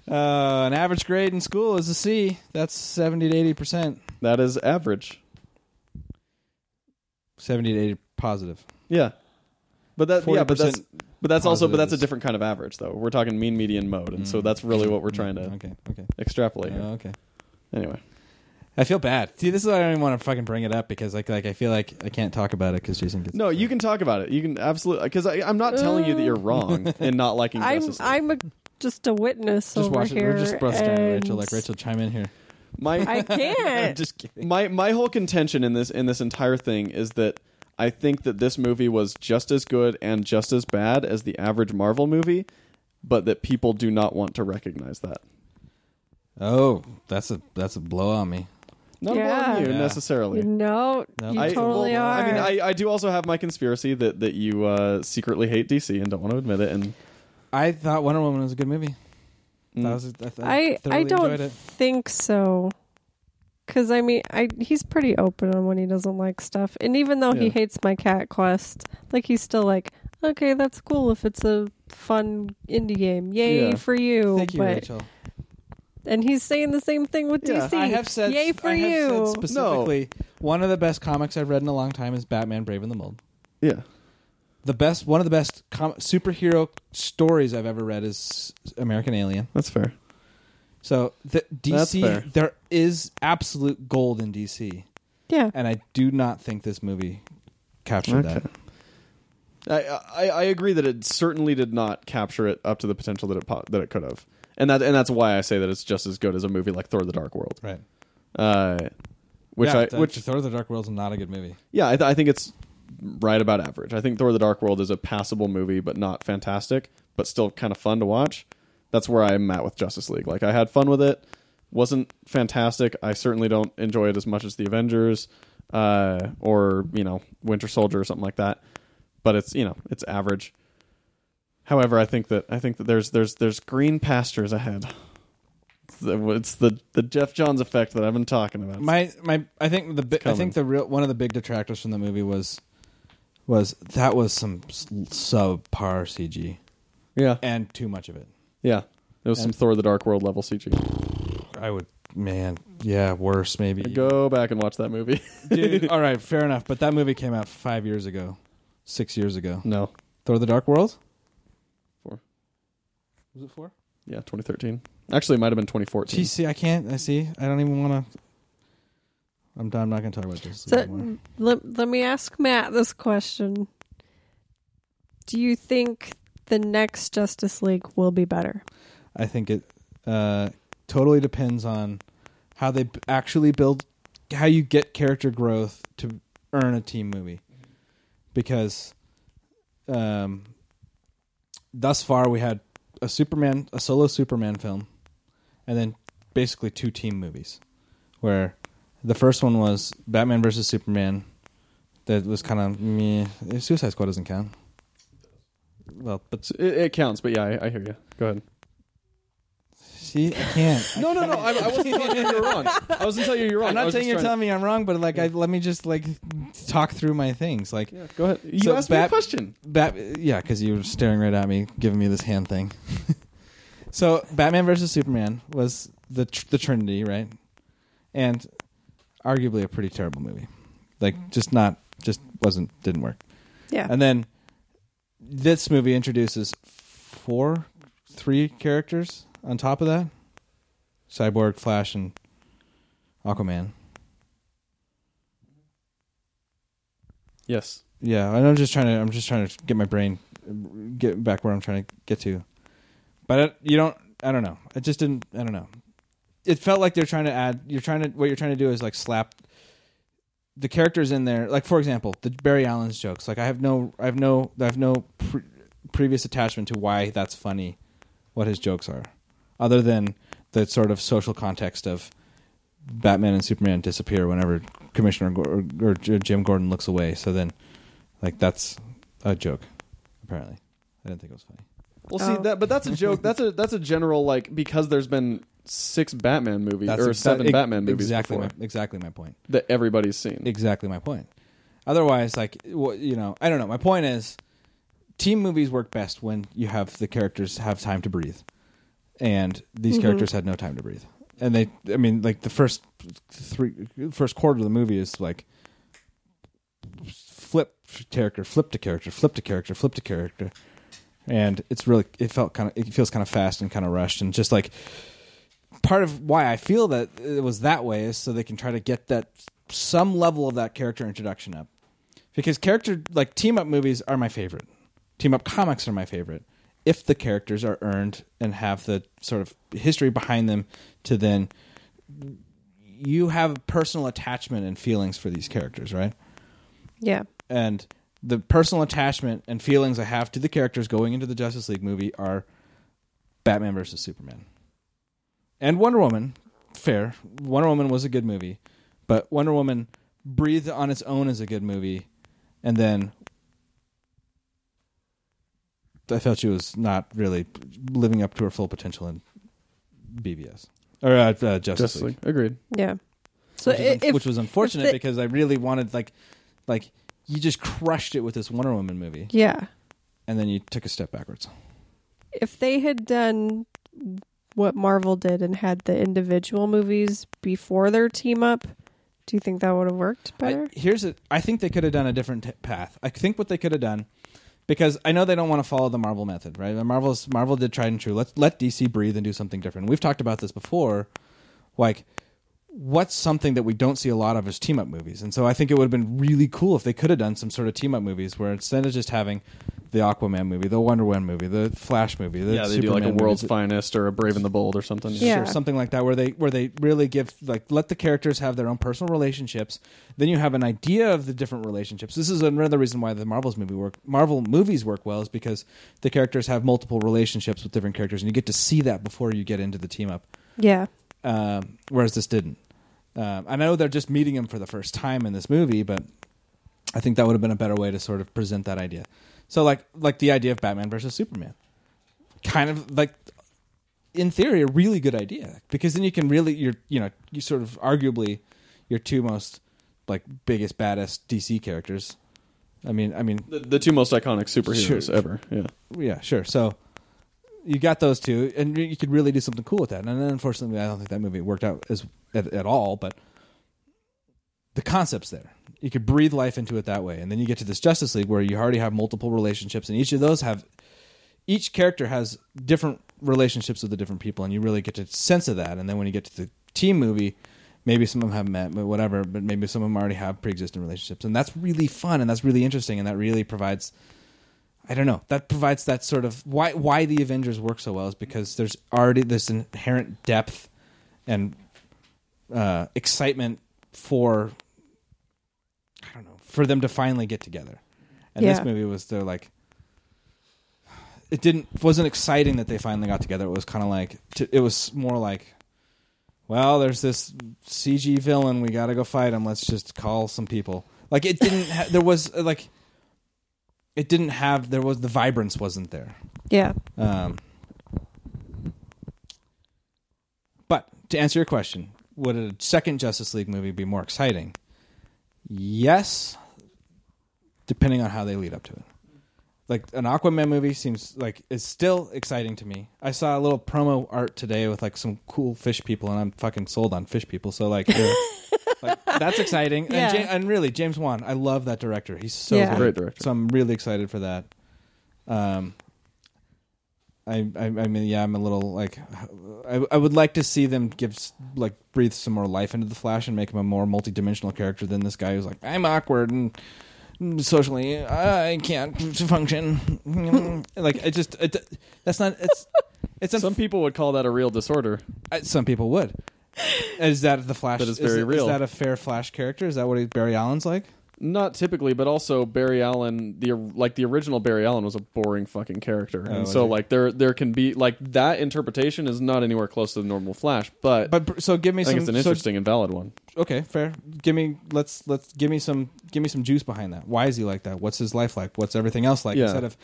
Speaker 3: Uh, an average grade in school is a C. That's seventy to eighty percent.
Speaker 5: That is average.
Speaker 3: seventy to eighty positive.
Speaker 5: Yeah. But that yeah, but that's
Speaker 3: 40%
Speaker 5: but that's also but that's a
Speaker 3: positives.
Speaker 5: different kind of average though. We're talking mean median mode, and
Speaker 3: Mm.
Speaker 5: so that's really what we're trying to
Speaker 3: Okay, okay,
Speaker 5: extrapolate.
Speaker 3: Oh,
Speaker 5: here.
Speaker 3: okay.
Speaker 5: Anyway,
Speaker 3: I feel bad. See, this is why I don't even want to fucking bring it up because like like I feel like I can't talk about it because Jason gets
Speaker 5: no, you can talk about it. You can absolutely because I'm not telling you that you're wrong in not liking
Speaker 2: I'm
Speaker 5: Justice League.
Speaker 2: I'm a, just a witness
Speaker 3: just
Speaker 2: over
Speaker 3: watch it.
Speaker 2: here.
Speaker 3: We're just frustrated,
Speaker 2: and
Speaker 3: Rachel. Like Rachel, chime in here.
Speaker 5: my
Speaker 2: I
Speaker 3: I'm
Speaker 2: can't.
Speaker 3: just kidding.
Speaker 5: my my whole contention in this in this entire thing is that I think that this movie was just as good and just as bad as the average Marvel movie, but that people do not want to recognize that.
Speaker 3: Oh, that's a that's a blow on me.
Speaker 5: Not
Speaker 2: Yeah.
Speaker 5: on you
Speaker 3: Yeah.
Speaker 5: necessarily.
Speaker 2: You know,
Speaker 3: No,
Speaker 2: you
Speaker 5: I,
Speaker 2: totally
Speaker 5: well,
Speaker 2: are.
Speaker 5: I mean, I, I do also have my conspiracy that that you uh, secretly hate DC and don't want to admit it. And
Speaker 3: I thought Wonder Woman was a good movie.
Speaker 5: Mm.
Speaker 3: That was a, I,
Speaker 2: I,
Speaker 3: I,
Speaker 2: I
Speaker 3: thoroughly enjoyed
Speaker 2: don't
Speaker 3: it.
Speaker 2: think so. Cause I mean, I he's pretty open on when he doesn't like stuff, and even though he
Speaker 5: Yeah.
Speaker 2: hates my cat quest, like he's still like, okay, that's cool if it's a fun indie game, yay
Speaker 5: Yeah.
Speaker 2: for you.
Speaker 3: Thank you,
Speaker 2: but
Speaker 3: Rachel.
Speaker 2: and he's saying the same thing with
Speaker 5: Yeah.
Speaker 2: DC.
Speaker 3: I have said
Speaker 2: yay for
Speaker 3: I have
Speaker 2: you.
Speaker 3: said specifically one of the best comics I've read in a long time is Batman: Brave and the Bold.
Speaker 5: yeah,
Speaker 3: The best, one of the best com- superhero stories I've ever read is American Alien.
Speaker 5: that's fair.
Speaker 3: So the
Speaker 5: That's fair.
Speaker 3: DC, there is absolute gold in DC,
Speaker 2: yeah,
Speaker 3: and I do not think this movie captured
Speaker 5: Okay.
Speaker 3: that.
Speaker 5: I, I I agree that it certainly did not capture it up to the potential that it po- that it could have, and that and that's why I say that it's just as good as a movie like Thor: The Dark World,
Speaker 3: Right.
Speaker 5: uh, which
Speaker 3: yeah,
Speaker 5: I
Speaker 3: that-
Speaker 5: which
Speaker 3: Thor: The Dark World is not a good movie.
Speaker 5: yeah I, th- I think it's right about average. I think Thor: The Dark World is a passable movie, but not fantastic, but still kind of fun to watch. That's where I'm at with Justice League. Like I had fun with it, wasn't fantastic. I certainly don't enjoy it as much as the Avengers, uh, or you know Winter Soldier or something like that. But it's you know it's average. However, I think that I think that there's there's there's green pastures ahead. It's the, it's the the Jeff Johns effect that I've been talking about.
Speaker 3: My my, I think the bi- I
Speaker 5: coming.
Speaker 3: think the real one of the big detractors from the movie was was that was some s- subpar CG
Speaker 5: yeah,
Speaker 3: and too much of it.
Speaker 5: yeah. It was some Thor: The Dark World level CG.
Speaker 3: I would, man, yeah, worse maybe.
Speaker 5: Go back and watch that movie.
Speaker 3: Dude, all right, fair enough. But that movie came out five years ago, six years ago.
Speaker 5: no.
Speaker 3: Thor: The Dark World.
Speaker 5: Four.
Speaker 3: Was it four?
Speaker 5: Yeah, 2013. Actually, it might have been 2014.
Speaker 3: Gee, see, I can't. I see. I don't even want to. I'm done. I'm not going to talk about this. anymore.
Speaker 2: So, let, let me ask Matt this question. Do you think the next Justice League will be better?
Speaker 3: I think it uh, totally depends on how they b- actually build, how you get character growth to earn a team movie, because um, thus far we had a Superman, a solo Superman film, and then basically two team movies, where the first one was Batman versus Superman, that was kind of meh. Suicide Squad doesn't count. Well, but
Speaker 5: So It, it counts, but yeah, I, I hear you. Go ahead.
Speaker 3: see, I can't.
Speaker 5: No, no, no. I, I wasn't telling you you're wrong. I wasn't telling you you're wrong.
Speaker 3: I'm
Speaker 5: I
Speaker 3: not
Speaker 5: was
Speaker 3: saying
Speaker 5: just
Speaker 3: you're
Speaker 5: trying
Speaker 3: telling me I'm wrong, but like, I, let me just like talk through my things. Like,
Speaker 5: to- Yeah, go ahead. You
Speaker 3: So
Speaker 5: asked me a
Speaker 3: Bat-
Speaker 5: question.
Speaker 3: Bat, yeah, because you were staring right at me, giving me this hand thing. so, Batman versus Superman was the tr- the Trinity, right? And arguably a pretty terrible movie. Like, just not, just wasn't, didn't work.
Speaker 2: Yeah.
Speaker 3: And then this movie introduces four, three characters on top of that: Cyborg, Flash, and Aquaman.
Speaker 5: Yes.
Speaker 3: Yeah, and I'm just trying to. I'm just trying to get my brain get back where I'm trying to get to. But it, you don't. I don't know. It just didn't. I don't know. It felt like they're trying to add. You're trying to. What you're trying to do is like slap the characters in there. Like for example, the Barry Allen's jokes. Like I have no. I have no. I have no pre- previous attachment to why that's funny. What his jokes are, other than the sort of social context of Batman and Superman disappear whenever Commissioner Gor- or Jim Gordon looks away. So then like that's a joke, apparently. I didn't think it was funny.
Speaker 5: Well, see
Speaker 2: Oh.
Speaker 5: that, but that's a joke. That's a that's a general like because there's been six Batman movies
Speaker 3: That's
Speaker 5: or
Speaker 3: exa-
Speaker 5: seven
Speaker 3: ex-
Speaker 5: Batman movies
Speaker 3: Exactly,
Speaker 5: before Hmm.
Speaker 3: my, exactly my point.
Speaker 5: that everybody's seen.
Speaker 3: Exactly my point. Otherwise, like wha- you know, I don't know. My point is, team movies work best when you have the characters have time to breathe, and these characters had no time to breathe. And they, I mean, like the first three, first quarter of the movie is like flip character, flip to character, flip to character, flip to character, and it's really it felt kind of it feels kind of fast and kind of rushed and just like part of why I feel that it was that way is so they can try to get that some level of that character introduction up because character like team up movies are my favorite. Team up comics are my favorite. If the characters are earned and have the sort of history behind them to then you have personal attachment and feelings for these characters, right?
Speaker 2: Yeah.
Speaker 3: and the personal attachment and feelings I have to the characters going into the Justice League movie are Batman versus Superman and Wonder Woman. Fair, Wonder Woman was a good movie, but Wonder Woman breathed on its own as a good movie, and then I felt she was not really living up to her full potential in BVS or uh, uh, Justice,
Speaker 1: Justice
Speaker 3: League
Speaker 1: League. Agreed.
Speaker 2: Yeah. So
Speaker 3: which, is
Speaker 2: i-
Speaker 3: unf-
Speaker 2: if
Speaker 3: which was unfortunate
Speaker 2: the-
Speaker 3: because I really wanted like like you just crushed it with this Wonder Woman movie,
Speaker 2: yeah,
Speaker 3: and then you took a step backwards.
Speaker 2: if they had done what Marvel did and had the individual movies before their team up, do you think that would have worked better?
Speaker 3: I, here's it. I think they could have done a different t- path. I think what they could have done, because I know they don't want to follow the Marvel method, right? The Marvel's Marvel did tried and true. Let let DC breathe and do something different. We've talked about this before, like. What's something that we don't see a lot of is team up movies, and so I think it would have been really cool if they could have done some sort of team up movies where instead of just having the Aquaman movie, the Wonder Woman movie, the Flash movie, the
Speaker 1: yeah, they do like a
Speaker 3: Superman
Speaker 1: world's
Speaker 3: movie,
Speaker 1: finest or a Brave and the Bold or something.
Speaker 2: Yeah.
Speaker 3: or something like that where they where they really give like let the characters have their own personal relationships then you have an idea of the different relationships this is another reason why the marvels movie work marvel movies work well is because the characters have multiple relationships with different characters and you get to see that before you get into the team up
Speaker 2: yeah.
Speaker 3: um, whereas this didn't um, i know they're just meeting him for the first time in this movie but i think that would have been a better way to sort of present that idea so like like the idea of batman versus superman kind of like in theory a really good idea because then you can really you're you know you sort of arguably your two most like biggest baddest DC characters. I mean, I mean,
Speaker 1: The, the two most iconic superheroes
Speaker 3: Sure.
Speaker 1: ever. Yeah.
Speaker 3: yeah, sure. So you got those two, and you you could really do something cool with that. And then, unfortunately, I don't think that movie worked out as at, at all. But the concept's there. You could breathe life into it that way, and then you get to this Justice League where you already have multiple relationships, and each of those have each character has different relationships with the different people, and you really get to sense of that. And then when you get to the team movie, maybe some of them have met, but whatever. But maybe some of them already have pre-existing relationships, and that's really fun, and that's really interesting, and that really provides. I don't know. That provides that sort of why why the Avengers work so well is because there's already this inherent depth and uh, excitement for I don't know for them to finally get together. And this
Speaker 2: Yeah.
Speaker 3: movie was they're like it didn't wasn't exciting that they finally got together. It was kind of like t- it was more like well, there's this CG villain. We got to go fight him. Let's just call some people. Like it didn't. Ha- there was uh, like it didn't have. There was the vibrance wasn't there.
Speaker 2: Yeah.
Speaker 3: Um, but to answer your question, would a second Justice League movie be more exciting? Yes, depending on how they lead up to it. Like an Aquaman movie seems like it's still exciting to me. I saw a little promo art today with like some cool fish people, and I'm fucking sold on fish people. So like, they're- like, that's exciting.
Speaker 2: Yeah.
Speaker 3: And, ja- and really, James Wan, I love that director. He's so
Speaker 2: Yeah.
Speaker 3: good.
Speaker 1: Great director.
Speaker 3: So I'm really excited for that. Um, I, I, I mean, yeah, I'm a little like, I, I would like to see them give s- like breathe some more life into the Flash and make him a more multi-dimensional character than this guy who's like, I'm awkward and mm, socially I can't function. like, I just it, that's not it's it's a,
Speaker 1: Some people would call that a real disorder.
Speaker 3: I- some people would. Is that the Flash?
Speaker 1: That is very
Speaker 3: it-
Speaker 1: real.
Speaker 3: Is that a fair Flash character? Is that what Barry Allen's like?
Speaker 1: Not typically, but also Barry Allen, the like the original Barry Allen was a boring fucking character,
Speaker 3: Oh,
Speaker 1: and
Speaker 3: was
Speaker 1: so
Speaker 3: he?
Speaker 1: like there there can be like that interpretation is not anywhere close to the normal Flash, but,
Speaker 3: But br- so give me
Speaker 1: Uh, I think
Speaker 3: some
Speaker 1: it's an
Speaker 3: so
Speaker 1: interesting and valid one.
Speaker 3: okay, fair. Give me let's let's give me some give me some juice behind that. Why is he like that? What's his life like? What's everything else like
Speaker 1: Yeah.
Speaker 3: instead of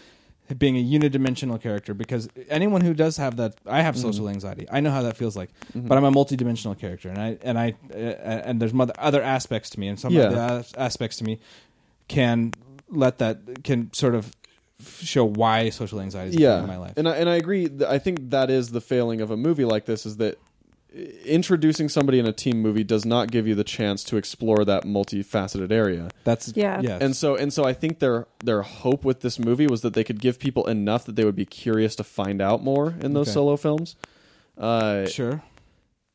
Speaker 3: being a unidimensional character? Because anyone who does have that, I have
Speaker 1: Mm-hmm.
Speaker 3: social anxiety. I know how that feels like. But I'm a multidimensional character, and I and I uh, and there's mother, other aspects to me, and some
Speaker 1: Yeah.
Speaker 3: of the as- aspects to me can let that can sort of show why social anxiety is a thing in my life.
Speaker 1: And I, and I agree. Th- I think that is the failing of a movie like this is that
Speaker 5: introducing somebody in a team movie does not give you the chance to explore that multifaceted area.
Speaker 3: That's
Speaker 2: Yeah.
Speaker 3: Yes.
Speaker 5: And so and so I think their their hope with this movie was that they could give people enough that they would be curious to find out more in those
Speaker 3: Okay.
Speaker 5: solo films. Uh,
Speaker 3: sure.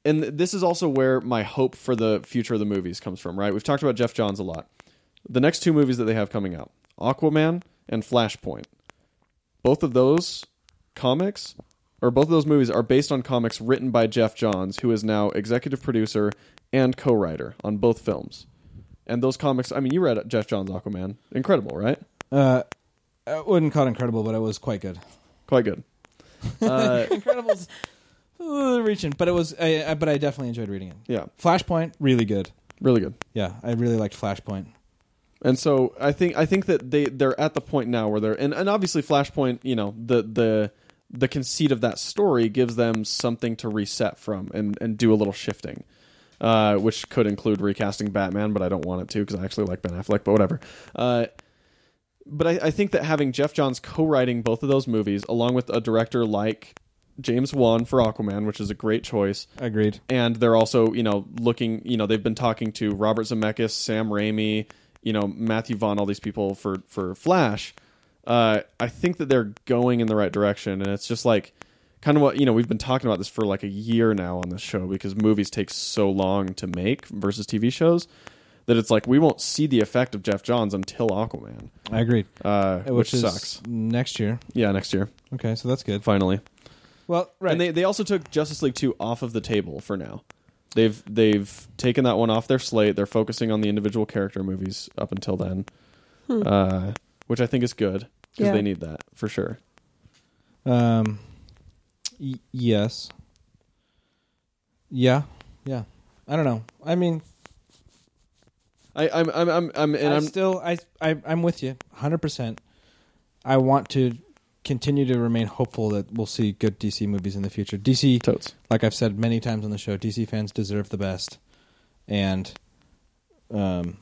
Speaker 5: and this is also where my hope for the future of the movies comes from, right? We've talked about Jeff Johns a lot. The next two movies that they have coming out, Aquaman and Flashpoint. Both of those comics or both of those movies are based on comics written by Jeff Johns, who is now executive producer and co-writer on both films. And those comics, I mean, you read Jeff Johns Aquaman. Incredible, right?
Speaker 3: Uh, I wouldn't call it incredible, but it was quite good.
Speaker 5: Quite good. Uh,
Speaker 3: Incredible's uh, reaching, but it was. I, I, but I definitely enjoyed reading it.
Speaker 5: yeah,
Speaker 3: Flashpoint, really good.
Speaker 5: really good.
Speaker 3: Yeah, I really liked Flashpoint.
Speaker 5: And so I think I think that they they're at the point now where they're and, and obviously Flashpoint, you know, the the the conceit of that story gives them something to reset from and and do a little shifting. Uh, which could include recasting Batman, but I don't want it to because I actually like Ben Affleck, but whatever. Uh, but I, I think that having Jeff Johns co-writing both of those movies, along with a director like James Wan for Aquaman, which is a great choice,
Speaker 3: Agreed.
Speaker 5: and they're also you know looking you know they've been talking to Robert Zemeckis, Sam Raimi, you know Matthew Vaughn, all these people for for Flash. Uh, I think that they're going in the right direction, and it's just like kind of what you know we've been talking about this for like a year now on this show because movies take so long to make versus TV shows that it's like we won't see the effect of Jeff Johns until Aquaman,
Speaker 3: I agreed.
Speaker 5: uh, which,
Speaker 3: is
Speaker 5: sucks.
Speaker 3: Next year.
Speaker 5: Yeah, next year
Speaker 3: Okay, so that's good.
Speaker 5: finally.
Speaker 3: Well, right.
Speaker 5: And they, they also took Justice League 2 off of the table for now. They've they've taken that one off their slate. They're focusing on the individual character movies up until then.
Speaker 3: Hmm.
Speaker 5: Uh, which I think is good because
Speaker 2: Yeah.
Speaker 5: they need that for sure.
Speaker 3: um. Y- yes. Yeah. Yeah. I don't know. I mean,
Speaker 5: I, I'm I'm I'm, I'm and
Speaker 3: I
Speaker 5: I'm
Speaker 3: still I, I I'm with you 100%. I want to continue to remain hopeful that we'll see good DC movies in the future. DC
Speaker 5: totes.
Speaker 3: like I've said many times on the show, DC fans deserve the best. And um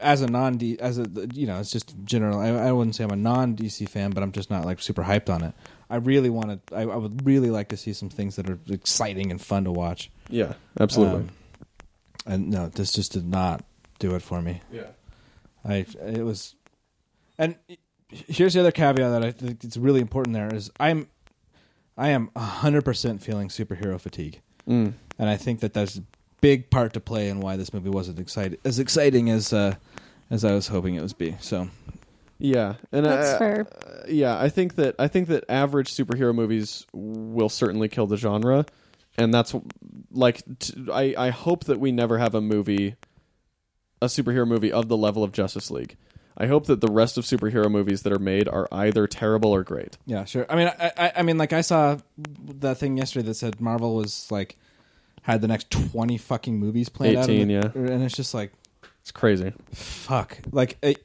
Speaker 3: as a non D as a you know, it's just general I, I wouldn't say I'm a non DC fan, but I'm just not like super hyped on it. I really want to I, I would really like to see some things that are exciting and fun to watch.
Speaker 5: Yeah, absolutely.
Speaker 3: Um, and no, this just did not do it for me.
Speaker 5: yeah.
Speaker 3: I it was, and here's the other caveat that I think it's really important. There is I'm, I am hundred percent feeling superhero fatigue,
Speaker 5: Mm.
Speaker 3: and I think that that's a big part to play in why this movie wasn't excited as exciting as uh, as I was hoping it was be. So
Speaker 5: Yeah, and
Speaker 2: That's
Speaker 5: I,
Speaker 2: fair.
Speaker 5: uh, yeah, I think that I think that average superhero movies will certainly kill the genre, and that's like t- I I hope that we never have a movie, a superhero movie of the level of Justice League. I hope that the rest of superhero movies that are made are either terrible or great.
Speaker 3: yeah, sure. I mean, I, I I mean, like I saw that thing yesterday that said Marvel was like had the next twenty fucking movies planned out, in
Speaker 5: 18,
Speaker 3: the- and it's just like
Speaker 5: It's crazy.
Speaker 3: fuck, like. It,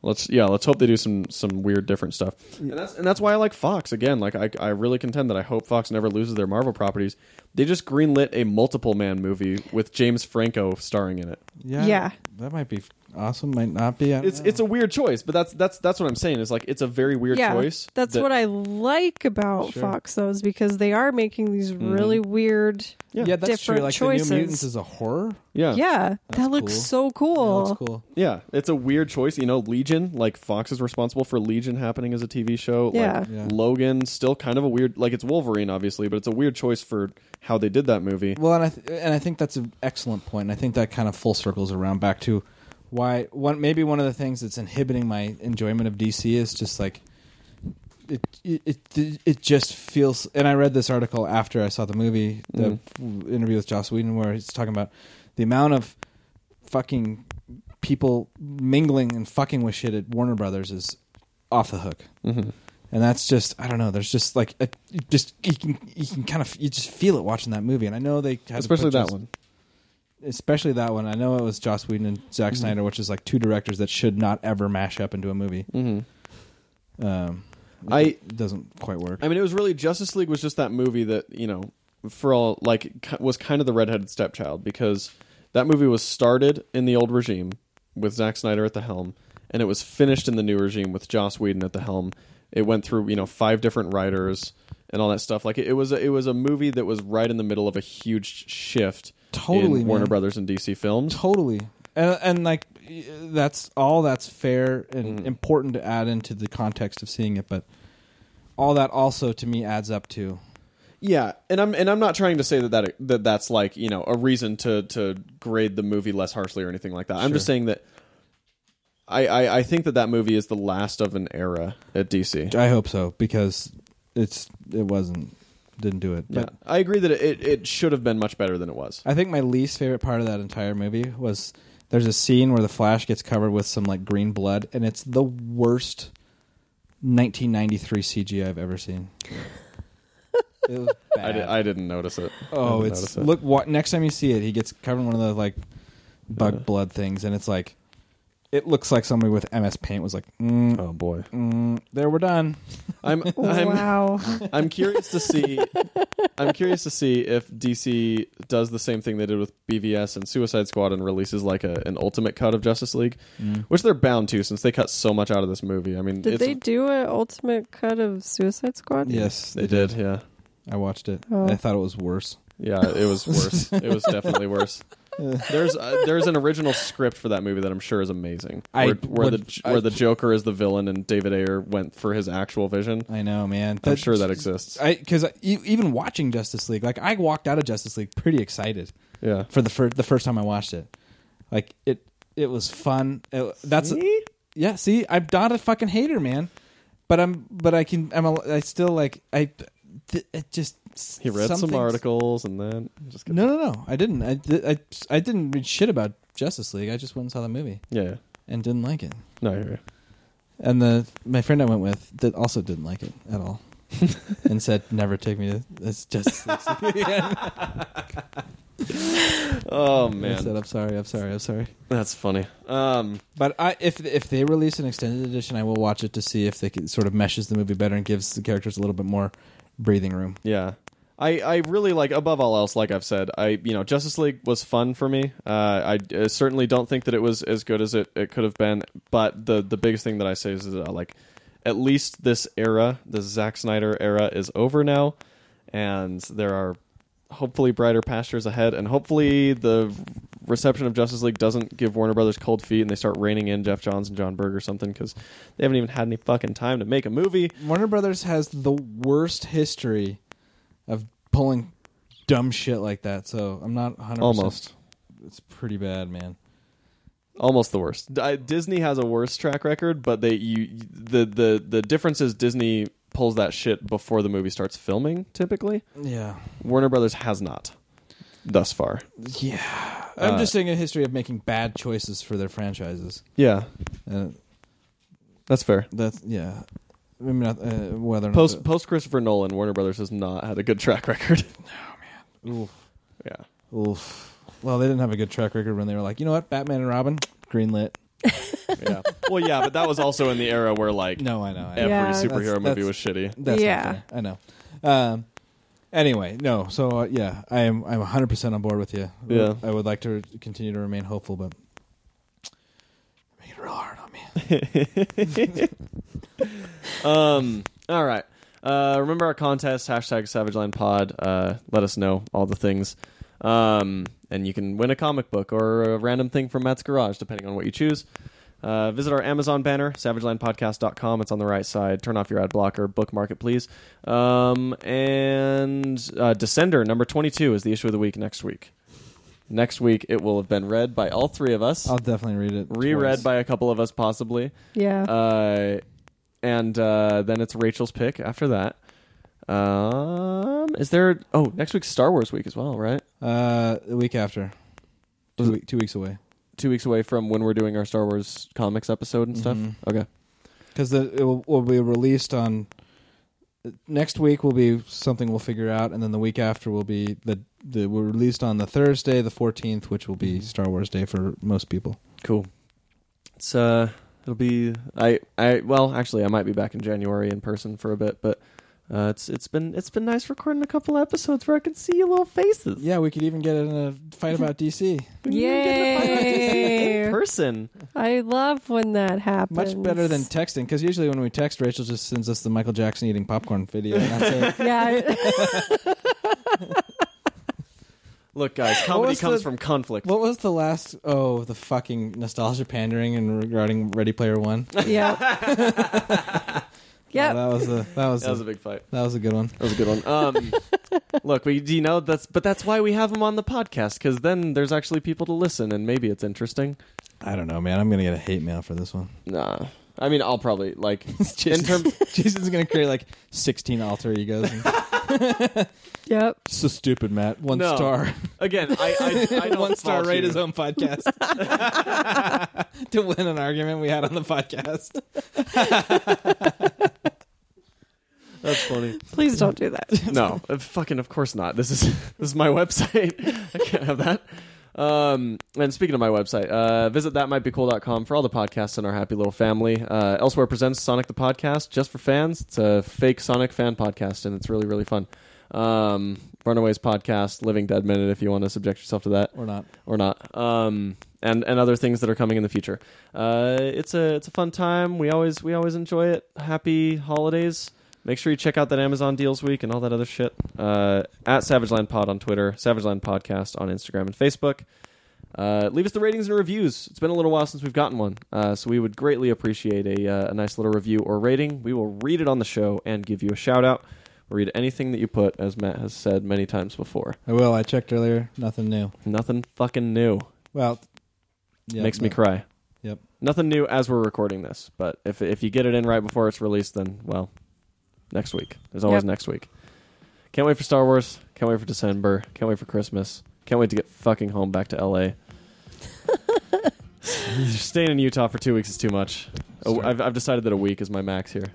Speaker 5: Let's yeah, let's hope they do some some weird different stuff. And that's and that's why I like Fox again. Like I I really contend that I hope Fox never loses their Marvel properties. They just greenlit a multiple man movie with James Franco starring in it.
Speaker 3: yeah,
Speaker 2: Yeah.
Speaker 3: that might be awesome. Might not be. I don't
Speaker 5: It's
Speaker 3: know.
Speaker 5: it's a weird choice, but that's that's that's what I'm saying. Is like it's a very weird
Speaker 2: yeah,
Speaker 5: choice.
Speaker 2: That's
Speaker 5: that-
Speaker 2: what I like about
Speaker 3: Sure. Mm-hmm.
Speaker 2: Fox though, is because they are making these really weird.
Speaker 5: Yeah.
Speaker 3: Yeah, that's
Speaker 2: different
Speaker 3: true. Like
Speaker 2: choices.
Speaker 3: the New Mutants is a horror.
Speaker 5: Yeah,
Speaker 2: Yeah,
Speaker 5: yeah,
Speaker 2: that looks
Speaker 3: cool.
Speaker 2: so cool.
Speaker 3: that's cool.
Speaker 5: It's a weird choice. You know, Legion. Like Fox is responsible for Legion happening as a TV show.
Speaker 2: Yeah.
Speaker 5: Like,
Speaker 3: Yeah.
Speaker 5: Logan still kind of a weird. Like it's Wolverine, obviously, but it's a weird choice for how they did that movie.
Speaker 3: Well, and I th- and I think that's an excellent point. And I think that kind of full circles around back to why one maybe one of the things that's inhibiting my enjoyment of DC is just like it it it, it just feels. And I read this article after I saw the movie, the interview with Joss Whedon, where he's talking about the amount of fucking people mingling and fucking with shit at Warner Brothers is off the hook.
Speaker 5: Mhm.
Speaker 3: And that's just I don't know. There's just like a, you just you can you can kind of you just feel it watching that movie. And I know they had to
Speaker 5: Especially
Speaker 3: put
Speaker 5: that
Speaker 3: Joss-
Speaker 5: one.
Speaker 3: especially that one. I know it was Joss Whedon and Zack
Speaker 5: Mm-hmm.
Speaker 3: Snyder, which is like two directors that should not ever mash up into a movie.
Speaker 5: Mm-hmm.
Speaker 3: Um, it
Speaker 5: I-
Speaker 3: doesn't quite work.
Speaker 5: I mean, it was really Justice League was just that movie that you know, for all like ki- was kind of the redheaded stepchild because that movie was started in the old regime with Zack Snyder at the helm, and it was finished in the new regime with Joss Whedon at the helm. It went through you know five different writers and all that stuff. Like it, it was a, it was a movie that was right in the middle of a huge shift.
Speaker 3: Totally,
Speaker 5: in Warner
Speaker 3: man.
Speaker 5: Brothers and DC Films.
Speaker 3: Totally. And, and like y- that's all that's fair
Speaker 5: Mm.
Speaker 3: and important to add into the context of seeing it, but all that also to me adds up to
Speaker 5: Yeah, and I'm and I'm not trying to say that, that that that's like you know a reason to to grade the movie less harshly or anything like that. I'm just saying that I, I I think that that movie is the last of an era at DC.
Speaker 3: I hope so because it's it wasn't didn't do it.
Speaker 5: Yeah,
Speaker 3: But
Speaker 5: I agree that it it should have been much better than it was.
Speaker 3: I think my least favorite part of that entire movie was there's a scene where the Flash gets covered with some like green blood, and it's the worst 1993 CG I've ever seen. it was bad.
Speaker 5: I, di- I didn't notice it.
Speaker 3: oh,
Speaker 5: I didn't
Speaker 3: it's
Speaker 5: notice it.
Speaker 3: look. What next time you see it, he gets covered in one of those like bug
Speaker 5: Yeah.
Speaker 3: blood things, and it's like it looks like somebody with MS Paint was like, mm,
Speaker 7: Oh boy.
Speaker 3: mm, "There, we're done."
Speaker 5: I'm I'm
Speaker 2: wow.
Speaker 5: I'm curious to see. I'm curious to see if DC does the same thing they did with BVS and Suicide Squad and releases like a, an ultimate cut of Justice League, which they're bound to since they cut so much out of this movie. I mean,
Speaker 2: Did
Speaker 5: it's,
Speaker 2: they do an ultimate cut of Suicide Squad?
Speaker 3: Yes,
Speaker 5: They did. Yeah,
Speaker 3: I watched it.
Speaker 2: Oh.
Speaker 3: I thought it was worse.
Speaker 5: yeah. It was worse. it was definitely worse.
Speaker 3: Yeah.
Speaker 5: There's uh, there's an original script for that movie that I'm sure is amazing.
Speaker 3: I
Speaker 5: where where
Speaker 3: would-
Speaker 5: the
Speaker 3: I-
Speaker 5: where the Joker is the villain and David Ayer went for his actual vision.
Speaker 3: I know, man.
Speaker 5: I'm sure that exists.
Speaker 3: I because even watching Justice League, like I walked out of Justice League pretty excited
Speaker 5: Yeah.
Speaker 3: for the first the first time I watched it. Like it, it was fun. It- that's
Speaker 5: See?
Speaker 3: yeah. See, I'm not a fucking hater, man. But I'm, but I can, I'm, a, I still like, I, th- it just
Speaker 5: He read some,
Speaker 3: things-
Speaker 5: articles and then just kidding.
Speaker 3: No, no, no, I didn't. I, di- I, I didn't read shit about Justice League. I just went and saw the movie
Speaker 5: Yeah, yeah.
Speaker 3: and didn't like it.
Speaker 5: No, you're right.
Speaker 3: And the my friend I went with that also didn't like it at all, and said, "Never take me to this Justice League." again."
Speaker 5: Oh
Speaker 3: I said,
Speaker 5: man,
Speaker 3: "I'm sorry, I'm sorry, I'm sorry."
Speaker 5: that's funny. Um,
Speaker 3: But I, if if they release an extended edition, I will watch it to see if they can sort of meshes the movie better and gives the characters a little bit more breathing room.
Speaker 5: yeah, I I really like above all else, like I've said, I you know Justice League was fun for me. Uh, I uh, certainly don't think that it was as good as it, it could have been, but the the biggest thing that I say is that uh, like at least this era, the Zack Snyder era, is over now, and there are hopefully brighter pastures ahead, and hopefully the reception of Justice League doesn't give Warner Brothers cold feet and they start reining in Jeff Johns and John Berg or something because they haven't even had any fucking time to make a movie.
Speaker 3: Warner Brothers has the worst history of pulling dumb shit like that. So I'm not 100.
Speaker 5: Almost.
Speaker 3: It's pretty bad, man.
Speaker 5: almost the worst. D- I- Disney has a worse track record, but they you the the the difference is Disney pulls that shit before the movie starts filming. Typically,
Speaker 3: Yeah,
Speaker 5: Warner Brothers has not thus far.
Speaker 3: yeah. I'm
Speaker 5: Uh,
Speaker 3: just saying a history of making bad choices for their franchises.
Speaker 5: Yeah,
Speaker 3: Uh,
Speaker 5: that's fair.
Speaker 3: that's yeah. I mean, not, uh, whether or
Speaker 5: Post
Speaker 3: not
Speaker 5: post Christopher Nolan, Warner Brothers has not had a good track record.
Speaker 3: the- oof,
Speaker 5: yeah,
Speaker 3: oof. Well, they didn't have a good track record when they were like, you know what, Batman and Robin, greenlit.
Speaker 5: yeah. well, yeah, but that was also in the era where like
Speaker 3: No, I know. I know.
Speaker 5: every
Speaker 2: Yeah.
Speaker 5: superhero
Speaker 3: That's-
Speaker 5: movie
Speaker 3: that's-
Speaker 5: was shitty.
Speaker 3: That's yeah,
Speaker 2: Yeah.
Speaker 3: I know. Um, anyway, no. So uh, yeah, I am. I'm 100 percent on board with you.
Speaker 5: Yeah.
Speaker 3: I would like to continue to remain hopeful, but make it real hard on me.
Speaker 5: um all right uh remember our contest hashtag savageland pod uh let us know all the things um and you can win a comic book or a random thing from matt's garage depending on what you choose uh, visit our Amazon banner, savagelandpodcast.com. It's on the right side. Turn off your ad blocker. Bookmark it, please. Um, and uh, Descender, number 22, is the issue of the week next week. Next week, it will have been read by all three of us,
Speaker 3: I'll definitely read it.
Speaker 5: reread
Speaker 3: twice.
Speaker 5: by a couple of us, possibly
Speaker 2: Yeah.
Speaker 5: uh, and uh, then it's Rachel's pick after that. Um, is there? Oh, next week's Star Wars week as well, right?
Speaker 3: uh, the week after.
Speaker 5: Was
Speaker 3: Two, week, two weeks away.
Speaker 5: Two weeks away from when we're doing our Star Wars comics episode and stuff.
Speaker 3: Mhm.
Speaker 5: Okay,
Speaker 3: because it will, will be released on next week will be something we'll figure out and then the week after will be the, the we're released on the thursday the 14th which will
Speaker 5: Mm-hmm.
Speaker 3: be star wars day for most people
Speaker 5: cool. It's uh, it'll be I I well actually I might be back in January in person for a bit, but uh, it's it's been it's been nice recording a couple episodes where I can see your little faces.
Speaker 3: yeah we could even get in a fight about dc
Speaker 2: Yay.
Speaker 5: In person.
Speaker 2: I love when that happens.
Speaker 3: Much better than texting, because usually when we text, Rachel just sends us the Michael Jackson eating popcorn video. and that's it.
Speaker 2: yeah. I-
Speaker 5: Look, guys,
Speaker 3: What
Speaker 5: comedy
Speaker 3: was
Speaker 5: comes
Speaker 3: the-
Speaker 5: from conflict.
Speaker 3: what was the last? Oh, the fucking nostalgia pandering and regarding Ready Player One. Oh,
Speaker 2: yeah. yep.
Speaker 3: that was a that was,
Speaker 5: that was
Speaker 3: a,
Speaker 5: a big fight.
Speaker 3: that was a good one.
Speaker 5: That was a good one. Um, look, we you know that's but that's why we have them on the podcast because then there's actually people to listen and maybe it's interesting.
Speaker 3: I don't know, man. I'm gonna get a hate mail for this one.
Speaker 5: Nah, I mean I'll probably like in
Speaker 3: Jason's,
Speaker 5: terms.
Speaker 3: Jason's gonna create like 16 alter egos. And,
Speaker 2: Yep.
Speaker 3: so stupid, Matt. One
Speaker 5: No.
Speaker 3: star.
Speaker 5: Again, I I, I don't
Speaker 3: one star
Speaker 5: fault
Speaker 3: rate
Speaker 5: you.
Speaker 3: his own podcast to win an argument we had on the podcast.
Speaker 5: That's funny.
Speaker 2: Please don't do that.
Speaker 5: no, uh, fucking of course not. This is this is my website. I can't have that. Um, and speaking of my website, uh, visit thatmightbecool.com for all the podcasts in our happy little family. Uh, Elsewhere presents Sonic the Podcast just for fans. It's a fake Sonic fan podcast, and it's really really fun. Um, Runaways podcast, Living Dead Minute, if you want to subject yourself to that
Speaker 3: Or not.
Speaker 5: or not, um, and and other things that are coming in the future. Uh, it's a it's a fun time. We always we always enjoy it. Happy holidays. Make sure you check out that Amazon Deals Week and all that other shit. Uh, at Savage Land Pod on Twitter, Savage Land Podcast on Instagram and Facebook. Uh, leave us the ratings and reviews. It's been a little while since we've gotten one, uh, so we would greatly appreciate a, uh, a nice little review or rating. We will read it on the show and give you a shout out. We'll read anything that you put, as Matt has said many times before.
Speaker 3: I will. I checked earlier. Nothing new.
Speaker 5: Nothing fucking new.
Speaker 3: Well, yeah,
Speaker 5: Makes me
Speaker 3: no.
Speaker 5: cry.
Speaker 3: Yep.
Speaker 5: Nothing new as we're recording this, but if if you get it in right before it's released, then well, next week. There's always
Speaker 2: Yep.
Speaker 5: next week. Can't wait for Star Wars. Can't wait for December. Can't wait for Christmas. Can't wait to get fucking home back to L.A. Staying in Utah for two weeks is too much. Oh,
Speaker 3: Sure.
Speaker 5: I've I've decided that a week is my max here.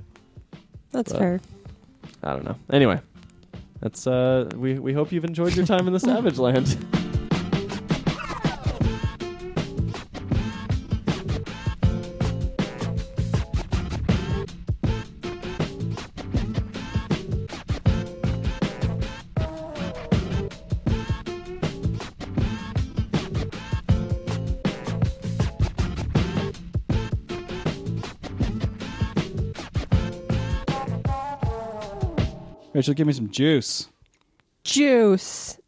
Speaker 2: That's
Speaker 5: But-
Speaker 2: fair.
Speaker 5: I don't know. Anyway, that's uh, we we hope you've enjoyed your time in the Savage Land.
Speaker 3: Rachel, give me some juice.
Speaker 2: Juice.